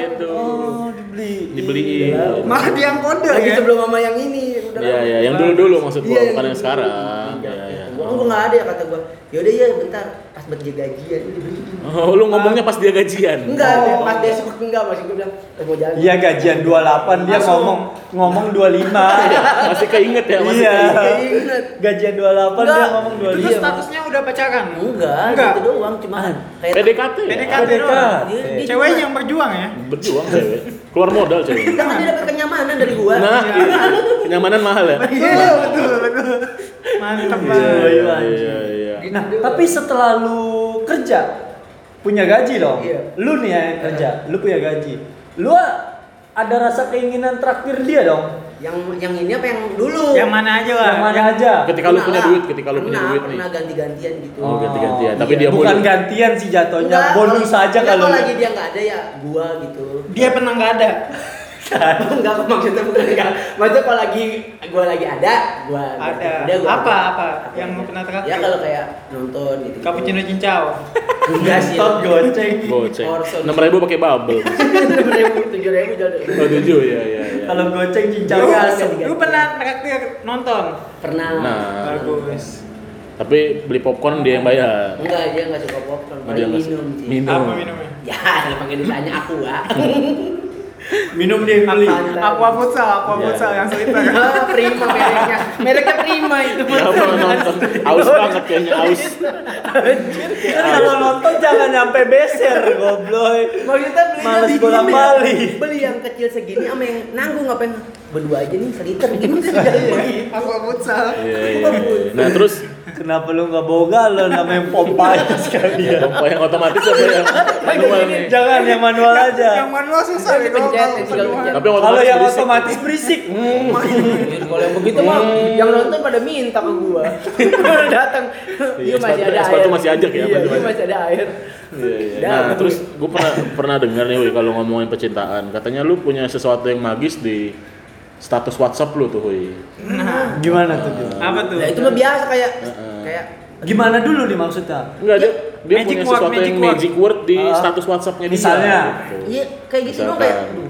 [SPEAKER 3] itu.
[SPEAKER 4] Oh, dibeli.
[SPEAKER 3] Dibeliin.
[SPEAKER 2] Malah dia yang kode
[SPEAKER 1] Lagi
[SPEAKER 2] ya.
[SPEAKER 1] sebelum sama yang ini. udah
[SPEAKER 3] Iya,
[SPEAKER 1] lama.
[SPEAKER 3] iya, yang dulu-dulu maksud
[SPEAKER 1] Iya,
[SPEAKER 3] gua,
[SPEAKER 1] yang
[SPEAKER 3] bukan yang
[SPEAKER 1] dulu-dulu.
[SPEAKER 3] sekarang.
[SPEAKER 1] Iya,
[SPEAKER 3] Iya, iya.
[SPEAKER 1] Gua oh gua nggak ada ya kata gua yaudah ya bentar pas bagi gajian gua dibeliin
[SPEAKER 3] Oh, lu ngomongnya pas dia gajian.
[SPEAKER 1] enggak
[SPEAKER 4] Oh.
[SPEAKER 1] deh, pas besok enggak masih gua bilang "Eh, mau jalan
[SPEAKER 4] Iya gajian 28 dia
[SPEAKER 2] Langsung.
[SPEAKER 4] ngomong ngomong
[SPEAKER 1] Iya,
[SPEAKER 4] 25.
[SPEAKER 3] Masih keinget ya, masih
[SPEAKER 4] Iya.
[SPEAKER 3] keinget.
[SPEAKER 1] inget
[SPEAKER 4] Gajian 28 dia
[SPEAKER 1] Enggak.
[SPEAKER 4] ngomong
[SPEAKER 2] Itu tuh
[SPEAKER 4] 25.
[SPEAKER 2] statusnya udah pacaran.
[SPEAKER 1] enggak
[SPEAKER 2] Enggak.
[SPEAKER 1] gitu doang cuma kayak Iya,
[SPEAKER 3] PDKT. ya?
[SPEAKER 2] PDKT doang.
[SPEAKER 4] PDKT.
[SPEAKER 1] Dia- dia-
[SPEAKER 2] Ceweknya yang berjuang ya.
[SPEAKER 3] Berjuang cewek. Keluar modal cewek.
[SPEAKER 1] Karena dia dapat kenyamanan dari gua
[SPEAKER 3] Nah, iya. kenyamanan mahal ya.
[SPEAKER 2] Iya, betul, betul. Mantap banget.
[SPEAKER 3] Iya, iya, iya.
[SPEAKER 4] Nah, tapi setelah lu kerja punya gaji dong.
[SPEAKER 1] Iya.
[SPEAKER 4] Lu nih ya yang kerja, lu punya gaji. Lu ada rasa keinginan traktir dia dong.
[SPEAKER 1] yang yang ini apa yang dulu
[SPEAKER 2] Yang mana aja
[SPEAKER 3] Iya,
[SPEAKER 2] lah.
[SPEAKER 4] Yang
[SPEAKER 3] kan?
[SPEAKER 4] mana aja?
[SPEAKER 3] Ketika lu punya
[SPEAKER 1] Pernah
[SPEAKER 3] duit,
[SPEAKER 1] lah.
[SPEAKER 3] ketika lu punya
[SPEAKER 1] Pernah,
[SPEAKER 3] duit nih.
[SPEAKER 1] pernah ganti-gantian gitu
[SPEAKER 3] Oh, ganti-gantian. Tapi
[SPEAKER 1] Iya.
[SPEAKER 3] dia
[SPEAKER 4] bukan
[SPEAKER 3] mulu.
[SPEAKER 4] gantian sih jatuhnya,
[SPEAKER 1] Enggak,
[SPEAKER 4] bonus
[SPEAKER 1] kalau-
[SPEAKER 4] aja
[SPEAKER 1] enggak,
[SPEAKER 4] kalau.
[SPEAKER 1] lagi dia nggak ada ya gua gitu
[SPEAKER 2] Dia pernah nggak ada. Kan?
[SPEAKER 1] enggak maksudnya bukan enggak maksudnya kalau lagi gua lagi ada gua
[SPEAKER 2] Ada.
[SPEAKER 1] dia gua-
[SPEAKER 2] Apa, apa yang
[SPEAKER 1] aja.
[SPEAKER 2] pernah terakhir?
[SPEAKER 1] ya kalau kayak nonton gitu
[SPEAKER 2] Cappuccino cincau.
[SPEAKER 1] enggak sih
[SPEAKER 4] Stop goceng.
[SPEAKER 3] Goceng.
[SPEAKER 1] Orson.
[SPEAKER 3] 6 ribu pakai bubble.
[SPEAKER 1] tujuh ribu tujuh ribu jadi
[SPEAKER 3] Oh, tujuh ya, ya, ya.
[SPEAKER 4] Kalau goceng cincang
[SPEAKER 1] Lu-
[SPEAKER 4] asem.
[SPEAKER 2] Lu pernah traktir nonton?
[SPEAKER 1] pernah
[SPEAKER 3] Nah,
[SPEAKER 2] Bagus.
[SPEAKER 3] tapi beli popcorn dia yang bayar.
[SPEAKER 1] enggak dia nggak suka popcorn
[SPEAKER 3] Oh,
[SPEAKER 1] paling
[SPEAKER 3] nggak sih?
[SPEAKER 1] minum sih
[SPEAKER 3] Minum.
[SPEAKER 2] Apa minumnya?
[SPEAKER 1] ya lu pakai ditanya aku ya
[SPEAKER 4] Minum dia yang beli.
[SPEAKER 1] Apaan?
[SPEAKER 2] Aqua futsal, aqua
[SPEAKER 3] Iya.
[SPEAKER 2] futsal yang seliter.
[SPEAKER 1] Ah, prima mereknya mereknya prima itu
[SPEAKER 3] Gak mau nonton. Aus banget kayaknya aus.
[SPEAKER 4] Kan kalau nonton jangan nyampe beser, gobloy.
[SPEAKER 1] Maksudnya belinya
[SPEAKER 4] Males
[SPEAKER 1] dingin
[SPEAKER 4] bolak-balik.
[SPEAKER 1] ya. Beli yang kecil segini sama yang nanggung apa yang berdua aja nih gitu. Iya. seliter gimana sih jalan begini?
[SPEAKER 2] Aqua futsal.
[SPEAKER 3] Iya, iya, iya. Nah, terus
[SPEAKER 4] Kenapa lu nggak bawa galon sama yang pompa aja sekalian?
[SPEAKER 3] pompa yang otomatis apa yang
[SPEAKER 4] Iya.
[SPEAKER 3] manual nih?
[SPEAKER 4] Jangan yang manual
[SPEAKER 2] Yang
[SPEAKER 4] aja.
[SPEAKER 2] manual susah ya kalau
[SPEAKER 1] Dipencet,
[SPEAKER 2] kalau
[SPEAKER 1] tinggal
[SPEAKER 2] penuhan.
[SPEAKER 1] pencet.
[SPEAKER 3] Tapi yang
[SPEAKER 4] Iya. Kalau yang
[SPEAKER 3] berisik. Hmm.
[SPEAKER 4] otomatis berisik,
[SPEAKER 1] Kalau yang begitu mah Gitu, yang nonton pada minta ke gua. Datang.
[SPEAKER 3] Iya,
[SPEAKER 1] Iya masih
[SPEAKER 3] sepatu-
[SPEAKER 1] ada air.
[SPEAKER 3] sepatu masih ajak ya,
[SPEAKER 1] Iya,
[SPEAKER 3] sepatu
[SPEAKER 1] dia
[SPEAKER 3] masih-
[SPEAKER 1] masih ada air.
[SPEAKER 3] Iya, iya.
[SPEAKER 1] Dah,
[SPEAKER 3] Nah,
[SPEAKER 1] gue-
[SPEAKER 3] terus gue pernah pernah dengar nih Hui, kalau ngomongin percintaan, katanya lu punya sesuatu yang magis di status WhatsApp lu tuh, Hui.
[SPEAKER 4] gimana tuh? Dim?
[SPEAKER 2] Apa tuh?
[SPEAKER 1] Nah, itu mah biasa kayak
[SPEAKER 3] Heeh.
[SPEAKER 1] kayak
[SPEAKER 4] Gimana dulu nih maksudnya?
[SPEAKER 3] Enggak, dia dia
[SPEAKER 2] Magic
[SPEAKER 3] punya
[SPEAKER 2] word,
[SPEAKER 3] sesuatu yang
[SPEAKER 2] magic word.
[SPEAKER 3] magic word di
[SPEAKER 4] Ah.
[SPEAKER 3] status WhatsAppnya dia.
[SPEAKER 4] Misalnya?
[SPEAKER 3] gitu.
[SPEAKER 1] iya kayak gitu doang kayak
[SPEAKER 3] Misalkan.
[SPEAKER 1] aduh,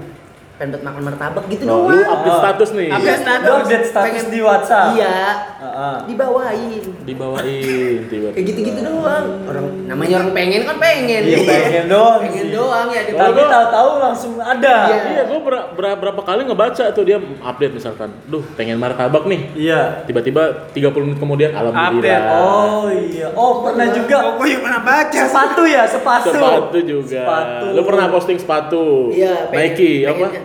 [SPEAKER 1] pengen buat makan martabak gitu
[SPEAKER 3] Nah, lu
[SPEAKER 1] doang.
[SPEAKER 3] update
[SPEAKER 4] Ah.
[SPEAKER 3] status nih.
[SPEAKER 2] Update status.
[SPEAKER 4] Lu update status di WhatsApp.
[SPEAKER 1] Iya.
[SPEAKER 4] Heeh.
[SPEAKER 3] Ah.
[SPEAKER 1] Dibawain.
[SPEAKER 3] Dibawain tiba-tiba.
[SPEAKER 1] Kayak gitu-gitu doang. Orang namanya orang pengen kan pengen.
[SPEAKER 4] Iya pengen doang.
[SPEAKER 1] Pengen
[SPEAKER 4] sih.
[SPEAKER 1] doang ya di
[SPEAKER 4] Tapi tahu-tahu langsung ada.
[SPEAKER 1] Iya.
[SPEAKER 3] Iya, gue berapa kali ngebaca tuh dia update misalkan, duh pengen martabak nih,
[SPEAKER 4] Iya.
[SPEAKER 3] tiba-tiba 30 menit kemudian alhamdulillah.
[SPEAKER 2] Update.
[SPEAKER 4] Oh iya. Oh pernah
[SPEAKER 2] Oh,
[SPEAKER 4] juga
[SPEAKER 2] gue juga pernah baca.
[SPEAKER 4] sepatu ya sepatu.
[SPEAKER 3] Sepatu juga.
[SPEAKER 4] Sepatu.
[SPEAKER 3] Lu pernah posting sepatu?
[SPEAKER 1] Iya, pengen-
[SPEAKER 3] Nike apa?
[SPEAKER 1] pengennya.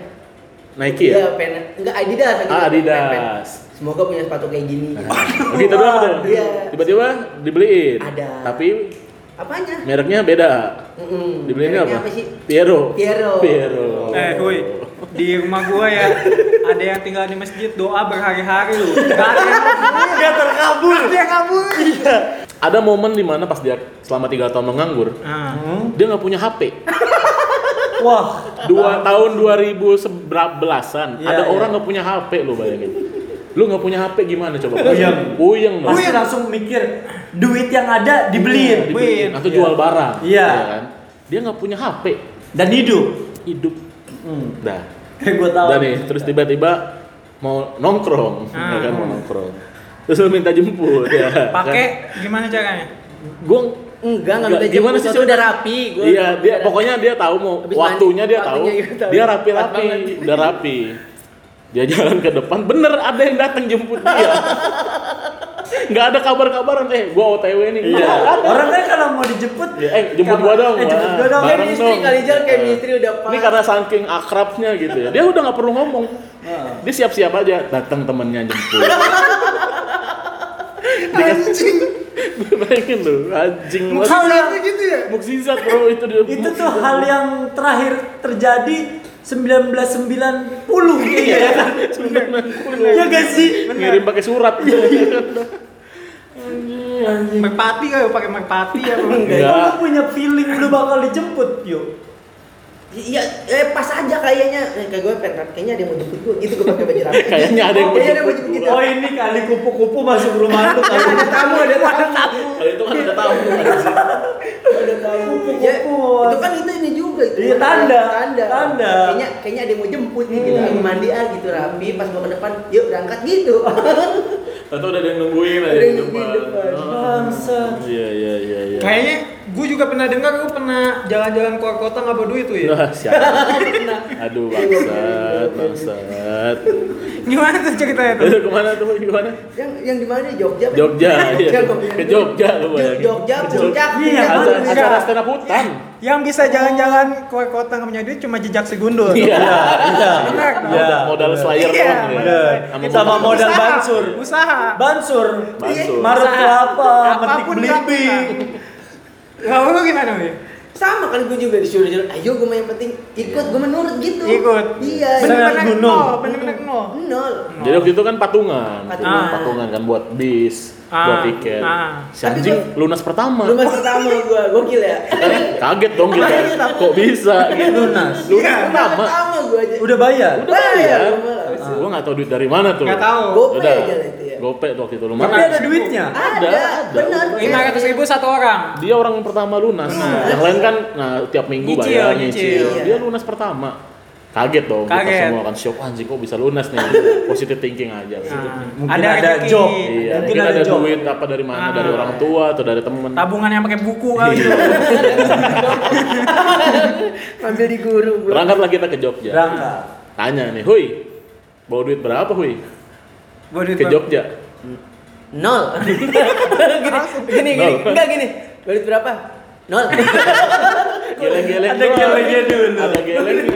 [SPEAKER 3] Nike ya?
[SPEAKER 1] Iya, pengen. Enggak Adidas.
[SPEAKER 3] Ah,
[SPEAKER 1] Pengen-
[SPEAKER 3] Adidas.
[SPEAKER 1] Semoga punya sepatu kayak gini.
[SPEAKER 3] Oh, gitu doang tuh.
[SPEAKER 1] Iya.
[SPEAKER 3] Tiba-tiba dibeliin.
[SPEAKER 1] Ada.
[SPEAKER 3] Tapi
[SPEAKER 1] Apanya?
[SPEAKER 3] mereknya beda.
[SPEAKER 1] Mm-mm.
[SPEAKER 3] Dibeliinnya
[SPEAKER 1] Mereknya
[SPEAKER 3] apa?
[SPEAKER 1] sih?
[SPEAKER 3] Piero.
[SPEAKER 1] Piero.
[SPEAKER 3] Piero.
[SPEAKER 2] Eh,
[SPEAKER 3] Oh.
[SPEAKER 2] Hui, di rumah gua ya ada yang tinggal di masjid doa berhari-hari lu. Gak ada yang
[SPEAKER 4] Gak terkabul.
[SPEAKER 2] ada yang kabur.
[SPEAKER 3] Ada momen dimana pas dia selama tiga tahun menganggur,
[SPEAKER 2] Nah,
[SPEAKER 4] Hmm.
[SPEAKER 3] dia nggak punya HP.
[SPEAKER 4] Wah.
[SPEAKER 3] Dua tahun 2011-an,
[SPEAKER 4] Iya,
[SPEAKER 3] ada
[SPEAKER 4] iya.
[SPEAKER 3] orang nggak punya HP lu bayangin. Lu nggak punya HP gimana coba?
[SPEAKER 4] Puyeng.
[SPEAKER 3] Puyeng dong.
[SPEAKER 4] Pasti langsung mikir duit yang ada dibeliin
[SPEAKER 3] Dibeliin. Atau jual barang.
[SPEAKER 4] Iya.
[SPEAKER 3] kan? Dia nggak punya HP,
[SPEAKER 4] dan hidup.
[SPEAKER 3] hidup.
[SPEAKER 4] Hmm.
[SPEAKER 3] Dah.
[SPEAKER 4] Kayak gue tahu.
[SPEAKER 3] Nah, Udah nih, terus tiba-tiba mau nongkrong, ya
[SPEAKER 2] Ah.
[SPEAKER 3] kan mau nongkrong. Terus lu minta jemput ya. kan.
[SPEAKER 2] pakai gimana caranya?
[SPEAKER 3] gue
[SPEAKER 1] Enggak, enggak minta
[SPEAKER 3] gimana
[SPEAKER 1] jemput,
[SPEAKER 3] sih
[SPEAKER 1] soalnya
[SPEAKER 3] sebenarnya?
[SPEAKER 1] udah rapi, gua-
[SPEAKER 3] Iya, dia
[SPEAKER 1] udah rapi.
[SPEAKER 3] pokoknya dia tahu mau
[SPEAKER 1] Habis mandi,
[SPEAKER 3] waktunya dia tahu.
[SPEAKER 1] waktunya dia tahu.
[SPEAKER 3] Dia rapi-rapi,
[SPEAKER 1] Pas banget.
[SPEAKER 3] udah rapi. Dia jalan ke depan, bener ada yang datang jemput dia. Nggak ada kabar-kabaran, eh gua OTW nih.
[SPEAKER 4] Iya.
[SPEAKER 3] Nggak ada.
[SPEAKER 4] Orang kan kalau mau dijemput
[SPEAKER 3] Ya, eh jemput gua dong.
[SPEAKER 4] Eh, jemput
[SPEAKER 3] wah,
[SPEAKER 4] gua dong.
[SPEAKER 1] Kayak
[SPEAKER 3] bareng
[SPEAKER 1] istri
[SPEAKER 3] dong.
[SPEAKER 1] kali Jal, kayak
[SPEAKER 3] Nah.
[SPEAKER 1] istri udah pas.
[SPEAKER 3] Ini karena saking akrabnya gitu ya. Dia udah nggak perlu ngomong. Dia siap-siap aja datang temennya jemput.
[SPEAKER 2] Anjing,
[SPEAKER 3] Bayangin lu, anjing lu.
[SPEAKER 4] Hal yang
[SPEAKER 2] mukanya gitu ya?
[SPEAKER 3] Mukjizat bro itu dia.
[SPEAKER 4] itu tuh hal yang terakhir terjadi 1990 kayaknya ya kan? Ya gak sih?
[SPEAKER 3] Ngirim pakai surat.
[SPEAKER 2] Merpati kali pakai merpati ya. Bang?
[SPEAKER 4] Enggak.
[SPEAKER 3] Enggak.
[SPEAKER 4] Lu punya feeling lu bakal dijemput, yuk.
[SPEAKER 1] Iya, eh pas aja kayaknya. Eh, Kayak gue pengen kayaknya ada yang mau jemput gue. Gitu gue pakai baju rapi.
[SPEAKER 3] Kayaknya ada yang
[SPEAKER 1] Oh,
[SPEAKER 3] mau
[SPEAKER 1] kayaknya ada yang mau jemput
[SPEAKER 3] jemput gua.
[SPEAKER 1] kita.
[SPEAKER 4] Oh ini kali kupu-kupu masuk rumah lu kali.
[SPEAKER 1] Ada tamu, ada tamu.
[SPEAKER 3] Kalau itu kan udah tahu.
[SPEAKER 1] Ada tamu. Ya,
[SPEAKER 4] Kupu-kupu.
[SPEAKER 1] itu kan itu ini juga itu. kan
[SPEAKER 4] Iya, tanda.
[SPEAKER 1] Tanda.
[SPEAKER 4] Tanda.
[SPEAKER 1] Kayaknya
[SPEAKER 3] Hmm.
[SPEAKER 1] kayaknya ada yang mau jemput nih gitu. Aku mandi ah gitu rapi pas gua ke depan, yuk berangkat gitu.
[SPEAKER 3] Tahu udah ada yang nungguin aja
[SPEAKER 4] Ada
[SPEAKER 3] di
[SPEAKER 4] yang
[SPEAKER 3] depan.
[SPEAKER 4] di depan. Bangsa.
[SPEAKER 3] Oh. Iya iya iya iya.
[SPEAKER 2] Kayaknya gue juga pernah dengar lu pernah jalan-jalan keluar kota nggak bawa duit tuh ya.
[SPEAKER 3] Wah, Nah, siapa? Aduh bangsat, bangsat.
[SPEAKER 2] Gimana tuh ceritanya tuh?
[SPEAKER 3] Aduh kemana tuh? Gimana?
[SPEAKER 1] yang yang di mana Jogja apa?
[SPEAKER 3] Jogja, iya.
[SPEAKER 1] gua bilang.
[SPEAKER 3] Ke Jogja, lu bayangin.
[SPEAKER 1] Jogja
[SPEAKER 3] Ke Jogja.
[SPEAKER 1] puncak
[SPEAKER 2] Iya,
[SPEAKER 1] puncak
[SPEAKER 3] Acara,
[SPEAKER 1] baru
[SPEAKER 3] acara
[SPEAKER 1] bisa.
[SPEAKER 3] stand up hutan.
[SPEAKER 2] Yang bisa jalan-jalan keluar kota nggak punya duit cuma jejak segundul.
[SPEAKER 3] Iya.
[SPEAKER 2] Benar. dong.
[SPEAKER 3] Modal-
[SPEAKER 4] Iya.
[SPEAKER 3] Modal slayer
[SPEAKER 2] Iya,
[SPEAKER 3] doang. ya.
[SPEAKER 2] modal
[SPEAKER 3] Sama
[SPEAKER 4] Sama
[SPEAKER 3] modal-
[SPEAKER 4] modal
[SPEAKER 2] Usaha,
[SPEAKER 4] bansur.
[SPEAKER 2] Usaha.
[SPEAKER 4] Bansur.
[SPEAKER 3] Bansur.
[SPEAKER 4] Marut kelapa, metik
[SPEAKER 2] Apapun
[SPEAKER 4] belimbing.
[SPEAKER 2] Lalu lu gimana Wi?
[SPEAKER 1] sama kan gue juga disuruh jalan ayo gue mah yang penting ikut gue menurut gitu
[SPEAKER 2] Ikut.
[SPEAKER 1] iya
[SPEAKER 4] Bener.
[SPEAKER 2] Bener-bener
[SPEAKER 4] Gunung.
[SPEAKER 2] nol, bener-bener nol.
[SPEAKER 1] nol
[SPEAKER 3] Jadi waktu itu kan patungan, patungan,
[SPEAKER 2] Ah.
[SPEAKER 3] patungan kan buat bis,
[SPEAKER 2] Ah,
[SPEAKER 3] buat tiket.
[SPEAKER 2] ah.
[SPEAKER 3] Si anjing
[SPEAKER 1] Tapi
[SPEAKER 3] lunas pertama.
[SPEAKER 1] lu masih pertama gue gokil ya
[SPEAKER 3] Kaget dong gitu.
[SPEAKER 1] Lunas apa?
[SPEAKER 3] Kok bisa gitu.
[SPEAKER 4] Lunas.
[SPEAKER 3] Lunas pertama.
[SPEAKER 1] pertama gue aja
[SPEAKER 4] Udah bayar.
[SPEAKER 3] Udah
[SPEAKER 1] Bayar,
[SPEAKER 3] bayar.
[SPEAKER 1] malah.
[SPEAKER 3] Iya. Gua enggak tahu duit dari mana tuh.
[SPEAKER 2] Nggak tahu.
[SPEAKER 1] Gope
[SPEAKER 3] Udah.
[SPEAKER 1] aja lah itu ya.
[SPEAKER 3] Gope tuh waktu itu
[SPEAKER 4] Tapi
[SPEAKER 3] lumayan.
[SPEAKER 4] ada duitnya.
[SPEAKER 1] ada
[SPEAKER 3] Ada, ada.
[SPEAKER 1] benar
[SPEAKER 2] Lima ratus ribu satu orang.
[SPEAKER 3] Dia orang yang pertama lunas.
[SPEAKER 2] Ah. Lunas.
[SPEAKER 3] Yang lain kan nah tiap minggu
[SPEAKER 2] Nyicil,
[SPEAKER 3] bayar
[SPEAKER 2] nyicil. Iya.
[SPEAKER 3] nyicil. Dia lunas pertama. Kaget dong
[SPEAKER 2] Kaget.
[SPEAKER 3] kita semua kan shock anjing kok bisa lunas nih. Positive thinking aja.
[SPEAKER 2] Nah,
[SPEAKER 4] Mungkin ada
[SPEAKER 2] rezeki.
[SPEAKER 4] job.
[SPEAKER 3] Iya,
[SPEAKER 4] Mungkin
[SPEAKER 3] mungkin
[SPEAKER 4] ada
[SPEAKER 3] ada
[SPEAKER 4] job.
[SPEAKER 3] duit apa dari mana, dari
[SPEAKER 2] Ah.
[SPEAKER 3] orang tua atau dari temen
[SPEAKER 2] Tabungan yang pakai buku kali.
[SPEAKER 1] ambil di guru bro
[SPEAKER 3] Berangkatlah kita ke Jogja.
[SPEAKER 4] Berangkat.
[SPEAKER 3] Tanya nih, Hui, bawa duit berapa Hui?
[SPEAKER 2] Bawa duit
[SPEAKER 3] Ke
[SPEAKER 2] berapa?
[SPEAKER 3] Jogja.
[SPEAKER 1] nol gini gini gini
[SPEAKER 3] Nol.
[SPEAKER 1] enggak gini duit berapa nol
[SPEAKER 3] Geleng-geleng
[SPEAKER 4] Ada
[SPEAKER 3] doang.
[SPEAKER 4] gelengnya dulu.
[SPEAKER 3] Ada gelengnya.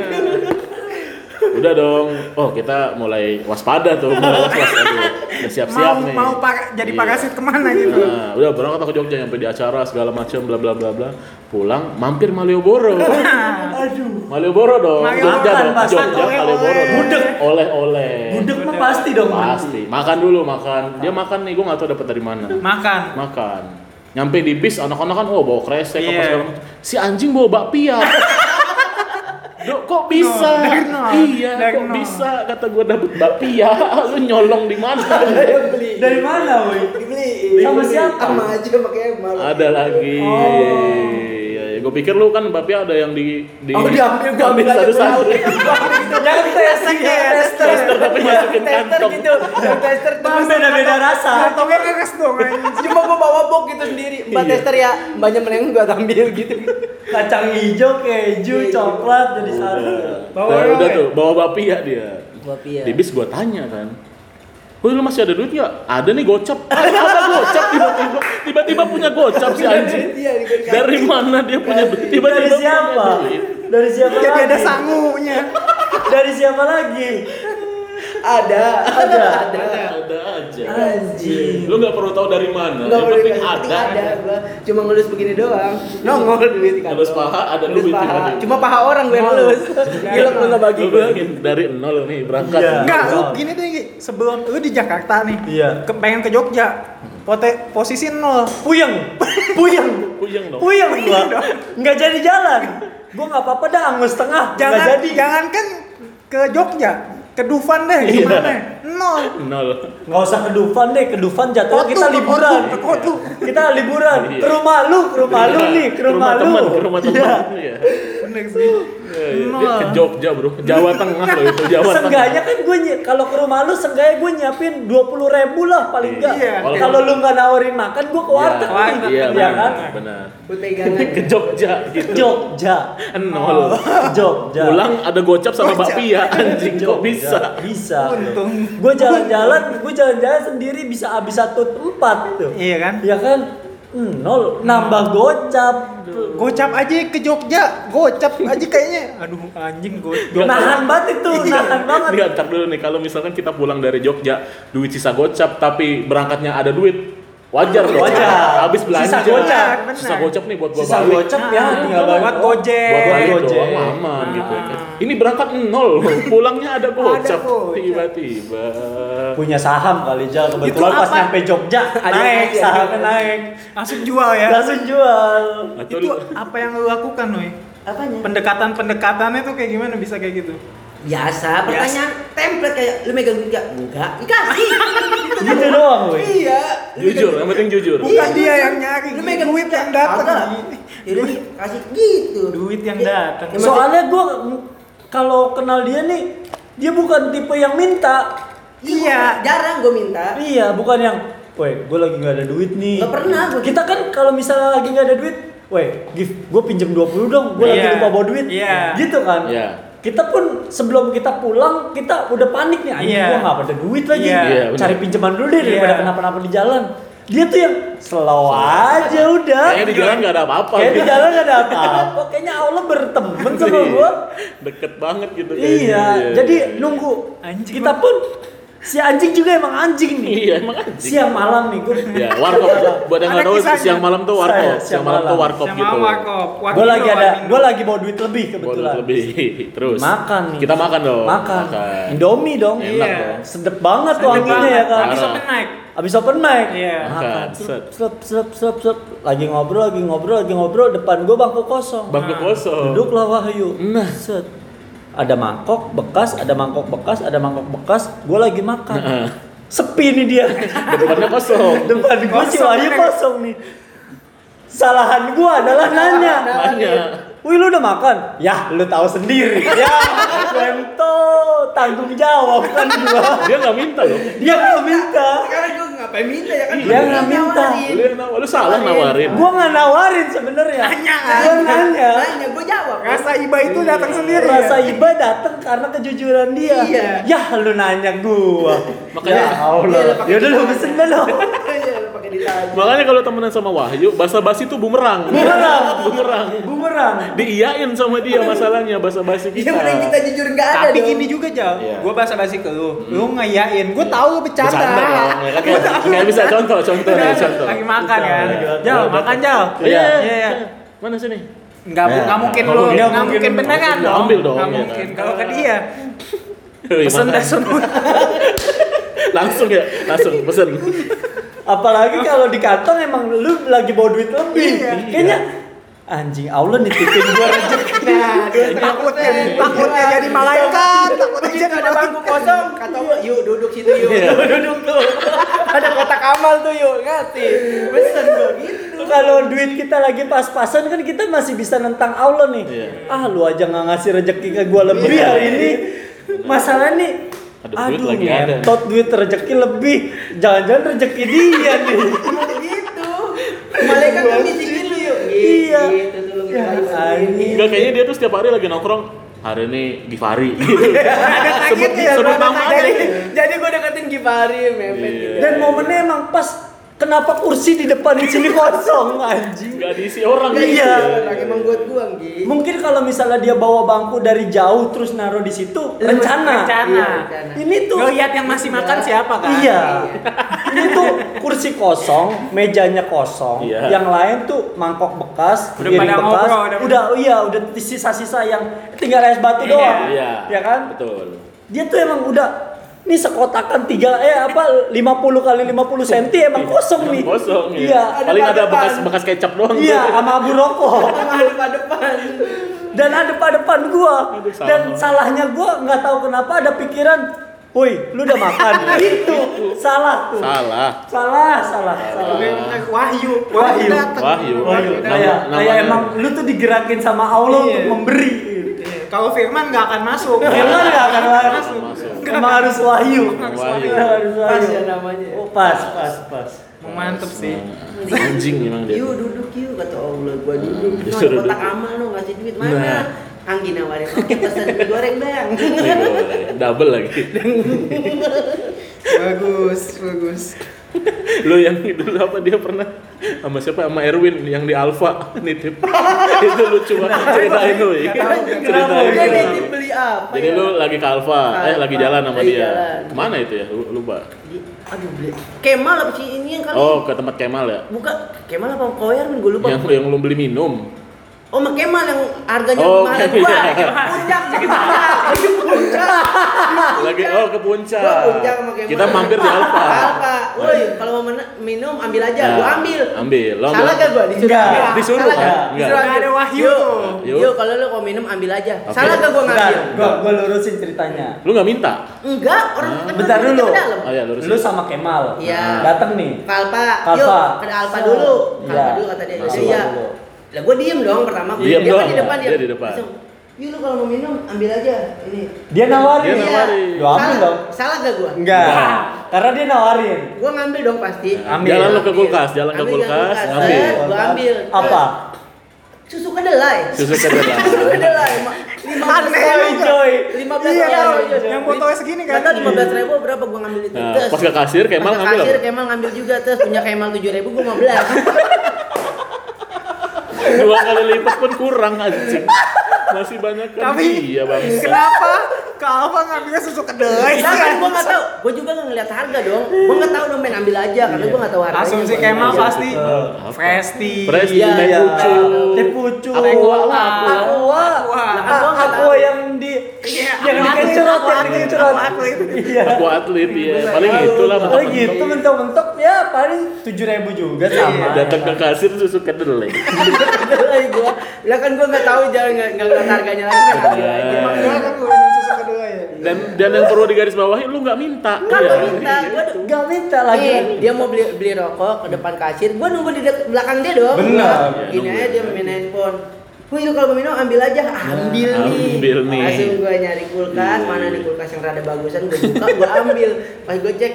[SPEAKER 3] Udah dong. Oh, kita mulai waspada tuh. Mulai was-was. Aduh, udah siap-siap
[SPEAKER 2] mau
[SPEAKER 3] nih.
[SPEAKER 2] mau para- jadi
[SPEAKER 3] Iya.
[SPEAKER 2] parasit kemana gitu?
[SPEAKER 3] Nah, udah berangkat ke Jogja nyampe di acara segala macam bla bla bla bla. Pulang mampir Malioboro.
[SPEAKER 4] Iya. Aduh.
[SPEAKER 3] Malioboro dong.
[SPEAKER 2] Malioboro
[SPEAKER 3] Jogja
[SPEAKER 4] kan
[SPEAKER 3] dong.
[SPEAKER 4] pasti.
[SPEAKER 3] Jogja
[SPEAKER 2] Oleh-oleh.
[SPEAKER 3] Malioboro.
[SPEAKER 4] Budek.
[SPEAKER 3] Oleh-oleh.
[SPEAKER 4] Budek mah pasti dong.
[SPEAKER 3] Eh, Pasti. Makan dulu, makan. Dia makan nih, gue nggak tahu dapat dari mana.
[SPEAKER 2] Makan.
[SPEAKER 3] Makan. Nyampe di bis, anak-anak kan, oh bawa kresek apa
[SPEAKER 2] Iya.
[SPEAKER 3] segala macam. Si anjing bawa bakpia. Dok, kok bisa?
[SPEAKER 2] No, dari nol.
[SPEAKER 3] Iya,
[SPEAKER 2] Dari
[SPEAKER 3] kok
[SPEAKER 2] nol.
[SPEAKER 3] bisa? Kata gue dapet bakpia. Lu nyolong di mana?
[SPEAKER 4] Dari mana, woi?
[SPEAKER 1] dibeli
[SPEAKER 4] Sama siapa?
[SPEAKER 1] sama aja pakai malu
[SPEAKER 3] ada lagi. Iya, iya. Gue pikir lu kan bakpia ada yang di... di
[SPEAKER 1] Oh, diambil, gua ambil aja,
[SPEAKER 3] satu-satu.
[SPEAKER 1] gua
[SPEAKER 4] Yang tester, yang tester.
[SPEAKER 3] Tester tapi masukin
[SPEAKER 1] tester
[SPEAKER 3] kantong.
[SPEAKER 1] Iya, gitu yang tester
[SPEAKER 4] Cuma beda-beda rasa.
[SPEAKER 2] Kantongnya keras dong. anjing.
[SPEAKER 1] cuma gua bawa box gitu sendiri mbak
[SPEAKER 3] Iya.
[SPEAKER 1] tester ya mbaknya menengok gua ambil gitu
[SPEAKER 4] Kacang hijau, keju, coklat jadi satu.
[SPEAKER 2] Bawa
[SPEAKER 3] Nah,
[SPEAKER 2] oleh-oleh.
[SPEAKER 3] udah tuh, bawa bakpia dia.
[SPEAKER 1] gua pia
[SPEAKER 3] Di bis gue tanya kan, Woi lu masih ada duit nggak? Ada nih gocap. Ah, Ada gocap tiba-tiba. Tiba-tiba punya gocap si anjing.
[SPEAKER 1] Iya, dikasih.
[SPEAKER 3] Dari mana dia punya duit? Tiba-tiba
[SPEAKER 4] Dari
[SPEAKER 3] punya
[SPEAKER 4] siapa?
[SPEAKER 3] duit.
[SPEAKER 4] Dari siapa
[SPEAKER 2] Jadi ada
[SPEAKER 4] lagi?
[SPEAKER 2] sangunya.
[SPEAKER 4] Dari siapa lagi?
[SPEAKER 1] ada ada ada
[SPEAKER 3] Ada, ada aja.
[SPEAKER 1] Iya. anjing
[SPEAKER 3] Lu nggak perlu tahu dari mana.
[SPEAKER 1] Enggak
[SPEAKER 3] Yang
[SPEAKER 1] boleh
[SPEAKER 3] penting
[SPEAKER 1] dikasih,
[SPEAKER 3] ada.
[SPEAKER 1] ada. Gua cuma ngelus begini doang. Nongol duit di
[SPEAKER 3] Ngelus
[SPEAKER 1] kantong.
[SPEAKER 3] paha, ada
[SPEAKER 1] Ngelus
[SPEAKER 3] duit
[SPEAKER 1] paha.
[SPEAKER 3] tiba-tiba.
[SPEAKER 1] Cuma paha orang gue yang ngelus.
[SPEAKER 3] Iya.
[SPEAKER 1] Gila lu enggak bagi
[SPEAKER 3] Lu
[SPEAKER 1] gue.
[SPEAKER 3] bayangin dari nol nih berangkat.
[SPEAKER 4] Iya.
[SPEAKER 2] Enggak, lu
[SPEAKER 4] Wow.
[SPEAKER 2] gini deh, Gi. sebelum lu di Jakarta nih.
[SPEAKER 4] Iya.
[SPEAKER 2] Ke, pengen ke Jogja. Pote, posisi nol.
[SPEAKER 4] Puyeng. Puyeng.
[SPEAKER 3] Puyeng dong.
[SPEAKER 2] Puyeng
[SPEAKER 4] Gua
[SPEAKER 2] dong.
[SPEAKER 4] nggak jadi jalan. Gua nggak apa-apa dah angus tengah.
[SPEAKER 2] Jangan
[SPEAKER 4] Nggak jadi.
[SPEAKER 2] jangan kan ke Jogja, ke Dufan deh
[SPEAKER 3] Iya.
[SPEAKER 2] gimana? Nol.
[SPEAKER 3] Nol.
[SPEAKER 4] Nggak usah ke Dufan deh, ke Dufan jatuh
[SPEAKER 2] Kotu,
[SPEAKER 4] kita
[SPEAKER 2] ke
[SPEAKER 4] liburan.
[SPEAKER 2] Kotu, ke Kotu.
[SPEAKER 4] Kita liburan.
[SPEAKER 3] Iya.
[SPEAKER 4] Ke rumah lu, ke rumah lu
[SPEAKER 3] Iya.
[SPEAKER 4] nih, ke rumah, lu.
[SPEAKER 3] teman, ke rumah teman.
[SPEAKER 4] Iya.
[SPEAKER 3] Iya.
[SPEAKER 2] Bener sih.
[SPEAKER 3] Iya, iya. Dia
[SPEAKER 2] Nol.
[SPEAKER 3] ke Jogja, Bro. Jawa Tengah loh itu, Jawa Tengah.
[SPEAKER 4] Seenggaknya kan gue kalau ke rumah lu seenggaknya gue nyiapin 20 ribu lah paling enggak.
[SPEAKER 2] Iya.
[SPEAKER 4] Kalau lu nggak nawarin makan gue ke warteg.
[SPEAKER 2] Iya,
[SPEAKER 4] nih.
[SPEAKER 3] Iya,
[SPEAKER 4] Iya
[SPEAKER 3] benar.
[SPEAKER 4] kan?
[SPEAKER 3] Benar.
[SPEAKER 1] Gue pegangan.
[SPEAKER 3] Ke Jogja gitu.
[SPEAKER 4] Jogja.
[SPEAKER 3] nol
[SPEAKER 4] Oh. Jogja.
[SPEAKER 3] pulang ada gocap sama
[SPEAKER 2] Gocap.
[SPEAKER 3] bakpia anjing kok bisa
[SPEAKER 4] Bisa.
[SPEAKER 2] Untung.
[SPEAKER 4] Gue jalan-jalan, gue jalan-jalan sendiri bisa habis satu tempat tuh.
[SPEAKER 2] Iya kan?
[SPEAKER 4] Ya kan? Hmm, nol nambah gocap.
[SPEAKER 2] Gocap aja ke Jogja, gocap aja kayaknya. Aduh, anjing gocap.
[SPEAKER 3] Gak
[SPEAKER 4] Nahan banget itu, nahan banget.
[SPEAKER 3] Iya. Nggak, ntar dulu nih kalau misalkan kita pulang dari Jogja duit sisa gocap tapi berangkatnya ada duit wajar dong
[SPEAKER 4] Wajar.
[SPEAKER 3] habis belanja
[SPEAKER 4] Sisa gocap,
[SPEAKER 2] benar.
[SPEAKER 3] sisa gocap nih buat gua
[SPEAKER 4] Sisa
[SPEAKER 3] balik
[SPEAKER 4] gocap ya tinggal balik.
[SPEAKER 2] Buat
[SPEAKER 3] buat
[SPEAKER 2] gojek.
[SPEAKER 3] balik
[SPEAKER 4] Gojek.
[SPEAKER 3] doang aman gitu ya kan
[SPEAKER 2] Ah.
[SPEAKER 3] ini berangkat nol pulangnya ada gocap
[SPEAKER 2] gocap.
[SPEAKER 3] tiba-tiba
[SPEAKER 4] Punya saham kali Jal, kebetulan
[SPEAKER 2] Itu
[SPEAKER 4] pas
[SPEAKER 2] apa?
[SPEAKER 4] nyampe Jogja naik,
[SPEAKER 2] Naik,
[SPEAKER 4] sahamnya naik.
[SPEAKER 2] Langsung jual ya.
[SPEAKER 4] gitu. Langsung jual.
[SPEAKER 3] Atau
[SPEAKER 2] Itu
[SPEAKER 3] lu-
[SPEAKER 2] apa yang lu lakukan, Noy?
[SPEAKER 1] Apanya?
[SPEAKER 2] Pendekatan-pendekatannya tuh kayak gimana bisa kayak gitu?
[SPEAKER 1] Biasa, pertanyaan template kayak lu megang duit enggak? Enggak. Dikasih.
[SPEAKER 4] Gitu doang, woi.
[SPEAKER 1] Iya.
[SPEAKER 3] jujur yang penting jujur
[SPEAKER 4] Iya.
[SPEAKER 2] Bukan dia yang nyari,
[SPEAKER 1] Lu megang duit
[SPEAKER 2] duit yang
[SPEAKER 1] yang
[SPEAKER 2] datang.
[SPEAKER 1] Yaudah nih, kasih gitu.
[SPEAKER 2] Duit yang
[SPEAKER 1] Ya,
[SPEAKER 2] datang.
[SPEAKER 1] ya, maksud-
[SPEAKER 4] Soalnya gue kalau kenal dia nih, dia bukan tipe yang minta.
[SPEAKER 2] Iya.
[SPEAKER 1] Jarang gue minta.
[SPEAKER 4] Iya, bukan yang, weh, gue lagi nggak ada duit nih.
[SPEAKER 1] Nggak pernah gua.
[SPEAKER 4] Kita kan kalau misalnya lagi nggak ada duit, weh, give, gue pinjem 20 dong, gue lagi
[SPEAKER 2] Iya.
[SPEAKER 4] lupa bawa duit.
[SPEAKER 2] Iya.
[SPEAKER 4] Gitu kan.
[SPEAKER 3] Iya.
[SPEAKER 4] Kita pun sebelum kita pulang, kita udah panik nih, anjing
[SPEAKER 2] Iya.
[SPEAKER 4] gue nggak ada duit lagi.
[SPEAKER 2] Iya.
[SPEAKER 3] Iya, benar.
[SPEAKER 4] Cari pinjaman dulu deh daripada
[SPEAKER 2] Iya.
[SPEAKER 4] kenapa-napa di jalan. Dia tuh yang slow aja udah.
[SPEAKER 3] Kayaknya di jalan nggak ada apa-apa.
[SPEAKER 4] Kayaknya di
[SPEAKER 3] gitu.
[SPEAKER 4] jalan nggak ada apa-apa. Kayaknya Allah berteman sama
[SPEAKER 3] Iya.
[SPEAKER 4] gue.
[SPEAKER 3] Deket banget gitu. kayaknya.
[SPEAKER 4] Iya, jadi
[SPEAKER 3] iya.
[SPEAKER 4] nunggu.
[SPEAKER 2] Anjing
[SPEAKER 4] kita pun si anjing juga emang anjing nih.
[SPEAKER 3] Iya emang anjing.
[SPEAKER 4] Siang malam nih gue.
[SPEAKER 3] Ya, warkop. Buat yang
[SPEAKER 2] Ada
[SPEAKER 3] nggak tahu
[SPEAKER 2] kisahnya.
[SPEAKER 3] siang malam tuh
[SPEAKER 4] Saya,
[SPEAKER 3] warkop.
[SPEAKER 4] siang
[SPEAKER 3] Siang malam tuh
[SPEAKER 4] malam.
[SPEAKER 3] warkop
[SPEAKER 2] Sama
[SPEAKER 3] gitu.
[SPEAKER 2] Warkop. Warkop
[SPEAKER 4] Gue lagi
[SPEAKER 2] itu
[SPEAKER 4] ada,
[SPEAKER 2] warkop.
[SPEAKER 4] gue lagi bawa duit lebih
[SPEAKER 3] Bonus
[SPEAKER 4] kebetulan.
[SPEAKER 3] lebih. Terus.
[SPEAKER 4] Makan nih.
[SPEAKER 3] Kita makan dong.
[SPEAKER 4] Makan. Indomie dong.
[SPEAKER 3] Enak
[SPEAKER 2] Iya.
[SPEAKER 3] dong.
[SPEAKER 4] Sedep banget
[SPEAKER 2] Sedep
[SPEAKER 4] wanginya ya
[SPEAKER 2] banget.
[SPEAKER 4] kan.
[SPEAKER 2] Habis
[SPEAKER 3] Parah.
[SPEAKER 2] open mic.
[SPEAKER 4] Abis open mic.
[SPEAKER 2] Iya.
[SPEAKER 4] Makan.
[SPEAKER 3] Makan,
[SPEAKER 4] Slep, slep, slep, slep, slep. Lagi ngobrol, lagi ngobrol, lagi ngobrol. Depan gue bangku kosong.
[SPEAKER 2] Nah.
[SPEAKER 3] Bangku kosong.
[SPEAKER 4] Duduklah Wahyu.
[SPEAKER 3] Nah.
[SPEAKER 4] Set. Ada mangkok bekas, ada mangkok bekas, ada mangkok bekas. Gue lagi makan. Sepi nih dia.
[SPEAKER 3] Depannya kosong.
[SPEAKER 4] Depan gue si
[SPEAKER 2] Kosong,
[SPEAKER 4] Wahyu
[SPEAKER 2] kan?
[SPEAKER 4] kosong nih. Salahan gue adalah nanya.
[SPEAKER 3] Nanya.
[SPEAKER 4] Wih lu udah makan? Yah lu tahu sendiri. ya, Bento tanggung jawab kan gua.
[SPEAKER 3] Dia nggak minta loh.
[SPEAKER 4] Dia nggak minta.
[SPEAKER 1] Sekarang gue Iya, ngapain minta Iya, ya kan?
[SPEAKER 4] Iya,
[SPEAKER 1] Gua
[SPEAKER 4] nggak minta.
[SPEAKER 1] nawarin.
[SPEAKER 3] Lu, yang nawar- lu
[SPEAKER 4] Iya.
[SPEAKER 3] salah nawarin.
[SPEAKER 4] Gua nggak nawarin sebenarnya.
[SPEAKER 2] Nanya,
[SPEAKER 4] Gua nanya.
[SPEAKER 1] Iya, Nanya, gue jawab.
[SPEAKER 2] Rasa iba itu datang sendiri. ya?
[SPEAKER 4] Iya. Rasa iba datang karena kejujuran dia.
[SPEAKER 1] Iya.
[SPEAKER 4] Yah lu nanya gua.
[SPEAKER 3] Makanya-
[SPEAKER 4] ya Allah.
[SPEAKER 1] Iya, pakai
[SPEAKER 4] Ya udah lu
[SPEAKER 1] ditanya.
[SPEAKER 4] pesen dah lu.
[SPEAKER 1] Iya, lu pakai ditanya.
[SPEAKER 3] Makanya kalau temenan sama Wahyu, basa-basi tuh bumerang.
[SPEAKER 4] Bumerang.
[SPEAKER 3] bumerang.
[SPEAKER 4] Bumerang.
[SPEAKER 3] Diiyain sama dia masalahnya basa-basi
[SPEAKER 1] Iya,
[SPEAKER 3] kita.
[SPEAKER 1] udah kita jujur nggak ada
[SPEAKER 2] Tapi
[SPEAKER 1] dong.
[SPEAKER 2] gini juga Jal,
[SPEAKER 3] Iya.
[SPEAKER 2] gue bahasa basi ke lu, lu ngayain, gue tahu lu bercanda.
[SPEAKER 3] Bercanda dong, ya kan? Kayak bisa contoh, contoh nih, contoh.
[SPEAKER 2] Lagi makan kan,
[SPEAKER 3] Iya.
[SPEAKER 2] Jal, makan Jal.
[SPEAKER 3] Iya.
[SPEAKER 2] Iya.
[SPEAKER 3] Mana sini?
[SPEAKER 2] Nggak
[SPEAKER 4] Iya.
[SPEAKER 2] nggak mungkin
[SPEAKER 3] Nggak
[SPEAKER 2] lu,
[SPEAKER 3] mungkin.
[SPEAKER 2] nggak mungkin
[SPEAKER 3] Nggak
[SPEAKER 2] beneran
[SPEAKER 3] mungkin.
[SPEAKER 2] dong.
[SPEAKER 3] Ambil dong,
[SPEAKER 2] Nggak
[SPEAKER 3] iya
[SPEAKER 2] mungkin.
[SPEAKER 3] kan?
[SPEAKER 2] Kalau ke dia,
[SPEAKER 3] Hei,
[SPEAKER 2] pesen
[SPEAKER 3] makan.
[SPEAKER 2] dah semua.
[SPEAKER 3] Langsung ya, langsung pesen.
[SPEAKER 4] Apalagi kalau di kantong emang lu lagi bawa duit lebih.
[SPEAKER 2] Iya.
[SPEAKER 4] Kayaknya anjing Allah nitipin gua rezeki.
[SPEAKER 2] Nah, dia takutnya, takutnya
[SPEAKER 3] Iya.
[SPEAKER 2] jadi malaikat, takutnya
[SPEAKER 1] Begitu
[SPEAKER 2] jadi
[SPEAKER 1] ada bangku kosong, kata gua, yuk duduk situ yuk.
[SPEAKER 3] Iya.
[SPEAKER 1] Duduk tuh.
[SPEAKER 2] ada kotak amal tuh yuk, ngerti.
[SPEAKER 1] Pesen gue gitu.
[SPEAKER 4] Kalau duit kita lagi pas-pasan kan kita masih bisa nentang Allah nih.
[SPEAKER 3] Iya.
[SPEAKER 4] Ah lu aja nggak ngasih rezeki ke gua lebih
[SPEAKER 3] Iya.
[SPEAKER 4] hari ini. Masalah nih.
[SPEAKER 3] Aduh, duit lagi ada.
[SPEAKER 4] ngentot duit rezeki lebih. Jangan-jangan rezeki dia nih.
[SPEAKER 1] Gitu. Malaikat kan bisikin lu yuk.
[SPEAKER 4] Iya.
[SPEAKER 1] Gitu tuh lu
[SPEAKER 4] Ya,
[SPEAKER 1] ngerayu.
[SPEAKER 3] Enggak kayaknya dia tuh setiap hari lagi nongkrong. Hari ini Givari gitu. sebut
[SPEAKER 2] Gitu ya,
[SPEAKER 3] sebut
[SPEAKER 2] Bang.
[SPEAKER 3] nama aja.
[SPEAKER 1] Jadi, jadi gue deketin Givari, mepet
[SPEAKER 3] Iya.
[SPEAKER 1] gitu.
[SPEAKER 4] Dan momennya emang pas kenapa kursi di depan sini kosong anjing.
[SPEAKER 3] Enggak diisi orang
[SPEAKER 4] Iya.
[SPEAKER 3] gitu ya.
[SPEAKER 1] Orang emang buat gua gitu.
[SPEAKER 4] Mungkin kalau misalnya dia bawa bangku dari jauh terus naruh di situ rencana.
[SPEAKER 2] Rencana.
[SPEAKER 1] Iya, rencana.
[SPEAKER 4] Ini tuh
[SPEAKER 2] Lo lihat yang masih makan siapa kan?
[SPEAKER 4] Iya. Ini tuh kursi kosong, mejanya kosong,
[SPEAKER 3] Iya.
[SPEAKER 4] yang lain tuh mangkok bekas,
[SPEAKER 2] Udah
[SPEAKER 4] piring
[SPEAKER 2] pada
[SPEAKER 4] bekas,
[SPEAKER 2] ngobrol, udah-
[SPEAKER 4] udah iya udah sisa-sisa yang tinggal es batu
[SPEAKER 2] Iya.
[SPEAKER 4] doang.
[SPEAKER 3] Iya.
[SPEAKER 4] Ya kan?
[SPEAKER 3] Betul.
[SPEAKER 4] Dia tuh emang udah ini sekotakan tiga eh apa 50 kali 50 cm emang kosong nih.
[SPEAKER 3] Kosong ya.
[SPEAKER 4] Iya.
[SPEAKER 3] Paling ada
[SPEAKER 1] padepan.
[SPEAKER 3] bekas bekas kecap doang.
[SPEAKER 4] Iya, sama abu rokok.
[SPEAKER 1] Sama depan-depan.
[SPEAKER 4] dan ada pada depan gua
[SPEAKER 3] Aduh, salah.
[SPEAKER 4] dan salahnya gua nggak tahu kenapa ada pikiran woi lu udah makan itu salah tuh
[SPEAKER 3] Salah.
[SPEAKER 4] salah salah salah
[SPEAKER 2] Wahyu,
[SPEAKER 4] Wahyu.
[SPEAKER 2] datang.
[SPEAKER 3] Wahyu. Wahyu. Nama-
[SPEAKER 4] kayak kayak
[SPEAKER 3] namanya.
[SPEAKER 4] emang lu tuh digerakin sama Allah
[SPEAKER 2] Iya.
[SPEAKER 4] untuk memberi
[SPEAKER 2] Kalau Firman nggak akan masuk.
[SPEAKER 4] Firman
[SPEAKER 3] Iya.
[SPEAKER 4] nggak akan
[SPEAKER 3] Masuk.
[SPEAKER 4] masuk emang harus wahyu
[SPEAKER 2] Harus
[SPEAKER 3] Wahyu.
[SPEAKER 4] Emang harus
[SPEAKER 1] Pas
[SPEAKER 4] wahyu
[SPEAKER 1] ya namanya.
[SPEAKER 4] oh pas pas pas
[SPEAKER 2] Mantep sih.
[SPEAKER 3] Anjing memang dia.
[SPEAKER 1] Yuk duduk yuk kata Allah gua duduk. Nah,
[SPEAKER 3] Hmm, Iya. disuruh
[SPEAKER 1] kotak
[SPEAKER 3] duduk.
[SPEAKER 1] amal lu ngasih duit
[SPEAKER 3] Nah.
[SPEAKER 1] mana? Anggi nawarin, oke pesan mie goreng bang.
[SPEAKER 3] Nih, boleh. Double lagi.
[SPEAKER 2] Bagus, bagus.
[SPEAKER 3] Lu yang dulu apa dia pernah sama siapa sama Erwin yang di Alfa nitip. Itu lucu banget ceritain lu. ya. Ceritain.
[SPEAKER 1] Dia
[SPEAKER 3] lu.
[SPEAKER 1] nanti beli apa?
[SPEAKER 3] Jadi
[SPEAKER 1] ya?
[SPEAKER 3] lu lagi ke Alfa, eh
[SPEAKER 1] Alfa,
[SPEAKER 3] lagi jalan sama
[SPEAKER 1] lagi
[SPEAKER 3] dia.
[SPEAKER 1] jalan.
[SPEAKER 3] Kemana itu ya? Lu- Lupa.
[SPEAKER 1] Di- Aduh beli. Kemal apa sih ini yang kali?
[SPEAKER 3] Oh, ke tempat Kemal ya.
[SPEAKER 1] Bukan Kemal apa Koyer gue lupa.
[SPEAKER 3] Yang yang lu beli minum.
[SPEAKER 1] Oh, sama Kemal yang harganya
[SPEAKER 3] Oh,
[SPEAKER 1] mahal
[SPEAKER 3] iya.
[SPEAKER 1] gua. Puncak puncak.
[SPEAKER 3] Lagi oh ke puncak.
[SPEAKER 1] Ah, Gua puncak sama Kemal. Ah.
[SPEAKER 3] Kita mampir di Alfa.
[SPEAKER 1] Alfa. Woi, kalau mau mena- minum ambil aja,
[SPEAKER 3] Nah,
[SPEAKER 1] gua ambil.
[SPEAKER 3] Ambil. Lo ambil.
[SPEAKER 1] Salah gak gua disuruh?
[SPEAKER 4] Enggak.
[SPEAKER 1] ambil?
[SPEAKER 3] Disuruh
[SPEAKER 1] Salah
[SPEAKER 3] kan?
[SPEAKER 1] nggak?
[SPEAKER 3] Enggak.
[SPEAKER 1] Disuruh
[SPEAKER 2] Nggak
[SPEAKER 1] ambil.
[SPEAKER 2] ada wahyu
[SPEAKER 1] Yuk.
[SPEAKER 2] tuh.
[SPEAKER 3] Yuk.
[SPEAKER 1] Yuk, kalau lu mau minum ambil aja.
[SPEAKER 3] Oke.
[SPEAKER 1] Salah gak gua
[SPEAKER 4] bentar
[SPEAKER 1] ngambil?
[SPEAKER 4] gua gua lurusin ceritanya
[SPEAKER 3] Lu nggak minta?
[SPEAKER 1] Enggak, orang
[SPEAKER 3] Ah.
[SPEAKER 1] kan
[SPEAKER 4] bentar
[SPEAKER 1] kita
[SPEAKER 4] dulu
[SPEAKER 1] ke dalam.
[SPEAKER 3] Oh, iya, lurusin.
[SPEAKER 4] lu sama Kemal
[SPEAKER 1] Iya.
[SPEAKER 4] datang nih
[SPEAKER 1] Ke Alfa.
[SPEAKER 4] Kalpa.
[SPEAKER 1] Yuk, ada Alfa dulu. Kalpa
[SPEAKER 4] Iya.
[SPEAKER 1] dulu kata dia.
[SPEAKER 4] Masuk
[SPEAKER 1] Iya.
[SPEAKER 4] dulu.
[SPEAKER 1] Lah gue diem dong pertama.
[SPEAKER 3] Diem
[SPEAKER 1] dia kan
[SPEAKER 3] dong.
[SPEAKER 1] di depan
[SPEAKER 3] Dia Iya, di depan.
[SPEAKER 1] Langsung, Yuk lu kalau mau minum ambil aja ini.
[SPEAKER 4] Dia nawarin.
[SPEAKER 3] Dia nawarin.
[SPEAKER 1] Iya.
[SPEAKER 4] Lu ambil
[SPEAKER 1] Salah-
[SPEAKER 4] dong.
[SPEAKER 1] Salah gak gua?
[SPEAKER 4] Enggak.
[SPEAKER 3] Enggak.
[SPEAKER 4] Karena dia nawarin.
[SPEAKER 1] Gua ngambil dong pasti.
[SPEAKER 4] Ambil.
[SPEAKER 3] Jalan lu ke kulkas, jalan ke
[SPEAKER 1] Ambil yang
[SPEAKER 3] kulkas,
[SPEAKER 1] kulkas,
[SPEAKER 3] ambil.
[SPEAKER 1] eh. Gua ambil.
[SPEAKER 4] Apa?
[SPEAKER 1] Susu kedelai.
[SPEAKER 3] Susu kedelai.
[SPEAKER 1] Susu kedelai. ma- lima belas
[SPEAKER 4] Aneh,
[SPEAKER 1] ribu.
[SPEAKER 4] coy.
[SPEAKER 1] Lima belas
[SPEAKER 2] Iya,
[SPEAKER 1] ribu.
[SPEAKER 2] yang botolnya segini
[SPEAKER 1] Gak
[SPEAKER 2] kan?
[SPEAKER 1] tau lima belas ribu berapa gua ngambil itu.
[SPEAKER 3] Nah,
[SPEAKER 1] Terus,
[SPEAKER 3] pas ke kasir,
[SPEAKER 1] pas
[SPEAKER 3] Kemal
[SPEAKER 1] ke
[SPEAKER 3] ngambil
[SPEAKER 1] kasir,
[SPEAKER 3] apa?
[SPEAKER 1] Kemal ngambil juga terus punya Kemal tujuh ribu gua mau belas.
[SPEAKER 3] Dua kali lipat pun kurang anjing. Masih banyak kan
[SPEAKER 2] Tapi
[SPEAKER 3] iya bang.
[SPEAKER 2] Kenapa? Kenapa ngambilnya susu kedelai?
[SPEAKER 1] Nah, kan gua nggak tahu. Gua juga nggak ngeliat harga dong. Gua nggak tahu dong main ambil aja karena gua nggak tahu harganya.
[SPEAKER 2] Asumsi
[SPEAKER 3] Iya,
[SPEAKER 1] Gua
[SPEAKER 2] Kemal
[SPEAKER 1] ambil aja.
[SPEAKER 2] pasti
[SPEAKER 3] Apa?
[SPEAKER 2] Presti.
[SPEAKER 3] Presti,
[SPEAKER 1] Iya,
[SPEAKER 3] teh
[SPEAKER 1] iya.
[SPEAKER 3] pucuk.
[SPEAKER 4] Teh pucuk.
[SPEAKER 3] Aqua,
[SPEAKER 4] Aqua.
[SPEAKER 2] Aqua. Aqua.
[SPEAKER 4] Aqua. Aqua yang di
[SPEAKER 2] Iya,
[SPEAKER 4] yang dikencerot, yang dikencerot. Iya.
[SPEAKER 3] Aku atlet ya. Paling itulah
[SPEAKER 4] Oh
[SPEAKER 3] mentok-mentok.
[SPEAKER 4] gitu mentok-mentok ya paling 7000 juga sama.
[SPEAKER 3] Datang ke
[SPEAKER 4] ya.
[SPEAKER 3] kasir susu kedelai.
[SPEAKER 1] Kedelai gua. Lah kan gua nggak tahu jangan nggak nggak ngeliat harganya lagi. main ambil aja.
[SPEAKER 2] Iya kan gua minum susu kedelai ya.
[SPEAKER 3] Dan dan yang perlu digarisbawahi lu nggak minta.
[SPEAKER 1] Nggak
[SPEAKER 3] Iya.
[SPEAKER 1] gua minta. Gua
[SPEAKER 4] Gak
[SPEAKER 2] Iya.
[SPEAKER 4] minta lagi.
[SPEAKER 1] Lagi dia mau beli beli rokok ke depan kasir, gua nunggu di dek- belakang dia dong.
[SPEAKER 4] Benar.
[SPEAKER 1] Gua
[SPEAKER 3] Iya,
[SPEAKER 1] Gini aja dia main handphone. Wih lu kalau mau minum ambil aja, ambil nih.
[SPEAKER 3] Nah, Ambil nih.
[SPEAKER 1] Langsung gua nyari kulkas,
[SPEAKER 3] Iya.
[SPEAKER 1] mana nih kulkas yang rada bagusan gua buka, gua ambil. Pas gua cek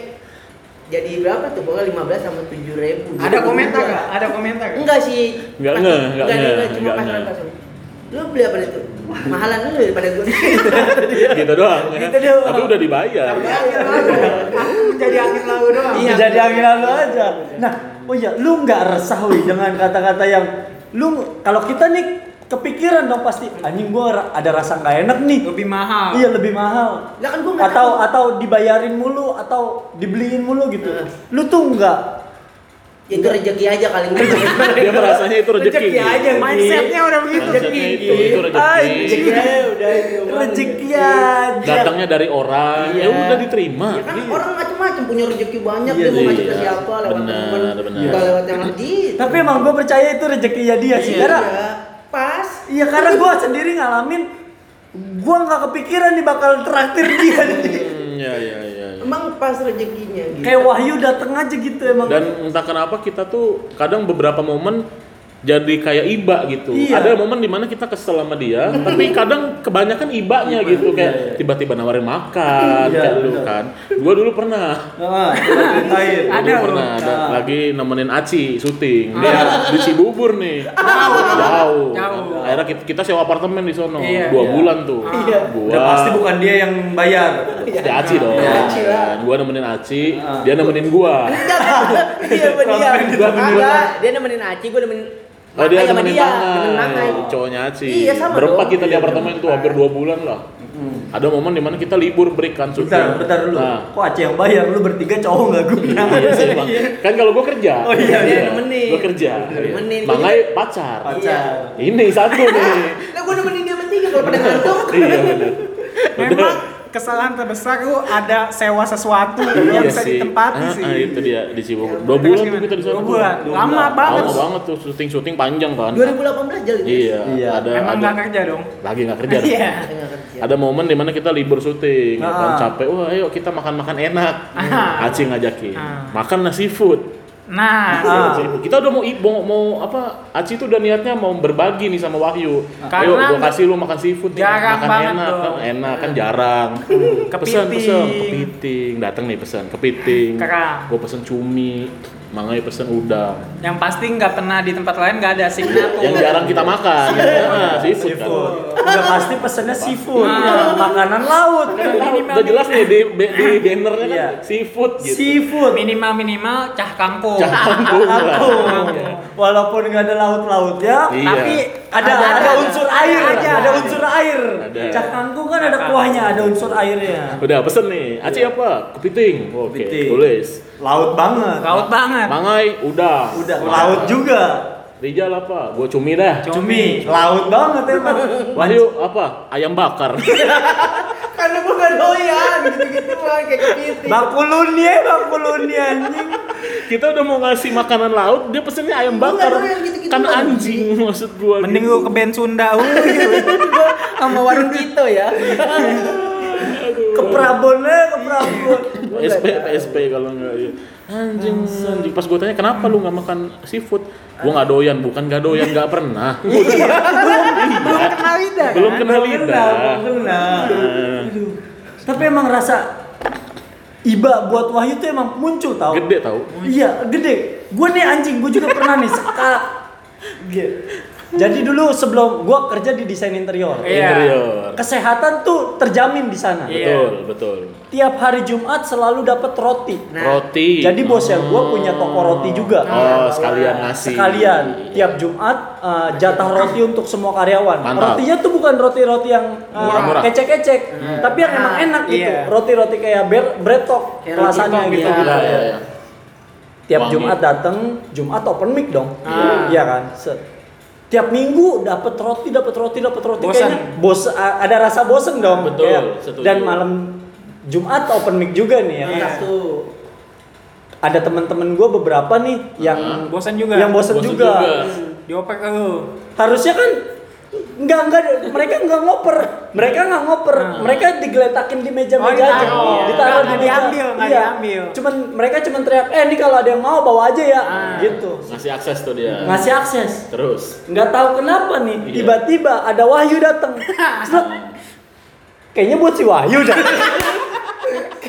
[SPEAKER 1] jadi berapa tuh? Pokoknya 15 sama 7 ribu.
[SPEAKER 2] Ada komentar gak? Ada komentar gak?
[SPEAKER 1] Enggak sih. Pas-
[SPEAKER 3] Enggak ngeh, enggak ngeh,
[SPEAKER 1] Cuma
[SPEAKER 3] enggak
[SPEAKER 1] pas
[SPEAKER 3] ngeh.
[SPEAKER 1] langsung, Lu beli apa itu? Mahalan lu daripada gua.
[SPEAKER 3] gitu doang. ya.
[SPEAKER 4] Gitu doang.
[SPEAKER 3] Tapi udah dibayar.
[SPEAKER 2] Jadi angin lalu doang.
[SPEAKER 4] Iya, jadi angin lalu aja. Nah, oh iya, lu nggak resah wih dengan kata-kata yang lu kalau kita nih kepikiran dong pasti anjing gua ra- ada rasa nggak enak nih.
[SPEAKER 2] Lebih mahal.
[SPEAKER 4] Iya, lebih mahal.
[SPEAKER 1] Lah kan gua enggak
[SPEAKER 4] Atau atau dibayarin mulu atau dibeliin mulu gitu.
[SPEAKER 1] Eh.
[SPEAKER 4] Lu tuh nggak
[SPEAKER 1] Ya, itu rezeki aja kali enggak.
[SPEAKER 3] Dia merasanya itu rezeki.
[SPEAKER 4] aja.
[SPEAKER 2] gitu. Mindsetnya udah begitu.
[SPEAKER 3] Mindsetnya itu, itu rezeki.
[SPEAKER 4] Anjing.
[SPEAKER 1] udah itu.
[SPEAKER 4] Rezeki aja.
[SPEAKER 3] Datangnya dari orang,
[SPEAKER 1] Iya.
[SPEAKER 3] ya udah diterima.
[SPEAKER 1] Ya kan
[SPEAKER 3] Iya.
[SPEAKER 1] orang macam-macam punya rezeki banyak
[SPEAKER 4] Iya,
[SPEAKER 1] dia mau ngajak ke
[SPEAKER 3] iya.
[SPEAKER 1] siapa lewat
[SPEAKER 3] Benar,
[SPEAKER 1] teman,
[SPEAKER 3] benar.
[SPEAKER 1] bukan lewat yang Iya, di.
[SPEAKER 4] Tapi emang gue percaya itu rezekinya
[SPEAKER 1] Iya.
[SPEAKER 4] dia sih. Karena
[SPEAKER 1] pas.
[SPEAKER 4] iya karena gue sendiri ngalamin gue nggak kepikiran nih bakal traktir dia nih.
[SPEAKER 3] Hmm, ya, ya, ya, ya.
[SPEAKER 1] Emang pas rezekinya gitu.
[SPEAKER 4] Kayak Wahyu dateng aja gitu emang.
[SPEAKER 3] Dan entah kenapa kita tuh kadang beberapa momen jadi kayak iba gitu.
[SPEAKER 4] Iya.
[SPEAKER 3] Ada momen dimana kita kesel sama dia, tapi kadang kebanyakan ibanya gitu kayak tiba-tiba nawarin makan,
[SPEAKER 4] Iya,
[SPEAKER 3] kayak dulu
[SPEAKER 4] benar.
[SPEAKER 3] kan. Gua dulu pernah,
[SPEAKER 4] Ah, kita ceritain.
[SPEAKER 3] Gua
[SPEAKER 2] Ada
[SPEAKER 3] dulu
[SPEAKER 2] loh.
[SPEAKER 3] pernah ada,
[SPEAKER 4] Nah.
[SPEAKER 3] lagi nemenin Aci syuting.
[SPEAKER 4] Ah.
[SPEAKER 3] Dia di Cibubur nih. Jauh.
[SPEAKER 2] Jauh.
[SPEAKER 3] Akhirnya kita, kita sewa apartemen di sono,
[SPEAKER 2] Iya.
[SPEAKER 3] dua
[SPEAKER 4] Iya.
[SPEAKER 3] bulan tuh.
[SPEAKER 4] Iya.
[SPEAKER 3] Gua,
[SPEAKER 4] Udah pasti bukan dia yang bayar.
[SPEAKER 3] Pasti Aci dong.
[SPEAKER 4] Iya, Aci
[SPEAKER 3] kan. Gua nemenin Aci,
[SPEAKER 4] Ah.
[SPEAKER 3] dia nemenin gua.
[SPEAKER 1] Iya sama dia.
[SPEAKER 4] Konten gitu.
[SPEAKER 1] Enggak, dia nemenin Aci, gue nemenin
[SPEAKER 3] Oh dia
[SPEAKER 1] makan sama
[SPEAKER 3] nemenin
[SPEAKER 1] dia,
[SPEAKER 3] tangan, Oh,
[SPEAKER 1] nemenin makan.
[SPEAKER 3] cowoknya Aci.
[SPEAKER 1] Iya, sama
[SPEAKER 3] Berempat
[SPEAKER 1] dong.
[SPEAKER 3] kita di
[SPEAKER 2] iya.
[SPEAKER 3] apartemen tuh hampir dua bulan lah. Ada momen dimana kita libur break kan syuting.
[SPEAKER 4] Bentar, bentar dulu.
[SPEAKER 3] Nah,
[SPEAKER 4] Kok Aceh yang bayar? Lu bertiga cowok nggak guna.
[SPEAKER 3] iya sih, Bang. Kan kalau gua kerja.
[SPEAKER 4] Oh, iya,
[SPEAKER 1] dia nemenin.
[SPEAKER 3] Gua kerja.
[SPEAKER 1] Nemenin.
[SPEAKER 3] Mangai pacar.
[SPEAKER 4] Pacar.
[SPEAKER 3] Ini satu nih.
[SPEAKER 1] Lah gue nemenin dia bertiga kalau pada ngantuk.
[SPEAKER 3] iya benar.
[SPEAKER 2] Memang kesalahan terbesar lu ada sewa sesuatu
[SPEAKER 3] Iya
[SPEAKER 2] yang bisa ditempati sih.
[SPEAKER 3] Ah, itu dia di Cibubur.
[SPEAKER 2] Ya,
[SPEAKER 3] Dua
[SPEAKER 2] terus
[SPEAKER 3] bulan tuh
[SPEAKER 2] gimana?
[SPEAKER 3] kita di sana.
[SPEAKER 2] Dua
[SPEAKER 3] tuh.
[SPEAKER 2] bulan.
[SPEAKER 4] Dua
[SPEAKER 2] Lama
[SPEAKER 4] bulan.
[SPEAKER 2] banget.
[SPEAKER 3] Lama banget tuh syuting-syuting panjang kan.
[SPEAKER 1] 2018 jalan.
[SPEAKER 3] Iya,
[SPEAKER 4] Iya.
[SPEAKER 3] ada
[SPEAKER 2] Emang
[SPEAKER 3] ada
[SPEAKER 2] nggak kerja dong?
[SPEAKER 3] lagi nggak kerja. dah.
[SPEAKER 2] Iya.
[SPEAKER 1] Enggak kerja.
[SPEAKER 3] Ada momen dimana kita libur syuting, ya kan
[SPEAKER 4] Ah.
[SPEAKER 3] capek, wah ayo kita makan-makan enak.
[SPEAKER 2] Ah.
[SPEAKER 3] Aci ngajakin,
[SPEAKER 2] Ah.
[SPEAKER 3] makan nasi food.
[SPEAKER 2] Nah,
[SPEAKER 4] Ah.
[SPEAKER 3] Aci, Kita udah mau i- mau, mau apa? Aci tuh udah niatnya mau berbagi nih sama Wahyu.
[SPEAKER 2] Ah. Karena
[SPEAKER 3] ayo gua kasih lu makan seafood nih,
[SPEAKER 2] jarang
[SPEAKER 3] makan
[SPEAKER 2] banget dong.
[SPEAKER 3] enak,
[SPEAKER 2] Ah. Hmm.
[SPEAKER 3] kan enak kan jarang. Pesan pesan
[SPEAKER 2] Kepiting.
[SPEAKER 3] kepiting, datang nih pesan kepiting.
[SPEAKER 2] Kerang.
[SPEAKER 3] Gua pesan cumi, Mangai pesan udang.
[SPEAKER 2] yang pasti nggak pernah di tempat lain nggak ada signatur.
[SPEAKER 3] Yang jarang kita makan, nah, seafood. kan.
[SPEAKER 4] Seafood. Udah pasti pesennya seafood.
[SPEAKER 3] Nah.
[SPEAKER 2] Ah.
[SPEAKER 4] Makanan laut.
[SPEAKER 3] Gitu. Udah jelas nih di, di bannernya kan
[SPEAKER 4] Iya.
[SPEAKER 3] seafood gitu.
[SPEAKER 4] Seafood.
[SPEAKER 2] minimal minimal cah kampung.
[SPEAKER 3] Campur lah.
[SPEAKER 4] Aku. Walaupun nggak ada laut-lautnya,
[SPEAKER 3] Iya.
[SPEAKER 2] Tapi
[SPEAKER 4] ada ada, unsur air
[SPEAKER 2] Ada.
[SPEAKER 4] aja, ada unsur air.
[SPEAKER 3] Ada.
[SPEAKER 4] Cak kangkung kan ada kuahnya, ada unsur airnya.
[SPEAKER 3] Udah pesen nih. Aci apa? Kepiting. Oke,
[SPEAKER 4] Kepiting.
[SPEAKER 3] tulis.
[SPEAKER 4] Laut banget.
[SPEAKER 2] Laut banget.
[SPEAKER 3] Mangai udah.
[SPEAKER 4] Udah, laut juga.
[SPEAKER 3] Rijal apa? Gua cumi dah.
[SPEAKER 4] Cumi, laut banget emang.
[SPEAKER 3] Wahyu apa? Ayam bakar.
[SPEAKER 1] Karena gue gak doyan gitu-gitu lah kayak kepiting.
[SPEAKER 4] Bakulunnya, bakulunnya anjing.
[SPEAKER 3] Kita udah mau ngasih makanan laut, dia pesennya ayam
[SPEAKER 1] Gua nggak
[SPEAKER 3] bakar.
[SPEAKER 1] doyan gitu-gitu
[SPEAKER 3] Kan
[SPEAKER 1] doang.
[SPEAKER 3] anjing maksud gua.
[SPEAKER 2] Mending
[SPEAKER 3] gitu.
[SPEAKER 2] lu ke band Sunda. wuih.
[SPEAKER 1] sama warung Kito ya.
[SPEAKER 4] Ke Prabonnya, ke Prabon.
[SPEAKER 3] iya. PSP, PSP kalau enggak ya. Anjing, anjing. Pas gua tanya kenapa lu nggak makan seafood? Gua nggak doyan, bukan nggak doyan, nggak pernah.
[SPEAKER 2] belum kenal Ida kan?
[SPEAKER 3] Belum kenal
[SPEAKER 4] Belum
[SPEAKER 3] Ida.
[SPEAKER 4] belum kenal.
[SPEAKER 3] Nah,
[SPEAKER 4] Aduh. Tapi emang rasa iba buat Wahyu tuh emang muncul tau.
[SPEAKER 3] Gede tau.
[SPEAKER 4] Iya, gede. Gue nih anjing, gue juga pernah nih sekal. Ge- Jadi dulu sebelum gue kerja di desain interior,
[SPEAKER 2] Iya.
[SPEAKER 3] Interior.
[SPEAKER 4] kesehatan tuh terjamin di sana.
[SPEAKER 2] Iya.
[SPEAKER 3] Betul, betul.
[SPEAKER 4] Tiap hari Jumat selalu dapat roti.
[SPEAKER 1] Nah.
[SPEAKER 3] Roti.
[SPEAKER 4] Jadi bosnya gue punya toko roti juga.
[SPEAKER 3] Iya. Oh, sekalian ngasih.
[SPEAKER 4] Sekalian tiap Jumat eh, jatah roti untuk semua karyawan.
[SPEAKER 3] Mantap.
[SPEAKER 4] Rotinya tuh bukan roti-roti yang eh,
[SPEAKER 3] Murah-murah. Hmm.
[SPEAKER 4] kecek-kecek, tapi yang emang
[SPEAKER 2] Ah,
[SPEAKER 4] enak gitu.
[SPEAKER 2] iya.
[SPEAKER 4] Roti-roti kayak ber bretok
[SPEAKER 2] Kayak
[SPEAKER 4] rasanya
[SPEAKER 2] roti tong
[SPEAKER 4] gitu.
[SPEAKER 2] gitu.
[SPEAKER 3] Iya, iya, iya.
[SPEAKER 4] Tiap
[SPEAKER 3] Wangi.
[SPEAKER 4] Jumat datang, Jumat open mic dong.
[SPEAKER 2] Ah.
[SPEAKER 4] Iya kan? Set. Tiap minggu dapat roti, dapat roti, dapat roti
[SPEAKER 2] Bosan.
[SPEAKER 4] kayaknya bos a- ada rasa bosen dong.
[SPEAKER 3] Betul,
[SPEAKER 4] Kayak-
[SPEAKER 3] setuju.
[SPEAKER 4] Dan malam Jumat open mic juga nih ya. kan?
[SPEAKER 2] Iya.
[SPEAKER 1] Satu.
[SPEAKER 4] Ada teman-teman gue beberapa nih yang
[SPEAKER 2] Bosan juga.
[SPEAKER 4] yang bosen,
[SPEAKER 3] Bosen
[SPEAKER 4] juga.
[SPEAKER 3] juga.
[SPEAKER 2] Diopek lu.
[SPEAKER 4] harusnya kan nggak nggak mereka nggak ngoper mereka nggak ngoper
[SPEAKER 2] Hmm.
[SPEAKER 4] mereka digeletakin di meja
[SPEAKER 2] Oh,
[SPEAKER 4] meja aja
[SPEAKER 2] ditaruh.
[SPEAKER 4] ditaruh di
[SPEAKER 2] Nggak
[SPEAKER 4] meja
[SPEAKER 2] diambil, nggak
[SPEAKER 4] Iya.
[SPEAKER 2] diambil.
[SPEAKER 4] cuman mereka cuman teriak eh ini kalau ada yang mau bawa aja ya
[SPEAKER 2] Ah.
[SPEAKER 4] gitu
[SPEAKER 3] Ngasih akses tuh dia.
[SPEAKER 4] ngasih akses
[SPEAKER 3] Terus.
[SPEAKER 4] nggak tahu kenapa nih
[SPEAKER 3] Iya.
[SPEAKER 4] tiba-tiba ada Wahyu datang Srek. kayaknya buat si Wahyu dah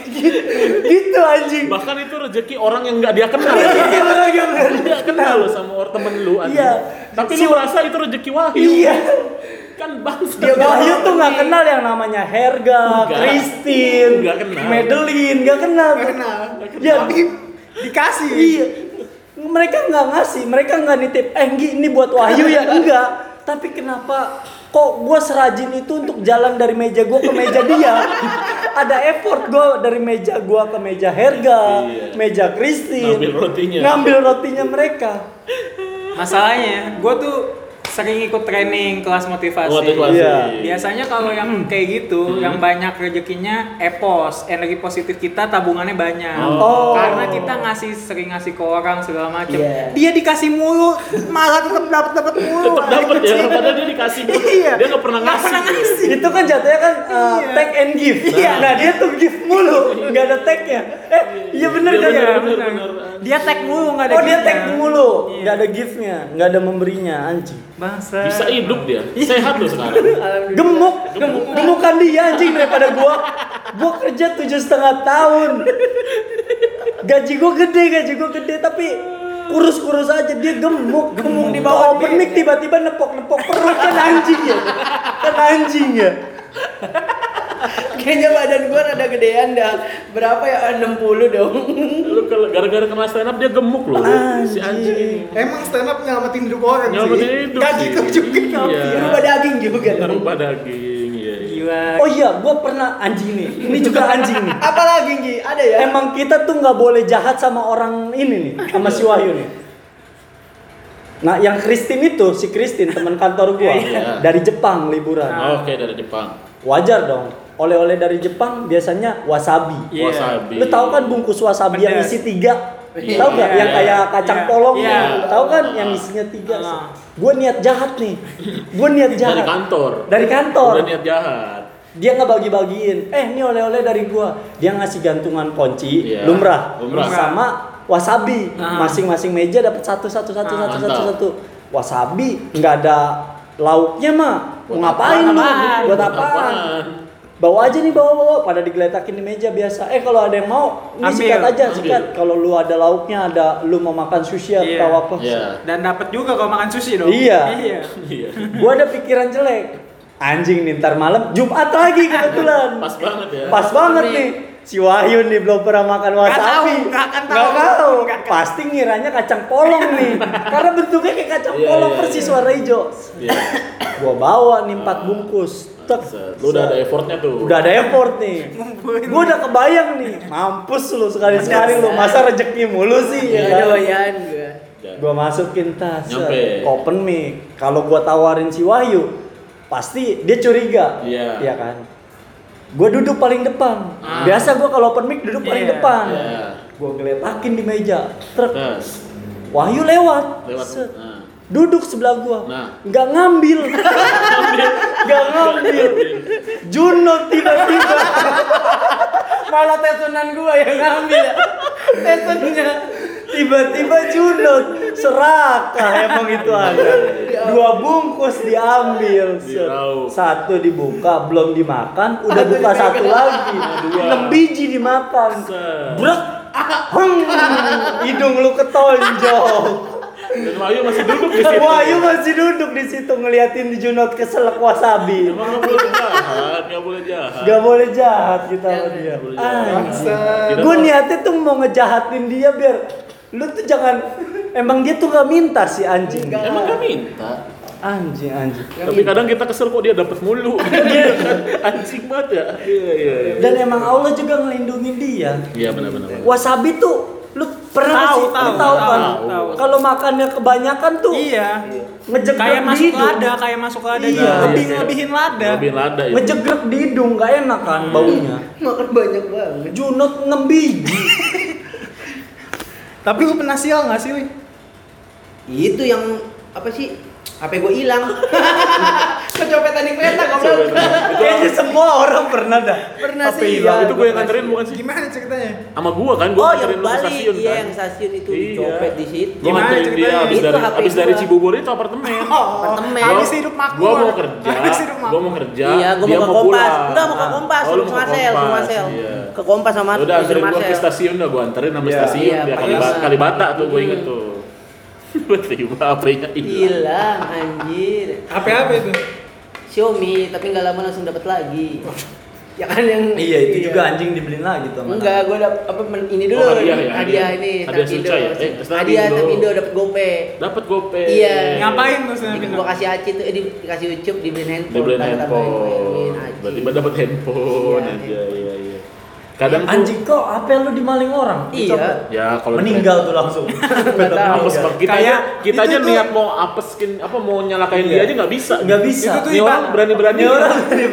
[SPEAKER 4] gitu, gitu anjing
[SPEAKER 3] Bahkan itu rezeki orang yang nggak dia kenal.
[SPEAKER 4] Orang yang nggak
[SPEAKER 3] Dia kenal lo sama orang temen lu anjing.
[SPEAKER 4] Iya.
[SPEAKER 3] Tapi lu merasa itu rezeki wahyu.
[SPEAKER 4] iya
[SPEAKER 3] Kan bangsa.
[SPEAKER 4] Dia Wahyu tuh nggak kenal yang namanya Herga,
[SPEAKER 3] Nggak.
[SPEAKER 4] Christine,
[SPEAKER 3] Nggak kenal.
[SPEAKER 4] Madeline, nggak kenal.
[SPEAKER 2] Nggak kenal.
[SPEAKER 4] Ya, di-
[SPEAKER 2] Dikasih.
[SPEAKER 4] iya. Mereka nggak ngasih, mereka nggak nitip. Eh, Nggi, ini buat Wahyu ya? Enggak. Tapi kenapa kok gue serajin itu untuk jalan dari meja gue ke meja dia? Ada effort gue dari meja gue ke meja Herga,
[SPEAKER 3] Iya.
[SPEAKER 4] meja Christine,
[SPEAKER 3] Ngambil rotinya.
[SPEAKER 4] ngambil rotinya mereka.
[SPEAKER 2] Masalahnya, gue tuh sering ikut training kelas motivasi.
[SPEAKER 3] Motivasi.
[SPEAKER 4] Iya.
[SPEAKER 2] Biasanya kalau yang kayak gitu, yang banyak rezekinya epos, energi positif kita tabungannya banyak.
[SPEAKER 4] Oh.
[SPEAKER 2] Karena kita ngasih sering ngasih ke orang segala macem.
[SPEAKER 4] Iya.
[SPEAKER 2] Dia dikasih mulu, malah tetap dapat dapat mulu.
[SPEAKER 3] Tetap dapat ya, padahal dia dikasih.
[SPEAKER 2] Iya.
[SPEAKER 3] Dia nggak pernah ngasih.
[SPEAKER 4] itu kan jatuhnya kan uh,
[SPEAKER 2] Iya.
[SPEAKER 4] take and give. Iya. Nah dia tuh give mulu, nggak ada tag-nya. Eh, iya bener
[SPEAKER 3] Iya,
[SPEAKER 4] kan ya?
[SPEAKER 3] bener, bener, bener.
[SPEAKER 2] Dia tag mulu nggak ada.
[SPEAKER 4] Oh dia
[SPEAKER 2] duitnya.
[SPEAKER 4] tag mulu,
[SPEAKER 2] Iya.
[SPEAKER 4] nggak ada give-nya, nggak ada memberinya, anjing.
[SPEAKER 2] Bangsa.
[SPEAKER 3] Bisa hidup dia.
[SPEAKER 4] Iya.
[SPEAKER 3] Sehat lo sekarang.
[SPEAKER 4] Gemuk, gemuk, gemukan dia anjing daripada gua. Gua kerja tujuh setengah tahun. Gaji gua gede, gaji gua gede, tapi kurus-kurus aja dia gemuk, gemuk di bawah open mic tiba-tiba nepok-nepok perut kan anjing ya, kan anjing ya.
[SPEAKER 1] Kayaknya badan gua rada gedean dah. Berapa ya? 60 dong.
[SPEAKER 3] Lu kalau gara-gara kena stand up dia gemuk loh. Si anjing ini.
[SPEAKER 5] Emang stand up nyelamatin hidup orang
[SPEAKER 3] Nyelamatin
[SPEAKER 5] sih.
[SPEAKER 3] hidup
[SPEAKER 5] Kaki
[SPEAKER 3] sih.
[SPEAKER 5] gua juga
[SPEAKER 3] Iya.
[SPEAKER 1] Berubah daging juga. dong.
[SPEAKER 3] Rupa daging. Iya. iya.
[SPEAKER 2] Gila.
[SPEAKER 4] Oh iya, gua pernah anjing nih. Ini juga anjing nih.
[SPEAKER 1] Apalagi Gi? Ada ya?
[SPEAKER 4] Emang kita tuh nggak boleh jahat sama orang ini nih, sama si Wahyu nih. Nah, yang Kristin itu, si Kristin teman kantor gua
[SPEAKER 3] Iya.
[SPEAKER 4] dari Jepang liburan.
[SPEAKER 3] Oke dari Jepang.
[SPEAKER 4] Wajar dong. Oleh-oleh dari Jepang biasanya wasabi.
[SPEAKER 2] Iya.
[SPEAKER 3] Wasabi.
[SPEAKER 4] Lu tahu kan bungkus wasabi yang
[SPEAKER 2] Pedas.
[SPEAKER 4] isi tiga?
[SPEAKER 3] Iya.
[SPEAKER 4] Tahu nggak yang
[SPEAKER 3] Iya.
[SPEAKER 4] kayak kacang
[SPEAKER 2] Iya.
[SPEAKER 4] polong?
[SPEAKER 2] Iya.
[SPEAKER 4] Tahu kan yang isinya tiga?
[SPEAKER 2] Ah.
[SPEAKER 4] Gua niat jahat nih. Gua niat
[SPEAKER 3] Dari
[SPEAKER 4] jahat.
[SPEAKER 3] kantor.
[SPEAKER 4] Dari kantor
[SPEAKER 3] Udah niat jahat.
[SPEAKER 4] dia ngebagi-bagiin eh ini oleh-oleh dari gua dia ngasih gantungan kunci
[SPEAKER 3] Iya.
[SPEAKER 4] lumrah,
[SPEAKER 3] Lumrah.
[SPEAKER 4] sama wasabi
[SPEAKER 2] Ah.
[SPEAKER 4] masing-masing meja dapat satu satu satu
[SPEAKER 2] Ah,
[SPEAKER 4] satu satu
[SPEAKER 3] mantap.
[SPEAKER 4] satu wasabi nggak ada lauknya mah
[SPEAKER 3] Buat
[SPEAKER 4] mau ngapain
[SPEAKER 2] apaan?
[SPEAKER 4] lu buat
[SPEAKER 3] Buat
[SPEAKER 4] apaan
[SPEAKER 3] apaan?
[SPEAKER 4] bawa aja nih bawa bawa pada digeletakin di meja biasa eh kalau ada yang mau ini
[SPEAKER 2] Ambil.
[SPEAKER 4] sikat aja
[SPEAKER 3] Ambil.
[SPEAKER 4] sikat kalau lu ada lauknya ada lu mau makan sushi
[SPEAKER 2] Iya.
[SPEAKER 4] atau apa
[SPEAKER 3] Iya.
[SPEAKER 2] Dan dapat juga kalau makan sushi dong.
[SPEAKER 4] Iya.
[SPEAKER 2] Iya.
[SPEAKER 3] Iya.
[SPEAKER 4] gua ada pikiran jelek anjing nih ntar malam jumat lagi kebetulan
[SPEAKER 3] Pas banget ya.
[SPEAKER 4] Pas banget nih. Si Wahyu nih belum pernah makan wasabi.
[SPEAKER 2] tahu, nggak akan tahu.
[SPEAKER 4] Nggak tahu.
[SPEAKER 2] Nggak akan.
[SPEAKER 4] Pasti ngiranya kacang polong nih. Karena bentuknya kayak kacang
[SPEAKER 3] Iya,
[SPEAKER 4] polong
[SPEAKER 3] iya,
[SPEAKER 4] persis
[SPEAKER 3] iya.
[SPEAKER 4] warna hijau.
[SPEAKER 3] Iya.
[SPEAKER 4] Gua bawa nih empat
[SPEAKER 3] Ah.
[SPEAKER 4] bungkus. Tek.
[SPEAKER 3] Set. Lu udah ada effortnya tuh.
[SPEAKER 4] Udah ada effort nih.
[SPEAKER 2] Ngumpulin.
[SPEAKER 4] Gua udah kebayang nih. Mampus lu sekali-sekali lu. Masa rejeki mulu sih
[SPEAKER 2] Iya,
[SPEAKER 1] Ada
[SPEAKER 4] ya. kan?
[SPEAKER 1] Iya, doyan gua.
[SPEAKER 3] Udah.
[SPEAKER 4] Gua masukin tas. ya.
[SPEAKER 3] Nyampe.
[SPEAKER 4] Open mic. Kalau gua tawarin si Wahyu, pasti dia curiga.
[SPEAKER 3] Iya.
[SPEAKER 4] Iya kan? Gua duduk paling depan.
[SPEAKER 2] Ah.
[SPEAKER 4] Biasa gua kalau open mic duduk paling
[SPEAKER 2] Iya.
[SPEAKER 4] depan.
[SPEAKER 3] Iya.
[SPEAKER 4] Gua geletakin di meja. Truk.
[SPEAKER 3] Terus
[SPEAKER 4] Wahyu lewat.
[SPEAKER 3] lewat.
[SPEAKER 4] Set.
[SPEAKER 3] Nah.
[SPEAKER 4] Duduk sebelah gua.
[SPEAKER 3] Nah.
[SPEAKER 4] Nggak ngambil. Nggak ngambil. Juno tiba-tiba.
[SPEAKER 1] Malah tetunan gua yang ngambil. Tetunnya.
[SPEAKER 4] Tiba-tiba Juno. serakah emang itu
[SPEAKER 3] Iya,
[SPEAKER 4] ada dua bungkus diambil set.
[SPEAKER 3] Diraup.
[SPEAKER 4] satu dibuka belum dimakan udah buka satu lagi
[SPEAKER 3] Iya, dua.
[SPEAKER 4] enam biji dimakan
[SPEAKER 3] Set.
[SPEAKER 4] brek heng, hidung lu ketonjol
[SPEAKER 3] Dan Wahyu masih duduk di situ. iya.
[SPEAKER 4] Wahyu masih duduk di situ ngeliatin Junot keselak wasabi
[SPEAKER 3] Emang nggak boleh jahat, nggak boleh jahat.
[SPEAKER 4] Gak boleh jahat kita sama dia.
[SPEAKER 3] boleh
[SPEAKER 4] Anjing.
[SPEAKER 5] Bangsat.
[SPEAKER 3] Kita
[SPEAKER 4] Gue
[SPEAKER 3] mau-
[SPEAKER 4] niatnya tuh mau ngejahatin dia biar lu tuh jangan emang dia tuh gak minta sih anjing.
[SPEAKER 3] Emang gak minta.
[SPEAKER 4] Anjing anjing.
[SPEAKER 3] Tapi kadang kita kesel kok dia dapat mulu. Iya kan? Anjing banget ya. Iya iya iya.
[SPEAKER 4] Dan emang Allah juga ngelindungi dia.
[SPEAKER 3] Iya benar benar. benar.
[SPEAKER 4] Wasabi tuh lu
[SPEAKER 2] Tahu,
[SPEAKER 4] pernah sih tahu,
[SPEAKER 2] tahu,
[SPEAKER 4] tahu kan?
[SPEAKER 3] tahu, tahu.
[SPEAKER 4] Kalau makannya kebanyakan tuh
[SPEAKER 2] Iya.
[SPEAKER 4] ngejegrek
[SPEAKER 2] Kayak
[SPEAKER 4] di
[SPEAKER 2] masuk
[SPEAKER 4] hidung.
[SPEAKER 2] lada, kayak masuk lada. gitu.
[SPEAKER 4] Iya.
[SPEAKER 2] Lebih lebihin lada.
[SPEAKER 3] Lebih lada ya.
[SPEAKER 4] Ngejegrek di hidung gak enak kan baunya.
[SPEAKER 1] Makan banyak banget.
[SPEAKER 4] Junot 6 biji.
[SPEAKER 2] Tapi lu pernah sial nggak sih, Li?
[SPEAKER 1] Itu yang apa sih? HP gue hilang. Kecopetan di kereta goblok.
[SPEAKER 4] Kayaknya semua orang pernah dah.
[SPEAKER 1] Pernah
[SPEAKER 4] Apa
[SPEAKER 1] sih,
[SPEAKER 4] hilang
[SPEAKER 1] iya.
[SPEAKER 3] Itu gue yang nganterin bukan sih?
[SPEAKER 5] Gimana ceritanya?
[SPEAKER 3] Sama gua kan,
[SPEAKER 1] Oh,
[SPEAKER 3] gua nganterin
[SPEAKER 1] yang
[SPEAKER 3] lu ke
[SPEAKER 1] Bali,
[SPEAKER 3] stasiun
[SPEAKER 1] iya
[SPEAKER 3] kan.
[SPEAKER 1] yang stasiun itu
[SPEAKER 3] Iya.
[SPEAKER 1] dicopet di situ.
[SPEAKER 3] Gua
[SPEAKER 2] Gimana
[SPEAKER 3] nganterin dia
[SPEAKER 2] ceritanya?
[SPEAKER 3] habis
[SPEAKER 1] Itu
[SPEAKER 3] dari
[SPEAKER 1] HP
[SPEAKER 3] habis dari
[SPEAKER 1] gua. Oh,
[SPEAKER 3] Cibubur itu apartemen.
[SPEAKER 1] Apartemen.
[SPEAKER 3] Gua-
[SPEAKER 2] Habis hidup makmur.
[SPEAKER 3] Gua mau kerja.
[SPEAKER 2] Habis hidup makmur.
[SPEAKER 3] Gua mau kerja.
[SPEAKER 1] Iya, gue
[SPEAKER 3] dia
[SPEAKER 1] mau ke Kompas. Enggak mau ke
[SPEAKER 3] Ah.
[SPEAKER 1] Kompas,
[SPEAKER 3] Oh, lu
[SPEAKER 1] suruh
[SPEAKER 3] mau ke
[SPEAKER 1] Marcel, suruh
[SPEAKER 3] Kompas,
[SPEAKER 1] Marcel.
[SPEAKER 3] iya.
[SPEAKER 1] Ke Kompas sama
[SPEAKER 3] Ya Udah
[SPEAKER 1] suruh
[SPEAKER 3] anterin gua ke stasiun dah gua anterin sampai
[SPEAKER 5] Iya.
[SPEAKER 3] stasiun
[SPEAKER 1] Iya,
[SPEAKER 3] dia
[SPEAKER 1] pakai
[SPEAKER 3] Kaliba-
[SPEAKER 1] masa.
[SPEAKER 3] Kalibata tuh gua inget tuh. Gua terima HP-nya hilang.
[SPEAKER 1] Hilang anjir.
[SPEAKER 2] Apa apa itu?
[SPEAKER 1] Xiaomi, tapi nggak lama langsung dapat lagi. ya kan yang
[SPEAKER 4] Iya, itu juga anjing dibeliin lagi tuh. sama
[SPEAKER 1] Enggak, gue dapet apa men- ini dulu
[SPEAKER 3] Oh, hadiah ya, hadiah.
[SPEAKER 1] hadiah ini
[SPEAKER 3] Hadiah
[SPEAKER 1] Snap
[SPEAKER 3] Sulca ya?
[SPEAKER 1] Indo.
[SPEAKER 3] Eh, Snap
[SPEAKER 1] hadiah
[SPEAKER 3] Indo.
[SPEAKER 1] tapi Indo dapat gope.
[SPEAKER 3] Dapat GoPay.
[SPEAKER 1] Iya.
[SPEAKER 2] Ngapain tuh Snap Indo?
[SPEAKER 1] Gue kasih Aci tuh, eh, di- dikasih Ucup dibeliin handphone.
[SPEAKER 3] Dibeliin
[SPEAKER 1] Tadi tambahin,
[SPEAKER 3] handphone.
[SPEAKER 1] bayangin, Aci.
[SPEAKER 3] Tiba-tiba dapat handphone
[SPEAKER 1] Iya,
[SPEAKER 3] aja.
[SPEAKER 1] handphone.
[SPEAKER 3] Iya iya. Kadang tuh-
[SPEAKER 4] Anjing kok HP lu dimaling orang?
[SPEAKER 1] Iya.
[SPEAKER 3] Ya kalau
[SPEAKER 4] meninggal Iya. tuh langsung.
[SPEAKER 3] Apes banget. kita aja
[SPEAKER 2] Kayak
[SPEAKER 3] kita aja
[SPEAKER 2] itu tuh-
[SPEAKER 3] niat mau apeskin apa mau nyalakain
[SPEAKER 4] Iya.
[SPEAKER 3] dia aja nggak bisa.
[SPEAKER 4] Nggak bisa.
[SPEAKER 3] Itu tuh Ini orang berani-berani.
[SPEAKER 4] Ini orang berani-berani.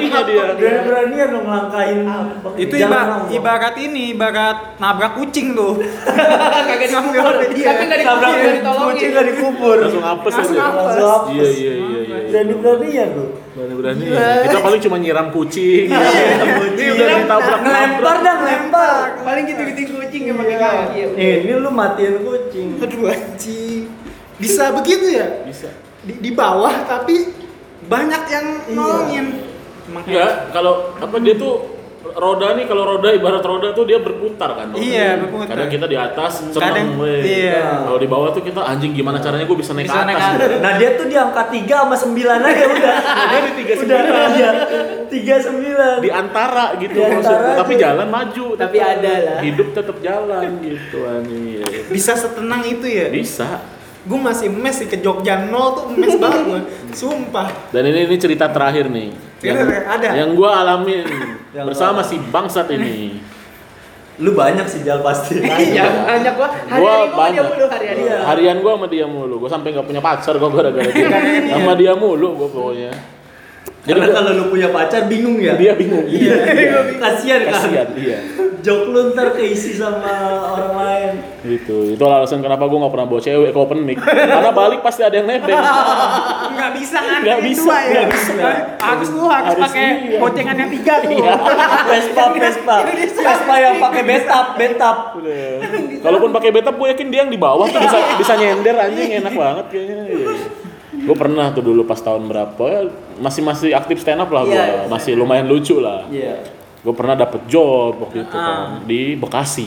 [SPEAKER 3] berani-beraninya dia.
[SPEAKER 4] Berani-beranian lo ngelangkain apa?
[SPEAKER 2] Itu
[SPEAKER 4] Jalan
[SPEAKER 2] iba-
[SPEAKER 4] langsung.
[SPEAKER 2] ibarat ini, ibarat nabrak kucing tuh. Kagak dikubur.
[SPEAKER 1] Tapi nggak
[SPEAKER 4] Nabrak
[SPEAKER 1] dikubur, nggak ditolongin.
[SPEAKER 4] Kucing gak dikubur.
[SPEAKER 3] Langsung apes
[SPEAKER 4] Langsung
[SPEAKER 3] aja. Iya
[SPEAKER 4] apes.
[SPEAKER 3] iya iya iya. iya.
[SPEAKER 4] Berani-beranian lo.
[SPEAKER 3] Berani-berani. Kita paling cuma nyiram kucing.
[SPEAKER 4] Iya,
[SPEAKER 3] Ini udah ditabrak
[SPEAKER 4] Ngelempar dah, ngelempar. Iya. Eh,
[SPEAKER 5] Paling gitu-gitu kucing yang pakai kaki.
[SPEAKER 1] Iya.
[SPEAKER 4] Ini lu matiin kucing.
[SPEAKER 5] Aduh anjing. Bisa begitu ya?
[SPEAKER 3] Bisa.
[SPEAKER 5] Di, di bawah tapi banyak yang nolongin.
[SPEAKER 3] Enggak, kalau apa dia tuh roda nih kalau roda ibarat roda tuh dia berputar kan.
[SPEAKER 2] Iya, berputar.
[SPEAKER 3] Kadang kita di atas
[SPEAKER 2] Kadang-
[SPEAKER 3] seneng weh.
[SPEAKER 2] iya.
[SPEAKER 3] Kalau di bawah tuh kita anjing gimana caranya gue bisa naik
[SPEAKER 2] Bisa
[SPEAKER 3] ke
[SPEAKER 2] naik
[SPEAKER 3] atas.
[SPEAKER 2] atas.
[SPEAKER 4] Nah dia tuh di angka 3 sama 9 aja udah.
[SPEAKER 3] Dia di tiga
[SPEAKER 4] Udah iya.
[SPEAKER 3] sembilan.
[SPEAKER 4] aja. 39.
[SPEAKER 3] di antara gitu
[SPEAKER 4] Di antara
[SPEAKER 3] maksudnya.
[SPEAKER 4] aja.
[SPEAKER 3] tapi jalan maju
[SPEAKER 1] Tapi
[SPEAKER 3] tetap.
[SPEAKER 1] ada lah.
[SPEAKER 3] hidup tetap jalan gitu anjing ya.
[SPEAKER 5] Bisa setenang itu ya?
[SPEAKER 3] bisa
[SPEAKER 5] Gue masih mes sih ke Jogja nol tuh mes banget gue. Sumpah.
[SPEAKER 3] dan ini ini cerita terakhir nih
[SPEAKER 5] Cerita terakhir, ada.
[SPEAKER 3] yang gua alamin
[SPEAKER 4] Yang
[SPEAKER 3] bersama si bangsat ini
[SPEAKER 4] Lu banyak sih Jal pasti.
[SPEAKER 1] Iya, banyak gua.
[SPEAKER 3] gua
[SPEAKER 1] Hari-hari gua Iya. dia
[SPEAKER 3] banyak.
[SPEAKER 1] mulu hari-hari.
[SPEAKER 4] Iya.
[SPEAKER 3] harian gua sama dia mulu gua sampai nggak punya pacar gua gara-gara dia sama dia mulu gua pokoknya jadi
[SPEAKER 4] Karena
[SPEAKER 3] gua-
[SPEAKER 4] kalau lu punya pacar bingung ya.
[SPEAKER 3] dia bingung iya
[SPEAKER 4] Kasihan kan.
[SPEAKER 3] kasihan iya
[SPEAKER 4] Jok lu ntar keisi sama Eh, orang lain.
[SPEAKER 3] Gitu. itu itu alasan kenapa gua nggak pernah bawa cewek ke open mic karena balik pasti ada yang nebeng
[SPEAKER 2] Nggak bisa kan?
[SPEAKER 3] Nggak
[SPEAKER 2] Ini
[SPEAKER 3] bisa,
[SPEAKER 2] dua ya.
[SPEAKER 3] nggak bisa.
[SPEAKER 2] Harus lu harus
[SPEAKER 3] Harus
[SPEAKER 2] pakai
[SPEAKER 3] iya.
[SPEAKER 2] boncengan yang tiga tuh.
[SPEAKER 3] Iya.
[SPEAKER 4] Vespa, Vespa. Vespa yang pakai betap, betap.
[SPEAKER 3] Udah. Kalaupun pakai betap, gue yakin dia yang di bawah tuh bisa bisa nyender anjing enak banget kayaknya. Gue pernah tuh dulu pas tahun berapa ya, masih masih aktif stand up lah gue,
[SPEAKER 1] Iya, iya.
[SPEAKER 3] masih lumayan lucu lah.
[SPEAKER 4] Iya.
[SPEAKER 3] Gue pernah dapet job waktu itu kan di Bekasi,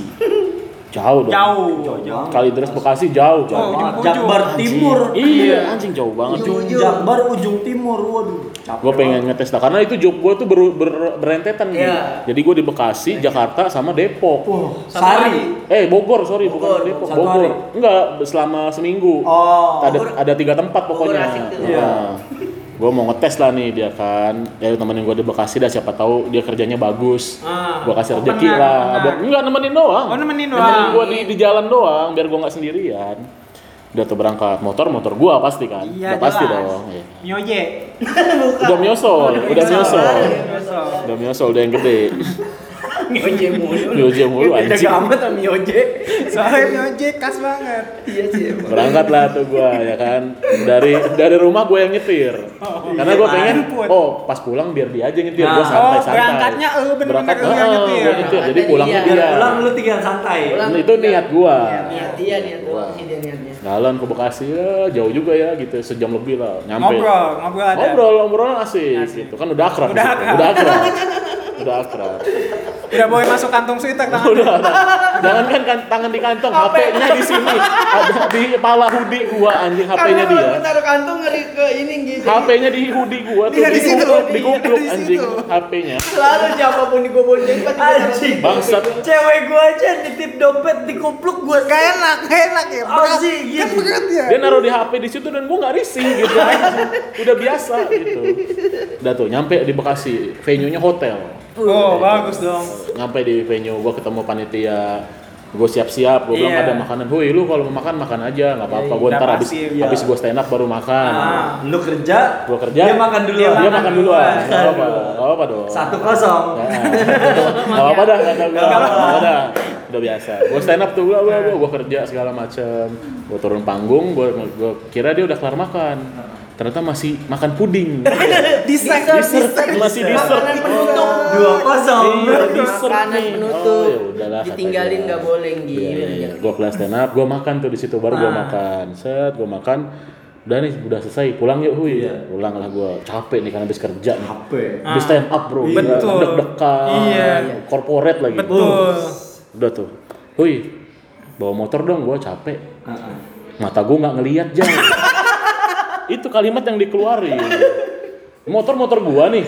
[SPEAKER 3] jauh dong.
[SPEAKER 2] Jauh, jauh.
[SPEAKER 3] Kali deres Bekasi jauh
[SPEAKER 2] Oh,
[SPEAKER 3] jauh.
[SPEAKER 2] di
[SPEAKER 4] Ah,
[SPEAKER 2] ujung.
[SPEAKER 4] Jakbar Timur.
[SPEAKER 3] Iya anjing jauh banget.
[SPEAKER 4] Ujung Jakbar ujung timur. Waduh. capek
[SPEAKER 3] Gue pengen ngetes dah karena itu job gue tuh ber, ber- berentetan gitu.
[SPEAKER 1] Iya.
[SPEAKER 3] Jadi gue di Bekasi, Jakarta sama Depok.
[SPEAKER 4] banget. Oh, Sari.
[SPEAKER 3] Eh Bogor sorry
[SPEAKER 1] Bogor,
[SPEAKER 3] bukan Depok
[SPEAKER 4] satu
[SPEAKER 3] Bogor
[SPEAKER 4] hari.
[SPEAKER 3] enggak selama seminggu
[SPEAKER 4] Oh.
[SPEAKER 3] ada
[SPEAKER 1] Bogor-
[SPEAKER 3] ada tiga tempat
[SPEAKER 1] Bogor
[SPEAKER 3] pokoknya
[SPEAKER 1] asik tuh.
[SPEAKER 4] Iya.
[SPEAKER 3] gue mau ngetes lah nih dia kan ya temenin gue di Bekasi dah siapa tahu dia kerjanya bagus
[SPEAKER 2] Ah,
[SPEAKER 3] gue kasih
[SPEAKER 2] opener,
[SPEAKER 3] rezeki lah
[SPEAKER 2] opener.
[SPEAKER 3] Buat- enggak nemenin doang
[SPEAKER 2] Oh, nemenin doang.
[SPEAKER 3] gue di, di jalan doang biar gue nggak sendirian udah tuh berangkat motor motor gue pasti kan udah pasti dong iya.
[SPEAKER 2] Mioje.
[SPEAKER 3] udah miosol udah miosol
[SPEAKER 2] Miosol.
[SPEAKER 3] udah miosol udah yang gede
[SPEAKER 1] Mioje mulu.
[SPEAKER 3] Mioje mulu,
[SPEAKER 5] Iya,
[SPEAKER 1] Beda
[SPEAKER 3] anjing.
[SPEAKER 1] agama sama Mioje.
[SPEAKER 5] Soalnya ojek khas banget.
[SPEAKER 1] Iya sih. emang.
[SPEAKER 3] berangkat lah tuh gua ya kan dari dari rumah gue yang nyetir
[SPEAKER 5] Oh,
[SPEAKER 3] karena gue pengen
[SPEAKER 5] Put.
[SPEAKER 3] oh pas pulang biar dia aja yang nyetir gue
[SPEAKER 4] Nah.
[SPEAKER 3] santai
[SPEAKER 5] iya. Oh,
[SPEAKER 3] santai
[SPEAKER 5] berangkatnya lu bener-bener
[SPEAKER 3] berangkat
[SPEAKER 5] lu yang
[SPEAKER 3] eh,
[SPEAKER 5] nyetir.
[SPEAKER 3] gua nyetir jadi
[SPEAKER 1] Berangkatnya
[SPEAKER 3] pulangnya
[SPEAKER 1] dia.
[SPEAKER 3] dia
[SPEAKER 4] pulang lu tinggal santai
[SPEAKER 1] Pulang.
[SPEAKER 3] itu niat gua
[SPEAKER 1] Niat dia niat tuh
[SPEAKER 3] Wah.
[SPEAKER 1] sih dia niatnya.
[SPEAKER 3] jalan ke Bekasi ya jauh juga ya gitu sejam lebih lah nyampe
[SPEAKER 5] Ngobrol, ngobrol ada.
[SPEAKER 3] ngobrol ngobrol asik gitu kan udah akrab
[SPEAKER 5] Udah
[SPEAKER 3] gitu.
[SPEAKER 5] akrab.
[SPEAKER 3] udah akrab udah akrab
[SPEAKER 5] Tidak boleh masuk kantong sweater tangan.
[SPEAKER 3] udah jangan kan tangan di kantong HP-nya di sini ada di kepala hoodie gua anjing
[SPEAKER 1] Karena
[SPEAKER 3] HP-nya dia
[SPEAKER 1] kalau taruh kantung ngeri ke ini gitu.
[SPEAKER 3] HP-nya di hoodie gua tuh
[SPEAKER 5] Iya, di situ.
[SPEAKER 3] dikupluk- dikupluk
[SPEAKER 5] Iya, di
[SPEAKER 3] anjing
[SPEAKER 5] situ.
[SPEAKER 3] HP-nya.
[SPEAKER 1] Selalu siapapun di gue bonceng pasti dia taruh
[SPEAKER 4] anjing
[SPEAKER 3] Bangsat.
[SPEAKER 4] cewek gua aja nitip dompet dikupluk gua
[SPEAKER 5] Gak enak, gak enak ya. Berat.
[SPEAKER 4] Anjing, gitu.
[SPEAKER 5] Kan berat ya.
[SPEAKER 3] Dia naruh di HP di situ dan gua nggak risih gitu. anjing. Udah biasa gitu. Udah tuh nyampe di Bekasi, venue-nya hotel.
[SPEAKER 5] Oh, bagus dong.
[SPEAKER 3] Nyampe di venue gua ketemu panitia gue siap-siap, gue bilang
[SPEAKER 5] Iya.
[SPEAKER 3] ada makanan, woi lu kalau mau makan makan aja, nggak apa-apa, gue
[SPEAKER 5] Udah
[SPEAKER 3] ntar abis
[SPEAKER 5] pasti,
[SPEAKER 4] iya.
[SPEAKER 3] abis gue stand up baru makan,
[SPEAKER 4] Nah, lu kerja
[SPEAKER 3] Gua kerja,
[SPEAKER 4] dia makan dulu
[SPEAKER 3] dia makan duluan, Ya. nggak apa-apa, nggak apa-apa dong.
[SPEAKER 4] satu kosong
[SPEAKER 3] Gak Nah, apa-apa dah kata gue. Gak apa-apa dah. Udah biasa. Gue stand up tuh gue gue gue kerja segala macem. Gue turun panggung, gue gue kira dia udah kelar makan. Ternyata masih makan puding.
[SPEAKER 5] Desain,
[SPEAKER 3] Dessert, masih dessert.
[SPEAKER 1] Makanan penutup.
[SPEAKER 4] dua kosong
[SPEAKER 3] Iya, dessert
[SPEAKER 1] Makanan
[SPEAKER 3] nih.
[SPEAKER 1] penutup.
[SPEAKER 3] Oh, ya udahlah, kata Iya,
[SPEAKER 1] Ditinggalin
[SPEAKER 3] gua.
[SPEAKER 1] nggak boleh gitu.
[SPEAKER 3] Biarin. Gua kelas stand up, gua makan tuh di situ baru gua
[SPEAKER 4] Ah.
[SPEAKER 3] makan. Set, gua makan. Udah nih, udah selesai. Pulang yuk, hui.
[SPEAKER 1] Iya.
[SPEAKER 3] Pulang lah gua. Capek nih karena habis kerja nih.
[SPEAKER 4] HP
[SPEAKER 3] Habis
[SPEAKER 5] Ah.
[SPEAKER 3] stand up, Bro.
[SPEAKER 5] Iya. Betul.
[SPEAKER 3] Deg-degan.
[SPEAKER 5] Iya.
[SPEAKER 3] Corporate lagi.
[SPEAKER 5] Betul.
[SPEAKER 3] Udah tuh, hui, bawa motor dong, gua capek. Mata gua nggak ngelihat jam. Itu kalimat yang dikeluarin. Motor motor gua nih.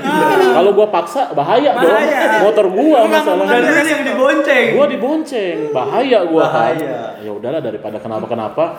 [SPEAKER 3] Kalau gua paksa bahaya, dong.
[SPEAKER 5] Ah. Bahaya.
[SPEAKER 3] Motor gua
[SPEAKER 5] Lu nggak mau
[SPEAKER 4] dan
[SPEAKER 3] masalahnya.
[SPEAKER 4] lu yang dibonceng
[SPEAKER 3] Gua dibonceng, bahaya gua kan.
[SPEAKER 4] Bahaya.
[SPEAKER 3] Ya udahlah daripada kenapa-kenapa,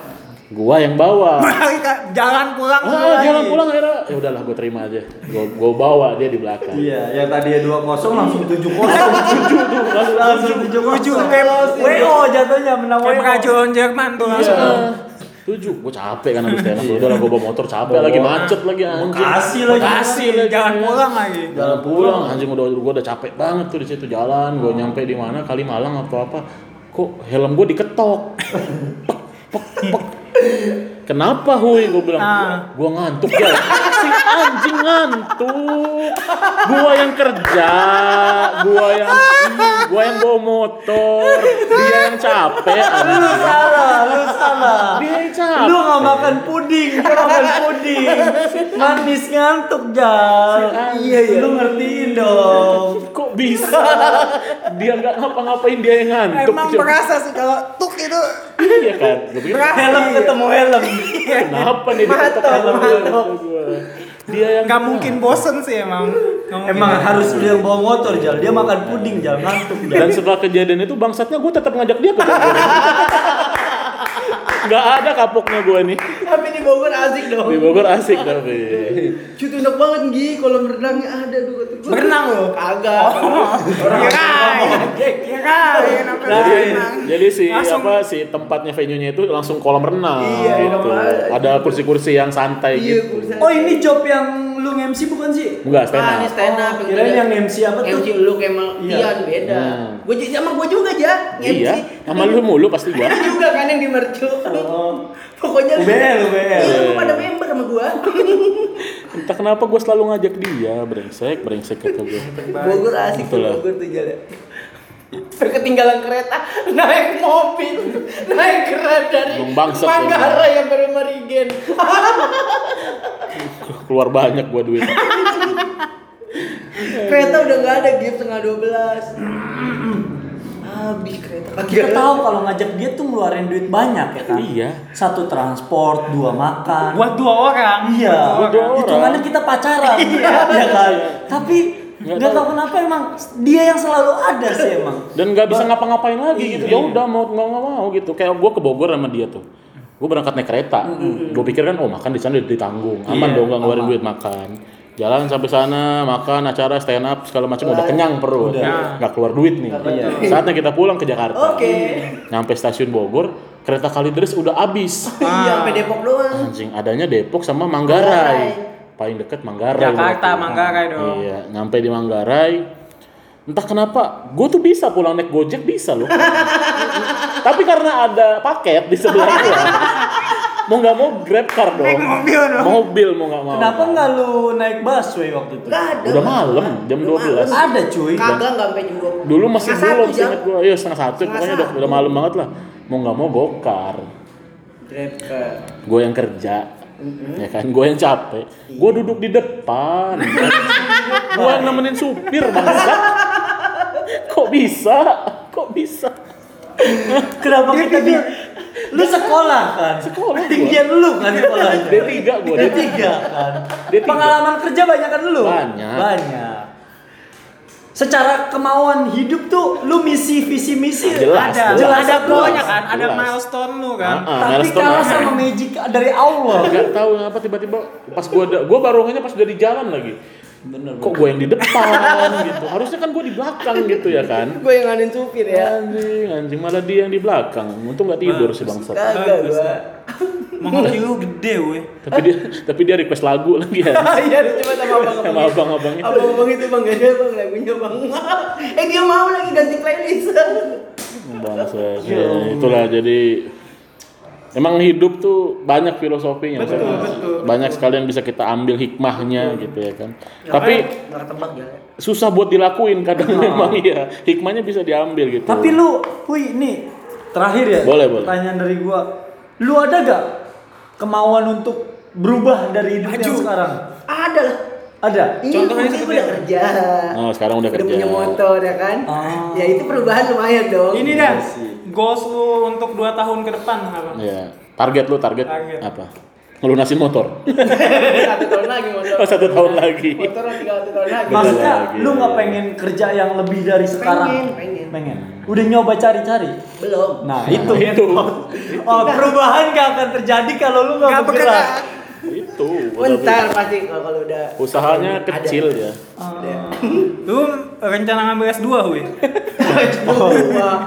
[SPEAKER 3] gua yang bawa.
[SPEAKER 5] Balik, Kak. Jalan pulang.
[SPEAKER 3] Ah, jalan pulang akhirnya ya udahlah gua terima aja. Gua, gua bawa dia di belakang.
[SPEAKER 4] iya yang tadi dua kosong langsung tujuh kosong
[SPEAKER 3] Langsung-
[SPEAKER 4] langsung tujuh
[SPEAKER 5] Tujuh,
[SPEAKER 4] kosong
[SPEAKER 5] kayak-
[SPEAKER 4] wo jatuhnya menang
[SPEAKER 5] Kayak
[SPEAKER 4] wo
[SPEAKER 5] peracuan Jerman tuh langsung.
[SPEAKER 3] Iya. Tujuh, gue capek kan habis tenis. Udah lah gue bawa motor capek lagi macet lagi anjing.
[SPEAKER 4] Bekasi lagi.
[SPEAKER 3] Bekasi lagi.
[SPEAKER 5] Jalan pulang lagi.
[SPEAKER 3] Jalan pulang anjing udah gue udah capek banget tuh di situ jalan. Gue nyampe di mana Kalimalang atau apa. Kok helm gue diketok. Pek, pek, pek. Kenapa Hui? Gue bilang,
[SPEAKER 5] Ah.
[SPEAKER 3] gue ngantuk ya. Si anjing ngantuk. Gua yang kerja, gua yang gua yang bawa motor, dia yang capek.
[SPEAKER 4] lu
[SPEAKER 3] anjing.
[SPEAKER 4] salah lu salah
[SPEAKER 3] Dia yang capek.
[SPEAKER 4] lu nggak makan puding dia makan puding manis ngantuk jal
[SPEAKER 3] Si
[SPEAKER 4] iya lu ngertiin dong
[SPEAKER 3] Kok bisa? Dia nggak ngapa-ngapain dia yang ngantuk.
[SPEAKER 5] Emang
[SPEAKER 3] coba.
[SPEAKER 5] berasa sih kalau tuk itu.
[SPEAKER 3] Iya kan? Gue pikir
[SPEAKER 5] Berat.
[SPEAKER 4] helm ketemu helm
[SPEAKER 3] kenapa nih dia ketok helm gue,
[SPEAKER 4] matok.
[SPEAKER 3] kata gue. Dia yang
[SPEAKER 5] Gak mungkin bosen sih emang. Nggak mungkin.
[SPEAKER 4] emang harus lu yang bawa motor jal dia makan puding jal ngantuk jal
[SPEAKER 3] Dan setelah kejadian itu bangsatnya gue tetap ngajak dia ke Bogor. Gak ada kapoknya gue nih.
[SPEAKER 1] Tapi di Bogor asik dong.
[SPEAKER 3] Di Bogor asik tapi.
[SPEAKER 1] Cuy enak banget Gi, kolam renangnya ada tuh kata gua.
[SPEAKER 5] Berenang lo.
[SPEAKER 1] Kagak.
[SPEAKER 5] Kirain. Kirain apa
[SPEAKER 4] Nah,
[SPEAKER 3] Jadi,
[SPEAKER 5] berenang.
[SPEAKER 3] jadi si
[SPEAKER 5] Langsung.
[SPEAKER 3] apa si tempatnya venue-nya itu langsung kolam renang
[SPEAKER 1] Iya,
[SPEAKER 3] gitu.
[SPEAKER 1] iya.
[SPEAKER 3] Ada kursi-kursi yang santai
[SPEAKER 1] Iya,
[SPEAKER 3] gitu.
[SPEAKER 1] kursi-
[SPEAKER 4] oh ini job yang lu MC bukan sih
[SPEAKER 3] Enggak, stand
[SPEAKER 1] Ah, ini
[SPEAKER 3] up.
[SPEAKER 1] stand up.
[SPEAKER 4] kirain yang MC apa
[SPEAKER 1] MC
[SPEAKER 4] tuh
[SPEAKER 1] lu Kemal
[SPEAKER 4] Iya.
[SPEAKER 1] Ian beda.
[SPEAKER 3] Hmm.
[SPEAKER 1] Gua juga sama gua juga aja.
[SPEAKER 3] Iya, sama lu mulu pasti gua.
[SPEAKER 1] Lu juga kan yang di mercu.
[SPEAKER 4] Oh.
[SPEAKER 1] Pokoknya lu-
[SPEAKER 4] UBL, UBL.
[SPEAKER 1] Iya, lu pada member sama gua.
[SPEAKER 3] Entah kenapa gue selalu ngajak dia, brengsek, brengsek kata gue.
[SPEAKER 1] Bogor asik tuh
[SPEAKER 3] Betul lah.
[SPEAKER 1] Bogor tuh jalan. Ketinggalan kereta, naik mobil, naik kereta dari
[SPEAKER 3] Emang bangsat ya.
[SPEAKER 1] Manggarai yang baru Merigen.
[SPEAKER 3] Keluar banyak gue duit.
[SPEAKER 1] kereta udah nggak ada gift setengah 12 habis kereta kaki
[SPEAKER 4] kita tahu kalau ngajak dia tuh ngeluarin duit banyak ya kan
[SPEAKER 3] iya.
[SPEAKER 4] satu transport dua makan
[SPEAKER 5] Buat dua orang.
[SPEAKER 4] Iya,
[SPEAKER 5] Buat dua
[SPEAKER 3] orang. Iya.
[SPEAKER 4] hitungannya kita pacaran, ya kan? Tapi
[SPEAKER 3] Nggak
[SPEAKER 4] nggak tahu
[SPEAKER 3] tahu.
[SPEAKER 4] kenapa emang dia yang selalu ada sih emang.
[SPEAKER 3] Dan nggak bisa ngapa-ngapain lagi gitu. Ya
[SPEAKER 4] Iya.
[SPEAKER 3] udah mau nggak nggak mau gitu. Kayak gue ke Bogor sama dia tuh. Gue berangkat naik kereta. Gue pikir kan, oh makan di sana ditanggung, aman
[SPEAKER 4] Iya,
[SPEAKER 3] dong nggak ngeluarin
[SPEAKER 4] aman.
[SPEAKER 3] duit makan. Jalan sampai sana, makan, acara, stand up, segala macam udah kenyang perut.
[SPEAKER 4] Udah.
[SPEAKER 3] Nggak keluar duit nih.
[SPEAKER 4] keluar
[SPEAKER 1] duit.
[SPEAKER 3] Saatnya kita pulang ke Jakarta.
[SPEAKER 1] oke
[SPEAKER 3] Nyampe stasiun Bogor, kereta Kalideres udah abis.
[SPEAKER 1] iya
[SPEAKER 3] Ah.
[SPEAKER 1] sampai Depok doang
[SPEAKER 3] Anjing adanya Depok sama Manggarai. Paling deket Manggarai.
[SPEAKER 5] Jakarta,
[SPEAKER 3] berarti.
[SPEAKER 5] Manggarai dong.
[SPEAKER 3] Iya, nyampe di Manggarai Entah kenapa, gue tuh bisa pulang naik Gojek bisa loh. Tapi karena ada paket di sebelah gue, mau nggak mau grab car dong.
[SPEAKER 2] mobil dong.
[SPEAKER 3] Mobil mau nggak mau.
[SPEAKER 4] Kenapa nggak lu naik busway waktu itu?
[SPEAKER 1] Nggak ada.
[SPEAKER 3] Udah malam, jam
[SPEAKER 1] Udah
[SPEAKER 3] 12.
[SPEAKER 1] malam.
[SPEAKER 4] Ada cuy.
[SPEAKER 1] Kagak nggak sampai jam 12.
[SPEAKER 3] Dulu masih
[SPEAKER 1] Setengah
[SPEAKER 3] belum
[SPEAKER 1] satu, Jang.
[SPEAKER 3] seinget gue, iya setengah satu,
[SPEAKER 1] Setengah
[SPEAKER 3] pokoknya udah,
[SPEAKER 1] satu.
[SPEAKER 3] udah malam banget lah. Mau nggak mau gokar.
[SPEAKER 1] Grab car.
[SPEAKER 3] Gue yang kerja, ya kan, gue yang capek. Gue duduk di depan. gue yang nemenin supir bangsa. Kok bisa? Kok bisa?
[SPEAKER 4] Kenapa kita di lu sekolah kan?
[SPEAKER 3] Sekolah gua.
[SPEAKER 4] Tinggian lu kan sekolahnya.
[SPEAKER 3] D3 gua, D3.
[SPEAKER 4] D3 kan.
[SPEAKER 3] D3.
[SPEAKER 4] Pengalaman kerja banyak kan lu?
[SPEAKER 3] Banyak.
[SPEAKER 4] Banyak. Secara kemauan hidup tuh lu misi visi misi
[SPEAKER 3] Ah, Jelas,
[SPEAKER 4] ada.
[SPEAKER 3] jelas.
[SPEAKER 4] ada pokoknya
[SPEAKER 5] Banyak kan, ada
[SPEAKER 3] Jelas.
[SPEAKER 5] milestone lu kan.
[SPEAKER 3] Ah,
[SPEAKER 4] Tapi
[SPEAKER 3] milestone
[SPEAKER 4] kalah
[SPEAKER 3] ada.
[SPEAKER 4] sama magic dari Allah.
[SPEAKER 3] Gak tahu kenapa tiba-tiba pas gua ada, gua baru nganya pas udah di jalan lagi.
[SPEAKER 4] Bener.
[SPEAKER 3] Kok gua yang di depan gitu? Harusnya kan gua di belakang gitu ya kan?
[SPEAKER 1] Gue yang nganin supir ya.
[SPEAKER 3] Anjing, anjing malah dia yang di belakang. Untung nggak tidur sih bangsat.
[SPEAKER 1] Kagak
[SPEAKER 5] Bagus.
[SPEAKER 1] gua.
[SPEAKER 5] Menghoki lu gede weh.
[SPEAKER 3] Tapi dia tapi dia request lagu lagi ya.
[SPEAKER 1] Iya, lu coba sama abang-abang.
[SPEAKER 3] Sama abang-abangnya.
[SPEAKER 1] Abang-abang itu bang gak ada bang lagunya bang. eh dia mau lagi ganti playlist.
[SPEAKER 3] Bangsat. Ya, itulah jadi Emang hidup tuh banyak filosofinya,
[SPEAKER 5] Betul,
[SPEAKER 3] Mas.
[SPEAKER 5] betul.
[SPEAKER 3] banyak sekali yang bisa kita ambil hikmahnya gitu ya kan. Tapi
[SPEAKER 1] Nggak ketebak ya.
[SPEAKER 3] susah buat dilakuin kadang memang iya. Hikmahnya bisa diambil gitu.
[SPEAKER 4] Tapi lu, Puy, nih terakhir ya.
[SPEAKER 3] Boleh, boleh.
[SPEAKER 4] Pertanyaan dari gua. Lu ada gak kemauan untuk berubah dari hidup yang sekarang?
[SPEAKER 1] Ada lah.
[SPEAKER 4] Ada.
[SPEAKER 1] Ini
[SPEAKER 5] Contohnya
[SPEAKER 1] ini
[SPEAKER 5] seperti
[SPEAKER 1] Iya, udah
[SPEAKER 5] apa? Oh.
[SPEAKER 1] kerja.
[SPEAKER 3] Oh, sekarang udah kerja.
[SPEAKER 1] punya motor ya kan?
[SPEAKER 4] Ah.
[SPEAKER 1] Ya itu perubahan lumayan
[SPEAKER 3] Oh,
[SPEAKER 1] dong.
[SPEAKER 5] Ini dah, goals lu untuk 2 tahun ke depan apa?
[SPEAKER 3] Iya. Target lu target,
[SPEAKER 5] Target.
[SPEAKER 3] apa? Ngelunasin motor.
[SPEAKER 1] satu tahun lagi motor.
[SPEAKER 3] Oh, satu tahun lagi.
[SPEAKER 1] Motoran tinggal satu tahun lagi.
[SPEAKER 3] Mas-
[SPEAKER 4] Maksudnya
[SPEAKER 3] lagi.
[SPEAKER 4] lu nggak pengen kerja yang lebih dari sekarang?
[SPEAKER 1] pengen.
[SPEAKER 4] Pengen. Udah nyoba cari-cari.
[SPEAKER 1] Belum.
[SPEAKER 4] Nah, itu
[SPEAKER 3] itu.
[SPEAKER 4] Oh, perubahan gak akan terjadi kalau lu nggak
[SPEAKER 5] Nggak
[SPEAKER 4] bergerak.
[SPEAKER 3] itu.
[SPEAKER 1] Bentar pasti kalau kalau udah.
[SPEAKER 3] Usahanya
[SPEAKER 1] Ada.
[SPEAKER 3] kecil ya.
[SPEAKER 1] Ada.
[SPEAKER 5] Lu rencana ngambil S2 weh.
[SPEAKER 4] Oh,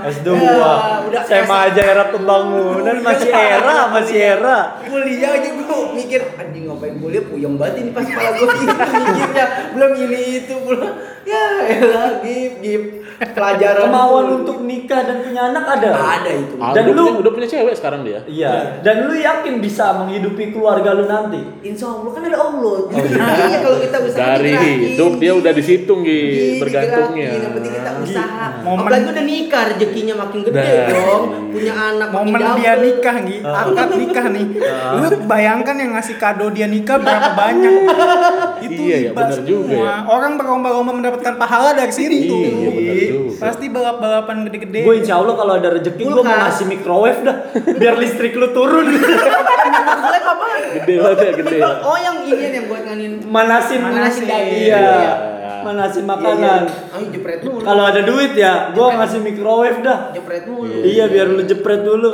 [SPEAKER 4] S2.
[SPEAKER 1] Ya, udah
[SPEAKER 4] Tema aja era pembangunan masih era, masih era.
[SPEAKER 1] kuliah aja gue mikir anjing ngapain kuliah puyeng banget ini pas kepala gue mikirnya belum ini itu belum ya elah gip gip pelajaran dulu.
[SPEAKER 4] Kemauan untuk nikah dan punya anak ada.
[SPEAKER 1] Nggak ada itu
[SPEAKER 3] Ah,
[SPEAKER 4] Dan
[SPEAKER 3] udah
[SPEAKER 4] lu-
[SPEAKER 3] punya, udah punya cewek sekarang dia.
[SPEAKER 4] Iya, dan lu yakin bisa menghidupi keluarga lu nanti?
[SPEAKER 1] insya allah kan ada allah jadi iya kalau kita usaha
[SPEAKER 3] Oh, Dari
[SPEAKER 1] digerakin.
[SPEAKER 3] hidup dia udah di situ
[SPEAKER 1] Iya,
[SPEAKER 3] Gi,
[SPEAKER 1] digerakin.
[SPEAKER 3] bergantungnya.
[SPEAKER 1] yang penting kita usaha
[SPEAKER 5] Momen-
[SPEAKER 1] apalagi udah nikah rezekinya makin gede
[SPEAKER 3] Nah.
[SPEAKER 1] dong punya anak makin
[SPEAKER 5] Momen
[SPEAKER 3] eh.
[SPEAKER 5] dia
[SPEAKER 1] double.
[SPEAKER 5] nikah nih,
[SPEAKER 3] Ah.
[SPEAKER 5] akad nikah nih. Lu bayangkan yang ngasih kado dia nikah berapa banyak. Itu
[SPEAKER 3] Iya, ya,
[SPEAKER 5] hibah
[SPEAKER 3] bener juga ya.
[SPEAKER 5] Orang berlomba-lomba mendapatkan pahala dari situ.
[SPEAKER 3] Iya, bener juga.
[SPEAKER 5] Pasti balap-balapan gede-gede.
[SPEAKER 1] Iya.
[SPEAKER 4] Gue insya Allah kalau ada rezeki gue mau
[SPEAKER 1] Kulkas.
[SPEAKER 4] ngasih microwave dah, biar listrik lu turun.
[SPEAKER 1] Kan Masalahnya apaan?
[SPEAKER 3] Gede banget ya, gede ya.
[SPEAKER 1] oh yang ini yang buat nganin
[SPEAKER 4] Manasin,
[SPEAKER 1] Manasin daging.
[SPEAKER 4] iya,
[SPEAKER 3] Iya.
[SPEAKER 4] manasin
[SPEAKER 1] Iya,
[SPEAKER 4] makanan.
[SPEAKER 1] iya. Ayo jepret mulu.
[SPEAKER 4] Kalau ada duit ya, gue ngasih microwave dah.
[SPEAKER 1] jepret mulu.
[SPEAKER 4] Iya, biar lu jepret dulu,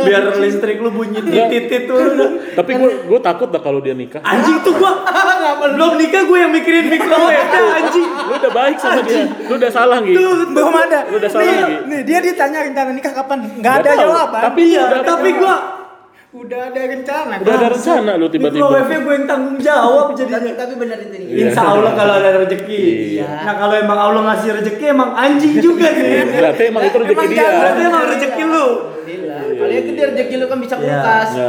[SPEAKER 4] biar listrik lu bunyi titit dulu dah.
[SPEAKER 3] Tapi gue gue takut dah kalau dia nikah.
[SPEAKER 4] Anjing tuh gue, belum nikah gue yang mikirin microwave dah anjing.
[SPEAKER 3] Lu udah baik sama dia. Lu udah salah gitu.
[SPEAKER 4] Tuh,
[SPEAKER 5] belum ada.
[SPEAKER 3] Lu udah salah
[SPEAKER 5] nih,
[SPEAKER 3] lagi.
[SPEAKER 5] nih, dia ditanya rencana nikah kapan? Nggak
[SPEAKER 3] Nggak
[SPEAKER 5] ada
[SPEAKER 3] tahu,
[SPEAKER 5] jawaban.
[SPEAKER 3] tapi
[SPEAKER 4] iya,
[SPEAKER 3] udah ada
[SPEAKER 4] tapi gue
[SPEAKER 5] udah ada rencana.
[SPEAKER 3] Udah ada rencana lu tiba-tiba.
[SPEAKER 4] microwave gue yang tanggung jawab
[SPEAKER 1] Tapi,
[SPEAKER 4] jadinya.
[SPEAKER 1] tapi benar itu nih.
[SPEAKER 3] Iya.
[SPEAKER 4] Insya Allah kalau ada rezeki.
[SPEAKER 3] Iya.
[SPEAKER 4] Nah kalau emang Allah ngasih rezeki emang anjing juga
[SPEAKER 3] Iya,
[SPEAKER 4] nih.
[SPEAKER 3] Berarti emang itu rezeki
[SPEAKER 4] Emang
[SPEAKER 3] dia.
[SPEAKER 4] jangan, berarti emang rezeki lu.
[SPEAKER 1] Alhamdulillah. Kalau itu dia rezeki lu kan bisa
[SPEAKER 4] Iya.
[SPEAKER 1] kulkas.
[SPEAKER 3] Iya.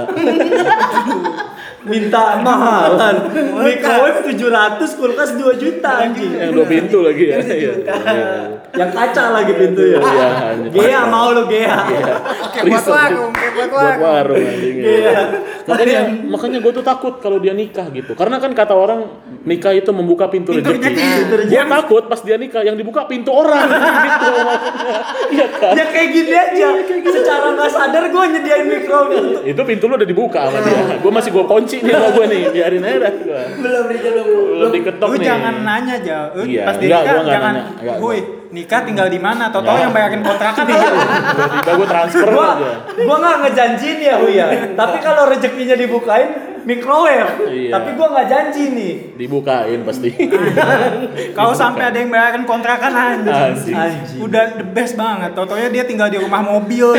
[SPEAKER 4] Minta mahalan. Microwave 700, kulkas 2 juta anjing.
[SPEAKER 3] Yang dua pintu lagi ya. Iya. Iya.
[SPEAKER 4] Yang kaca lagi pintu ya.
[SPEAKER 3] Iya,
[SPEAKER 4] Gea mau lu Gea.
[SPEAKER 5] Kayak buat
[SPEAKER 3] Riset.
[SPEAKER 5] warung, kayak buat
[SPEAKER 3] buat
[SPEAKER 5] warung.
[SPEAKER 3] warung anjing ya.
[SPEAKER 4] Iya.
[SPEAKER 3] makanya makanya gue tuh takut kalau dia nikah gitu karena kan kata orang nikah itu membuka pintu, rezeki
[SPEAKER 4] Pintu
[SPEAKER 3] gue
[SPEAKER 4] rezeki.
[SPEAKER 3] takut pas dia nikah yang dibuka pintu orang gitu maksudnya. iya kan
[SPEAKER 4] Ya kayak gini aja. Secara nggak sadar gue nyediain microwave.
[SPEAKER 3] itu pintu lu udah dibuka sama dia gue masih gue kunci nih sama gue nih biarin aja dah gua.
[SPEAKER 1] Belum Rizal belum.
[SPEAKER 3] belum diketok
[SPEAKER 5] Lu
[SPEAKER 3] nih
[SPEAKER 5] jangan nanya aja. Lu
[SPEAKER 3] Iya,
[SPEAKER 5] pas dia
[SPEAKER 3] enggak,
[SPEAKER 5] nikah
[SPEAKER 3] gua nggak
[SPEAKER 5] jangan.
[SPEAKER 3] nanya, enggak,
[SPEAKER 5] Woi, nikah tinggal di mana? Tau-tau
[SPEAKER 3] Enggak.
[SPEAKER 5] yang bayarin kontrakan lah.
[SPEAKER 3] tiba-tiba gue transfer
[SPEAKER 4] Gua,
[SPEAKER 3] aja
[SPEAKER 4] gua nggak ngejanjiin ya Huya. Tapi kalau rezekinya dibukain microwave.
[SPEAKER 3] Iya.
[SPEAKER 4] Tapi gua nggak janji nih.
[SPEAKER 3] dibukain pasti
[SPEAKER 5] Kalau sampai ada yang bayarin kontrakan anjing.
[SPEAKER 3] Anjing.
[SPEAKER 4] Anjing.
[SPEAKER 5] Udah the best banget. Tau-taunya dia tinggal di rumah mobil.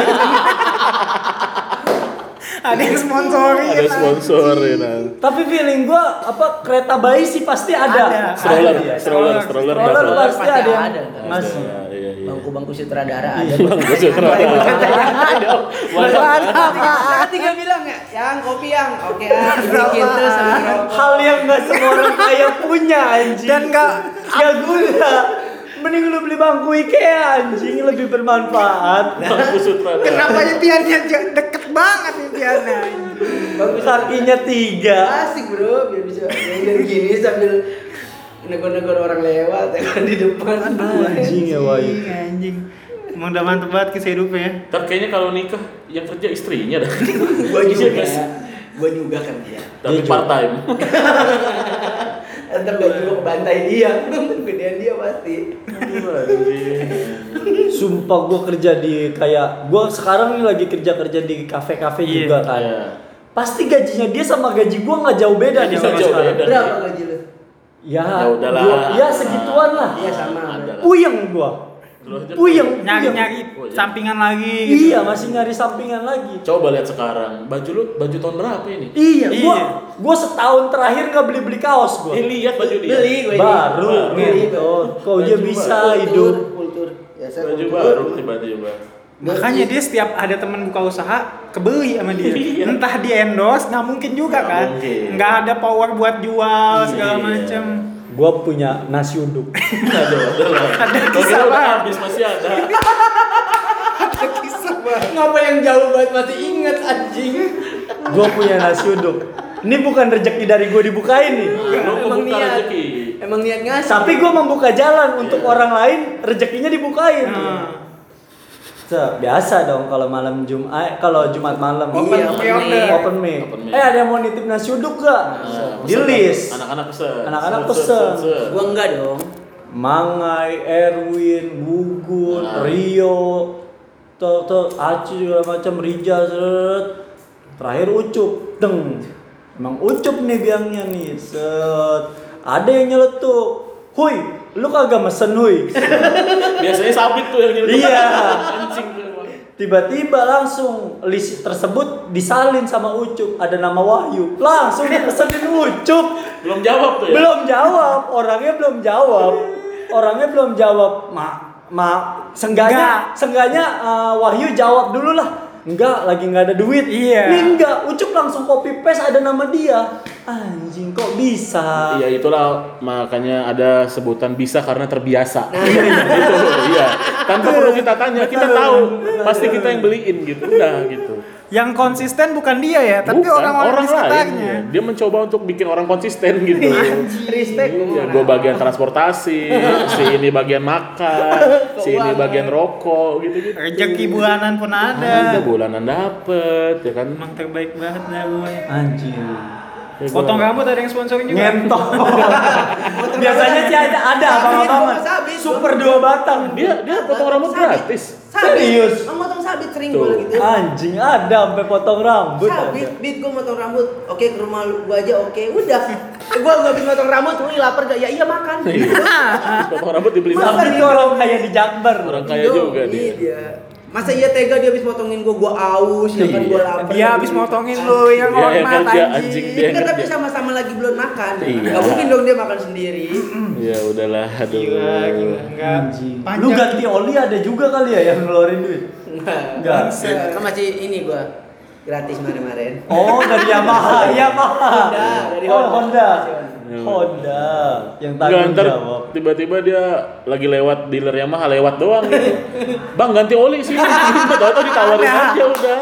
[SPEAKER 5] Ada yang sponsorin.
[SPEAKER 3] ada sponsor ya nah.
[SPEAKER 4] Tapi feeling gua apa kereta bayi sih pasti ada.
[SPEAKER 5] Ada.
[SPEAKER 3] stroller
[SPEAKER 4] Ada ya.
[SPEAKER 3] stroller stroller
[SPEAKER 4] Stroller
[SPEAKER 3] bakal ada.
[SPEAKER 4] pasti ada yang
[SPEAKER 1] Ada.
[SPEAKER 4] masuk.
[SPEAKER 3] Nah, iya iya
[SPEAKER 1] Bangku-bangku sutradara ada.
[SPEAKER 3] Bang, gua sutradara. Ada. Waduh.
[SPEAKER 1] Nanti gak bilang ya, yang kopi yang oke ah, dibikin terus habis ngerokok.
[SPEAKER 4] Hal yang nggak semua orang kaya punya anjing.
[SPEAKER 5] Dan nggak
[SPEAKER 4] ya gula. Mending lu beli bangku IKEA anjing lebih bermanfaat.
[SPEAKER 3] Aku sutradara.
[SPEAKER 5] Kenapa impiannya j- deket banget impiannya?
[SPEAKER 4] Kakinya tiga.
[SPEAKER 1] Asik bro, biar bisa biar gini sambil negor-negor orang lewat ya kan di depan.
[SPEAKER 4] Anjing ya wahyu.
[SPEAKER 5] Iya, anjing. Emang udah mantep banget kehidupannya ya.
[SPEAKER 3] Ntar kayaknya kalau nikah yang kerja istrinya dah.
[SPEAKER 1] Gua juga, gua juga kan dia.
[SPEAKER 3] Tapi part time.
[SPEAKER 1] Ntar gua juga kebantai dia, gedean dia pasti.
[SPEAKER 4] Sumpah gue kerja di kayak gue sekarang nih lagi kerja kerja di kafe kafe
[SPEAKER 5] Iya.
[SPEAKER 4] juga kan.
[SPEAKER 3] Iya.
[SPEAKER 4] Pasti gajinya dia sama gaji gue nggak jauh beda nih
[SPEAKER 3] Bisa
[SPEAKER 4] orang
[SPEAKER 3] jauh
[SPEAKER 4] sekarang.
[SPEAKER 3] beda.
[SPEAKER 1] Berapa gaji lu?
[SPEAKER 4] Ya,
[SPEAKER 3] Ya udahlah.
[SPEAKER 4] gua- ya segituan lah.
[SPEAKER 1] Iya sama.
[SPEAKER 3] Ada lah.
[SPEAKER 4] Puyeng gue.
[SPEAKER 3] Lu aja.
[SPEAKER 4] Puyeng.
[SPEAKER 5] Nyari
[SPEAKER 4] puyeng.
[SPEAKER 2] gitu.
[SPEAKER 5] nyari
[SPEAKER 3] Oh, iya.
[SPEAKER 5] sampingan lagi. Gitu.
[SPEAKER 4] Iya masih nyari sampingan lagi.
[SPEAKER 3] Coba lihat sekarang. Baju lu baju tahun berapa ini?
[SPEAKER 4] Iya,
[SPEAKER 5] Iya.
[SPEAKER 4] gue gue setahun terakhir nggak beli beli kaos
[SPEAKER 3] Eh
[SPEAKER 4] gue.
[SPEAKER 3] lihat baju dia.
[SPEAKER 1] Beli gue ini.
[SPEAKER 4] Baru
[SPEAKER 1] Beli
[SPEAKER 4] gitu. Kau
[SPEAKER 3] Baju
[SPEAKER 4] dia
[SPEAKER 3] baru.
[SPEAKER 4] bisa
[SPEAKER 1] Kultur,
[SPEAKER 4] hidup.
[SPEAKER 1] Kultur. Ya, saya
[SPEAKER 3] Baju
[SPEAKER 1] kultur.
[SPEAKER 3] baru tiba-tiba.
[SPEAKER 5] Makanya dia setiap ada teman buka usaha kebeli sama dia. Entah di endorse, nggak mungkin juga
[SPEAKER 3] Nggak
[SPEAKER 5] kan.
[SPEAKER 3] mungkin.
[SPEAKER 5] Nggak ada power buat jual segala
[SPEAKER 3] Iya.
[SPEAKER 5] macem.
[SPEAKER 4] Gue punya nasi uduk.
[SPEAKER 3] Aduh, aduh. Ada
[SPEAKER 5] kisah
[SPEAKER 3] udah
[SPEAKER 5] apa?
[SPEAKER 3] habis masih ada.
[SPEAKER 5] Kisah banget.
[SPEAKER 1] Ngapa yang jauh banget masih inget anjing?
[SPEAKER 4] gue punya nasi uduk. Ini bukan rezeki dari gue dibukain nih.
[SPEAKER 3] Lu
[SPEAKER 1] emang
[SPEAKER 3] kebuka
[SPEAKER 1] niat.
[SPEAKER 3] rezeki.
[SPEAKER 1] Emang niat ngasih.
[SPEAKER 4] Tapi gue membuka jalan untuk orang lain, rezekinya dibukain.
[SPEAKER 5] Iya. Nah,
[SPEAKER 4] Se- Biasa dong kalau malam Jumat, kalau Jumat malam.
[SPEAKER 5] Open
[SPEAKER 1] Iya,
[SPEAKER 5] pre-order.
[SPEAKER 1] open
[SPEAKER 4] Open mic.
[SPEAKER 3] Open mic.
[SPEAKER 4] Eh ada yang mau nitip nasi uduk gak?
[SPEAKER 3] Nah,
[SPEAKER 4] Di
[SPEAKER 3] pesen.
[SPEAKER 4] list.
[SPEAKER 3] Anak-anak pesen.
[SPEAKER 4] Anak-anak
[SPEAKER 3] Set, set,
[SPEAKER 4] pesen.
[SPEAKER 3] set, set.
[SPEAKER 1] Gua enggak dong.
[SPEAKER 4] Mangai, Erwin, Gugun,
[SPEAKER 3] Nah.
[SPEAKER 4] Rio, Tok Tok, Aci segala macam, Rija, seret. Terakhir Ucup, deng. Emang Ucup nih biangnya nih, set. Ada yang nyeletuk. Hui, lu kagak mesen hui.
[SPEAKER 3] Biasanya sabit tuh yang nyelip.
[SPEAKER 4] Iya.
[SPEAKER 3] Anjing.
[SPEAKER 4] Tiba-tiba langsung list tersebut disalin sama Ucup, ada nama Wahyu. Langsung dipesenin Ucup.
[SPEAKER 3] Belum jawab tuh ya.
[SPEAKER 4] belum jawab orangnya belum jawab orangnya belum jawab ma ma sengganya sengganya eh, Wahyu jawab dulu lah enggak lagi nggak ada duit
[SPEAKER 5] Iya.
[SPEAKER 4] Ini enggak ucup langsung copy paste ada nama dia anjing kok bisa
[SPEAKER 3] Iya itulah makanya ada sebutan bisa karena terbiasa.
[SPEAKER 5] Nah,
[SPEAKER 3] gitu loh, iya. Tanpa perlu kita tanya, kita tahu pasti kita yang beliin gitu. Udah gitu.
[SPEAKER 5] yang konsisten bukan dia ya, tapi
[SPEAKER 3] Bukan, iya.
[SPEAKER 5] orang-orang di sekitarnya.
[SPEAKER 3] Dia mencoba untuk bikin orang konsisten gitu.
[SPEAKER 5] Iya.
[SPEAKER 1] Respect
[SPEAKER 3] Iya, gue bagian transportasi, si ini bagian makan, si ini bagian rokok gitu-gitu.
[SPEAKER 5] Rezeki bulanan pun
[SPEAKER 3] Ada
[SPEAKER 5] ada.
[SPEAKER 3] bulanan dapet ya kan.
[SPEAKER 5] Emang terbaik banget dah boy.
[SPEAKER 4] anjing
[SPEAKER 3] Ya, gua-
[SPEAKER 5] Potong rambut ada yang sponsorin juga.
[SPEAKER 4] ngentok biasanya sih ada ada bang bang
[SPEAKER 1] Sabit.
[SPEAKER 4] super dua batang
[SPEAKER 3] Dia dia potong rambut gratis.
[SPEAKER 1] Sabit.
[SPEAKER 4] Serius?
[SPEAKER 1] Mau potong sabit sering
[SPEAKER 3] Tuh. Ah,
[SPEAKER 1] gua gitu.
[SPEAKER 4] anjing ada sampai potong rambut
[SPEAKER 1] Sabit, bit gua motong rambut. Oke, ke rumah lu gua aja oke. Udah. Eh, gua gua habis motong rambut, lu lapar gak? Ya iya makan.
[SPEAKER 3] Iya. potong rambut dibeli
[SPEAKER 4] tapi
[SPEAKER 3] sabit.
[SPEAKER 4] itu orang kaya di Jakbar
[SPEAKER 3] Orang kaya juga
[SPEAKER 1] dia.
[SPEAKER 3] dia.
[SPEAKER 1] dia. Masa Gitu. iya tega dia habis motongin gua, gua aus, ya kan gua
[SPEAKER 3] Iya.
[SPEAKER 1] lapar. Ah.
[SPEAKER 5] Dia habis motongin lu iya. yang
[SPEAKER 3] Dia yang
[SPEAKER 5] hormat
[SPEAKER 3] kerja, anjing.
[SPEAKER 5] anjing.
[SPEAKER 3] Dia yang
[SPEAKER 1] Kan tapi
[SPEAKER 3] kerja.
[SPEAKER 1] sama-sama lagi belum makan.
[SPEAKER 3] Iya.
[SPEAKER 1] Gak mungkin dong dia makan sendiri.
[SPEAKER 3] Ya udahlah, aduh.
[SPEAKER 5] Gila, gila. Enggak.
[SPEAKER 4] Anjing.
[SPEAKER 5] Panjang.
[SPEAKER 4] Lu ganti oli ada juga kali ya yang ngeluarin duit. Nggak.
[SPEAKER 1] Enggak. Kan masih ini gua gratis kemarin-kemarin.
[SPEAKER 4] Oh, dari Yamaha, Yamaha.
[SPEAKER 1] Honda, dari
[SPEAKER 4] oh,
[SPEAKER 1] Honda.
[SPEAKER 4] Honda.
[SPEAKER 3] Honda.
[SPEAKER 4] Honda yang
[SPEAKER 3] Nggak,
[SPEAKER 4] tanggung
[SPEAKER 3] ntar
[SPEAKER 4] jawab.
[SPEAKER 3] tiba-tiba dia lagi lewat dealer Yamaha lewat doang gitu. Bang ganti oli sih. Tahu-tahu ditawarin aja udah.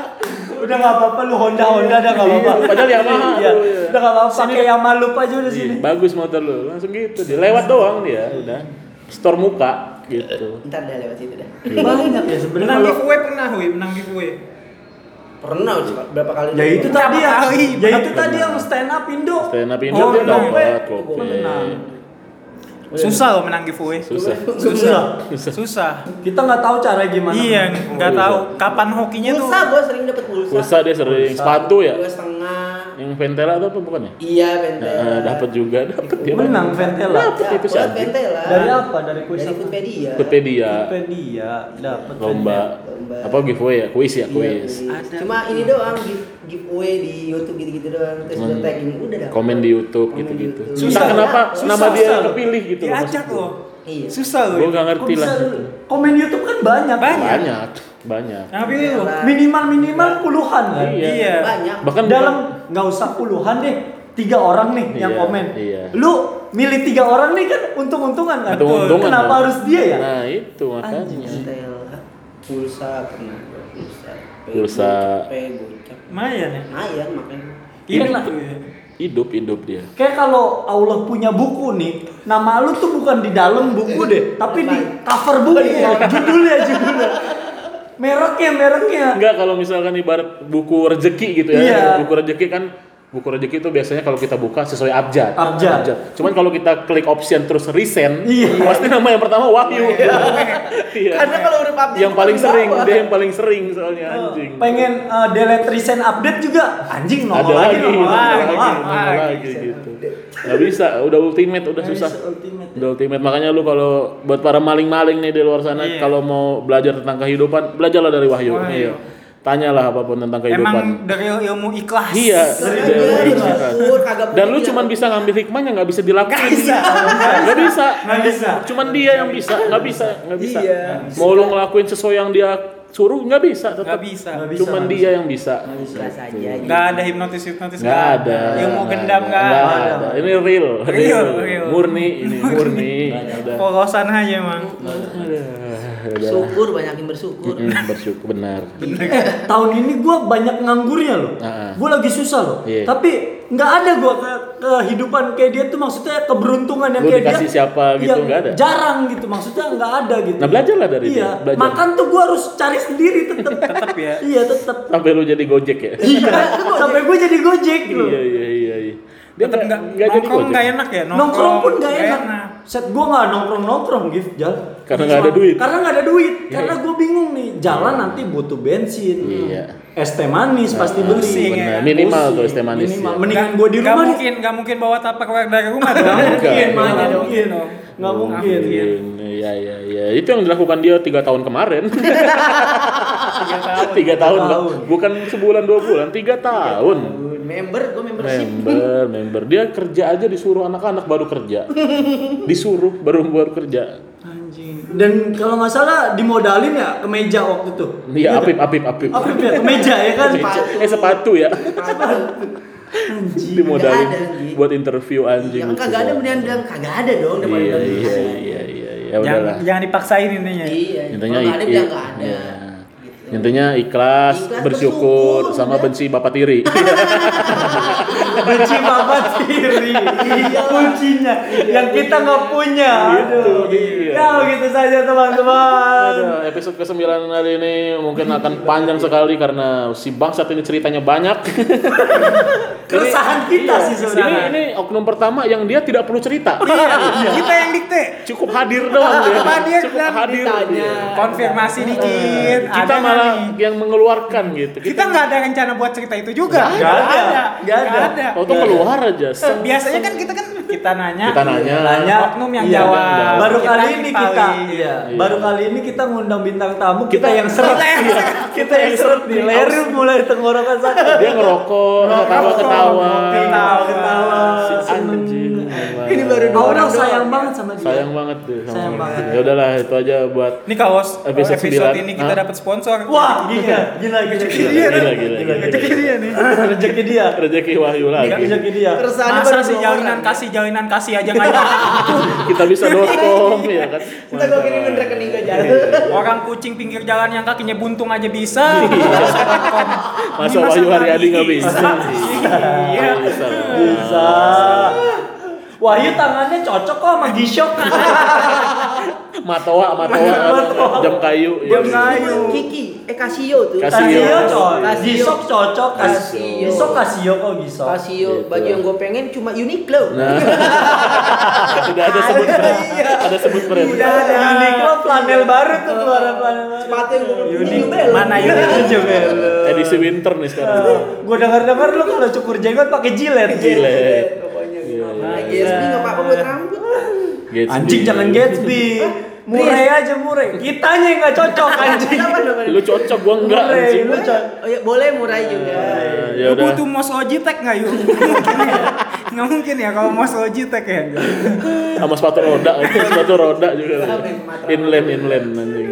[SPEAKER 4] Udah nggak apa-apa lu Honda Honda udah nggak apa-apa.
[SPEAKER 3] Padahal Yamaha,
[SPEAKER 4] Iya.
[SPEAKER 3] lu, iya.
[SPEAKER 4] Udah nggak apa-apa pakai Yamaha lu aja udah
[SPEAKER 3] Iya,
[SPEAKER 4] sini.
[SPEAKER 3] bagus motor lu. Langsung gitu. Dia lewat doang dia udah. Store muka gitu.
[SPEAKER 1] Ntar dah lewat situ dah.
[SPEAKER 4] Banyak ya sebenarnya.
[SPEAKER 5] Menang
[SPEAKER 4] kalau-
[SPEAKER 5] giveaway pernah, Hui, menang giveaway.
[SPEAKER 1] Pernah Uci, berapa kali?
[SPEAKER 4] Ya itu tadi ya.
[SPEAKER 5] kali?
[SPEAKER 4] Ya itu tadi yang stand up Indo.
[SPEAKER 3] Stand up Indo
[SPEAKER 4] iya.
[SPEAKER 5] Oh,
[SPEAKER 3] dia
[SPEAKER 5] menang.
[SPEAKER 3] dapat
[SPEAKER 4] Gua
[SPEAKER 3] kopi.
[SPEAKER 1] kan
[SPEAKER 4] menang.
[SPEAKER 5] Susah loh menang giveaway.
[SPEAKER 3] Susah.
[SPEAKER 4] Susah.
[SPEAKER 5] Susah.
[SPEAKER 4] Kita nggak tahu cara gimana.
[SPEAKER 5] Iya, nggak tahu kapan hokinya tuh.
[SPEAKER 1] pulsa gua sering dapat pulsa.
[SPEAKER 3] Pulsa dia sering sepatu ya.
[SPEAKER 1] Dua setengah.
[SPEAKER 3] yang Ventela itu apa bukan ya?
[SPEAKER 1] Iya Ventela.
[SPEAKER 3] Nah, dapat juga, dapat dia
[SPEAKER 4] Menang
[SPEAKER 3] menang.
[SPEAKER 4] Ventela.
[SPEAKER 3] Dapat itu
[SPEAKER 1] Buat
[SPEAKER 3] saja.
[SPEAKER 1] Ventela.
[SPEAKER 4] Dari apa? Dari kuis
[SPEAKER 1] Dari
[SPEAKER 4] apa?
[SPEAKER 1] Foodpedia.
[SPEAKER 3] Wikipedia,
[SPEAKER 4] Wikipedia kan dapat
[SPEAKER 3] lomba,
[SPEAKER 1] Lomba.
[SPEAKER 3] apa giveaway ya, kuis ya,
[SPEAKER 1] Iya,
[SPEAKER 3] kuis.
[SPEAKER 1] kuis. Cuma ini doang give- giveaway di YouTube gitu-gitu doang. Terus
[SPEAKER 3] Cuman
[SPEAKER 1] udah tagging udah dapat.
[SPEAKER 3] Komen di YouTube
[SPEAKER 1] Komen di
[SPEAKER 3] gitu-gitu.
[SPEAKER 1] YouTube.
[SPEAKER 3] Susah
[SPEAKER 5] Susah,
[SPEAKER 3] kenapa
[SPEAKER 5] susah,
[SPEAKER 3] nama dia
[SPEAKER 5] susah.
[SPEAKER 3] yang kepilih gitu loh
[SPEAKER 5] Diajak
[SPEAKER 3] maksudku.
[SPEAKER 5] loh.
[SPEAKER 1] Iya.
[SPEAKER 5] Susah
[SPEAKER 3] Gue
[SPEAKER 5] loh.
[SPEAKER 3] gak
[SPEAKER 4] ya. Kok
[SPEAKER 3] ngerti
[SPEAKER 4] bisa
[SPEAKER 3] lah.
[SPEAKER 4] lu- komen YouTube kan banyak.
[SPEAKER 3] Banyak, banyak.
[SPEAKER 5] Tapi lu.
[SPEAKER 4] Minimal minimal puluhan kan.
[SPEAKER 3] Iya.
[SPEAKER 5] Iya.
[SPEAKER 1] Banyak.
[SPEAKER 3] Bahkan
[SPEAKER 4] Dalam nggak usah puluhan deh. Tiga orang nih yang
[SPEAKER 3] Iya,
[SPEAKER 4] komen.
[SPEAKER 3] iya.
[SPEAKER 4] Lu milih tiga orang nih kan untung-untungan kan.
[SPEAKER 3] untung-untungan
[SPEAKER 4] Kenapa
[SPEAKER 3] dong.
[SPEAKER 4] harus dia ya?
[SPEAKER 3] Nah itu makanya.
[SPEAKER 1] Ventela. Pulsa pernah. Pulsa.
[SPEAKER 3] Pulsa.
[SPEAKER 1] Pe gocap.
[SPEAKER 5] Lumayan ya.
[SPEAKER 1] Lumayan makanya.
[SPEAKER 3] Hidup,
[SPEAKER 4] Iya.
[SPEAKER 3] hidup, hidup dia.
[SPEAKER 4] Kayak kalau Allah punya buku nih, nama lu tuh bukan di dalam buku deh, tapi di cover buku, judulnya judulnya, mereknya mereknya.
[SPEAKER 3] Enggak kalau misalkan ibarat buku rezeki gitu ya.
[SPEAKER 4] Iya.
[SPEAKER 3] Buku rezeki kan buku rezeki itu biasanya kalau kita buka sesuai abjad.
[SPEAKER 4] Abjad.
[SPEAKER 3] Cuman kalau kita klik option terus resend,
[SPEAKER 4] Iya.
[SPEAKER 3] pasti nama yang pertama Wahyu. Iya.
[SPEAKER 1] Karena kalau udah update
[SPEAKER 3] yang paling sering,
[SPEAKER 1] bawah.
[SPEAKER 3] dia yang paling sering soalnya anjing.
[SPEAKER 4] Pengen uh, delete recent update juga, anjing
[SPEAKER 3] Ada
[SPEAKER 4] nongol
[SPEAKER 3] lagi,
[SPEAKER 4] lagi,
[SPEAKER 3] nongol
[SPEAKER 4] nongol lagi,
[SPEAKER 3] lagi,
[SPEAKER 4] nongol lagi.
[SPEAKER 3] nongol lagi gitu. Gak bisa, udah ultimate, udah susah.
[SPEAKER 4] Ultimate.
[SPEAKER 3] Udah ultimate. Makanya lu kalau buat para maling-maling nih di luar sana kalau mau belajar tentang kehidupan, belajarlah dari Wahyu. Iya. Tanyalah apapun tentang kehidupan.
[SPEAKER 5] Emang dari ilmu ikhlas.
[SPEAKER 3] Iya,
[SPEAKER 1] Dari
[SPEAKER 3] dari
[SPEAKER 1] dia,
[SPEAKER 3] ilmu
[SPEAKER 1] Mas.
[SPEAKER 3] kita.
[SPEAKER 1] Pur, kagak
[SPEAKER 3] Dan lu
[SPEAKER 1] punya.
[SPEAKER 3] cuman bisa ngambil hikmahnya nggak bisa dilakuin.
[SPEAKER 5] bisa.
[SPEAKER 3] Nggak bisa.
[SPEAKER 5] Nggak bisa.
[SPEAKER 3] Cuman dia yang bisa, nggak bisa, nggak bisa.
[SPEAKER 1] Iya.
[SPEAKER 3] Mau lu ngelakuin sesuai yang dia suruh nggak bisa tetap.
[SPEAKER 5] Gak bisa.
[SPEAKER 4] Nggak bisa,
[SPEAKER 3] Cuman
[SPEAKER 4] nggak
[SPEAKER 3] dia yang bisa.
[SPEAKER 1] Jelas aja. gitu.
[SPEAKER 5] Gak ada hipnotis hipnotis.
[SPEAKER 3] Nggak ada.
[SPEAKER 5] Ilmu
[SPEAKER 3] nggak
[SPEAKER 5] gendam
[SPEAKER 3] ada,
[SPEAKER 5] gak
[SPEAKER 3] nggak
[SPEAKER 5] ada.
[SPEAKER 3] ada. Ini real.
[SPEAKER 5] Real, real.
[SPEAKER 3] Murni ini, murni. Udah.
[SPEAKER 5] Polosan aja emang.
[SPEAKER 3] Udah.
[SPEAKER 1] gitu. Syukur banyakin bersyukur.
[SPEAKER 3] Mm-mm, Hmm, bersyukur benar.
[SPEAKER 4] Eh, tahun ini gue banyak nganggurnya loh.
[SPEAKER 3] Heeh.
[SPEAKER 4] Gue lagi susah loh.
[SPEAKER 3] Iya.
[SPEAKER 4] Tapi nggak ada gue ke kehidupan kayak dia tuh maksudnya keberuntungan
[SPEAKER 3] Lu
[SPEAKER 4] yang kayak
[SPEAKER 3] dikasih
[SPEAKER 4] dia.
[SPEAKER 3] siapa gitu,
[SPEAKER 4] yang
[SPEAKER 3] nggak ada?
[SPEAKER 4] Jarang gitu maksudnya nggak ada gitu.
[SPEAKER 3] Nah, belajarlah dari
[SPEAKER 4] iya.
[SPEAKER 3] dia, belajar.
[SPEAKER 4] Makan tuh gue harus cari sendiri tetep.
[SPEAKER 5] Tetep ya.
[SPEAKER 4] iya tetep.
[SPEAKER 3] Sampai lu jadi gojek ya.
[SPEAKER 4] Iya. Sampai gue jadi gojek gitu. loh.
[SPEAKER 3] Iya iya iya. iya. Dia
[SPEAKER 5] Tetep
[SPEAKER 3] nggak
[SPEAKER 5] nggak
[SPEAKER 3] nggak jadi
[SPEAKER 5] nongkrong
[SPEAKER 3] gojek.
[SPEAKER 5] nggak enak ya.
[SPEAKER 4] Nongkrong, pun nggak enak. Set gue nggak nongkrong nongkrong gitu jalan.
[SPEAKER 3] Karena nggak ada duit.
[SPEAKER 4] Karena nggak ada duit. Karena gue bingung nih jalan nanti butuh bensin.
[SPEAKER 3] Iya. Nah,
[SPEAKER 4] Es teh manis pasti beli.
[SPEAKER 5] pusing ya.
[SPEAKER 3] Benar, minimal tuh es teh manis.
[SPEAKER 4] Minimal.
[SPEAKER 3] ya.
[SPEAKER 4] Mendingan gue di rumah
[SPEAKER 5] Gak
[SPEAKER 4] nih.
[SPEAKER 5] mungkin gak mungkin bawa tupperware dari rumah dong.
[SPEAKER 3] mungkin,
[SPEAKER 5] Nggak
[SPEAKER 4] nggak
[SPEAKER 5] mungkin dong.
[SPEAKER 4] Nggak mungkin.
[SPEAKER 3] Oh, Iya iya iya. Itu yang dilakukan dia tiga tahun kemarin. tiga tahun. Pak.
[SPEAKER 4] tahun.
[SPEAKER 3] Bukan sebulan dua bulan, tiga tahun.
[SPEAKER 1] Member, gue membership.
[SPEAKER 3] Member, member. Dia kerja aja disuruh anak-anak baru kerja. disuruh baru baru kerja.
[SPEAKER 4] Anjing. Dan kalau nggak salah dimodalin ya ke meja waktu itu.
[SPEAKER 3] Iya, apip, apip, apip.
[SPEAKER 4] Apa ya ke meja ya kan?
[SPEAKER 3] Meja. Eh sepatu ya. Dimodalin
[SPEAKER 1] Nggak ada, Ji.
[SPEAKER 3] buat interview anjing.
[SPEAKER 1] Yang Ya, kan kagak ada mendingan bilang kagak ada dong daripada
[SPEAKER 3] Iya
[SPEAKER 1] bilang
[SPEAKER 3] iya
[SPEAKER 1] ada.
[SPEAKER 3] iya iya. Ya udahlah.
[SPEAKER 5] Jangan, jangan dipaksain intinya.
[SPEAKER 1] Iya.
[SPEAKER 3] intinya
[SPEAKER 1] Kalau nggak ada
[SPEAKER 3] i-
[SPEAKER 1] bilang
[SPEAKER 3] i-
[SPEAKER 1] nggak ada.
[SPEAKER 3] iya.
[SPEAKER 1] Gitu.
[SPEAKER 3] intinya ikhlas,
[SPEAKER 1] Ikhlas,
[SPEAKER 3] bersyukur
[SPEAKER 1] bersyukur,
[SPEAKER 3] sama
[SPEAKER 1] udah.
[SPEAKER 3] benci bapak tiri
[SPEAKER 4] Kunci bapak tiri.
[SPEAKER 3] Iya.
[SPEAKER 4] Kuncinya yang kita nggak punya. Aduh.
[SPEAKER 3] Iya.
[SPEAKER 4] Ya begitu saja teman-teman.
[SPEAKER 3] Aduh, episode ke-9 hari ini mungkin akan panjang sekali karena si bangsat ini ceritanya banyak.
[SPEAKER 1] Iya,
[SPEAKER 4] Keresahan kita sih
[SPEAKER 3] ini
[SPEAKER 4] sebenarnya.
[SPEAKER 3] ini oknum pertama yang dia tidak perlu cerita.
[SPEAKER 1] Iya.
[SPEAKER 3] Iya.
[SPEAKER 4] Iya.
[SPEAKER 5] Kita yang dikte.
[SPEAKER 3] Cukup hadir doang dia.
[SPEAKER 5] Cukup hadir
[SPEAKER 3] Cukup
[SPEAKER 5] dan
[SPEAKER 3] hadir.
[SPEAKER 1] ditanya.
[SPEAKER 3] dia.
[SPEAKER 5] Konfirmasi dikit.
[SPEAKER 3] Kita
[SPEAKER 5] ada nggak nih?
[SPEAKER 3] malah yang mengeluarkan gitu.
[SPEAKER 5] kita nggak ada rencana buat cerita itu juga.
[SPEAKER 4] Nggak ada. Nggak
[SPEAKER 5] Nggak ada.
[SPEAKER 4] ada.
[SPEAKER 5] Nggak ada.
[SPEAKER 3] Auto keluar aja. Seng.
[SPEAKER 5] Biasanya kan kita kan kita nanya.
[SPEAKER 3] Oh. Kita nanya.
[SPEAKER 4] Nanya.
[SPEAKER 5] Oknum yang
[SPEAKER 4] Iya,
[SPEAKER 5] jawab.
[SPEAKER 3] jawab.
[SPEAKER 4] Baru
[SPEAKER 5] Kita
[SPEAKER 4] kali
[SPEAKER 5] yang
[SPEAKER 4] ini
[SPEAKER 5] ketahui.
[SPEAKER 4] kita, iya.
[SPEAKER 3] Iya.
[SPEAKER 4] baru kali ini kita ngundang bintang tamu kita, yang seret,
[SPEAKER 5] Kita yang
[SPEAKER 4] Iya. kita yang seret nih,
[SPEAKER 5] Iya.
[SPEAKER 4] leher mulai tenggorokan sakit.
[SPEAKER 3] Dia ngerokok, ketawa-ketawa.
[SPEAKER 4] Ketawa, ketawa.
[SPEAKER 3] Si
[SPEAKER 4] seneng.
[SPEAKER 3] anjing.
[SPEAKER 1] Ini baru dua
[SPEAKER 4] Orang
[SPEAKER 1] orang
[SPEAKER 4] sayang
[SPEAKER 1] doang.
[SPEAKER 4] banget sama dia.
[SPEAKER 3] Sayang banget tuh. sama
[SPEAKER 4] Sayang
[SPEAKER 3] orang.
[SPEAKER 4] banget.
[SPEAKER 3] Ya udahlah itu aja buat
[SPEAKER 5] Nih kalau s-
[SPEAKER 3] Episode
[SPEAKER 5] episode,
[SPEAKER 3] sembilan.
[SPEAKER 5] ini kita
[SPEAKER 3] Hah?
[SPEAKER 5] dapat sponsor.
[SPEAKER 4] Wah, gila, gila, gila,
[SPEAKER 5] Rezeki
[SPEAKER 4] gila.
[SPEAKER 5] dia.
[SPEAKER 3] Gila, gila, gila.
[SPEAKER 5] Rezeki dia nih.
[SPEAKER 4] Rezeki dia,
[SPEAKER 3] rezeki Wahyu lagi.
[SPEAKER 4] rezeki dia.
[SPEAKER 1] Keresahannya
[SPEAKER 5] Masa
[SPEAKER 1] baru
[SPEAKER 5] sih
[SPEAKER 1] dua
[SPEAKER 5] jalinan
[SPEAKER 1] orang.
[SPEAKER 5] kasih jalinan kasih aja nggak ada.
[SPEAKER 3] Kita bisa dotcom ya kan.
[SPEAKER 1] Ntar gue kirimin rekening gue jalan.
[SPEAKER 3] Iya.
[SPEAKER 5] Orang kucing pinggir jalan yang kakinya buntung aja bisa.
[SPEAKER 3] Masa Wahyu Haryadi nggak bisa?
[SPEAKER 5] Iya.
[SPEAKER 3] Bisa.
[SPEAKER 4] Bisa. Wahyu tangannya cocok kok sama Gishok.
[SPEAKER 3] Matoa, matoa, jam kayu. iya.
[SPEAKER 5] Jam kayu.
[SPEAKER 1] Kiki, eh Casio tuh.
[SPEAKER 3] Casio.
[SPEAKER 4] Kasio cocok,
[SPEAKER 1] Casio.
[SPEAKER 4] Gishok cocok,
[SPEAKER 1] Casio.
[SPEAKER 4] Gishok Kasio kok Gishok.
[SPEAKER 1] Casio,
[SPEAKER 3] Gitu.
[SPEAKER 1] baju yang gue pengen cuma Uniqlo.
[SPEAKER 3] Nah. Sudah ada sebut brand. Ada sebut brand.
[SPEAKER 4] Udah ada Uniqlo flanel baru tuh keluaran flanel baru.
[SPEAKER 1] Sepatu yang gue belum
[SPEAKER 4] Uniqlo.
[SPEAKER 1] beli,
[SPEAKER 4] Mana Uniqlo coba lu?
[SPEAKER 3] Edisi winter nih sekarang.
[SPEAKER 4] Gue denger denger lu kalau cukur jenggot pakai jilet.
[SPEAKER 3] Gile.
[SPEAKER 1] Pokoknya
[SPEAKER 3] Iya,
[SPEAKER 1] Nah, GSP nggak apa-apa buat rambut.
[SPEAKER 3] Gatsby.
[SPEAKER 4] Anjing jangan Gatsby. Murai aja murai. Kitanya yang nggak cocok anjing.
[SPEAKER 1] Kenapa dong?
[SPEAKER 3] Lu cocok gua enggak
[SPEAKER 4] Murai
[SPEAKER 3] anjing.
[SPEAKER 4] lu cocok.
[SPEAKER 1] Oh iya, boleh murai juga.
[SPEAKER 3] Eh, Ya
[SPEAKER 5] Lu
[SPEAKER 3] udah.
[SPEAKER 5] butuh mos Logitech nggak yuk? Mungkin ya. Nggak mungkin ya kalau mos Logitech ya.
[SPEAKER 3] Sama sepatu roda, anjing. sepatu roda juga. Inlem inlem anjing.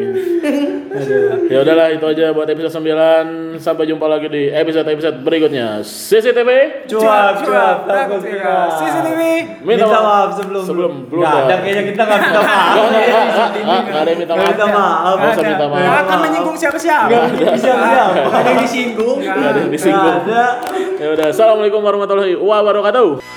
[SPEAKER 3] Ya udahlah itu aja buat episode 9. Sampai jumpa lagi di episode-episode berikutnya. CCTV.
[SPEAKER 4] Cuap cuap takut
[SPEAKER 5] viral. CCTV.
[SPEAKER 4] Minta maaf sebelum
[SPEAKER 3] sebelum belum
[SPEAKER 4] Nggak ada
[SPEAKER 3] dah.
[SPEAKER 4] kayaknya kita nggak minta maaf.
[SPEAKER 3] Nggak, nggak, nggak, nggak, nggak, nggak ada yang minta
[SPEAKER 4] Nggak
[SPEAKER 3] maaf.
[SPEAKER 4] minta maaf.
[SPEAKER 3] Nggak usah minta
[SPEAKER 5] Nggak
[SPEAKER 3] maaf.
[SPEAKER 5] akan menyinggung siapa-siapa.
[SPEAKER 4] Bisa bisa.
[SPEAKER 1] Ada yang disinggung.
[SPEAKER 3] Nggak ada yang
[SPEAKER 4] Nggak
[SPEAKER 3] disinggung.
[SPEAKER 4] ada.
[SPEAKER 3] Ya udah, assalamualaikum warahmatullahi wabarakatuh.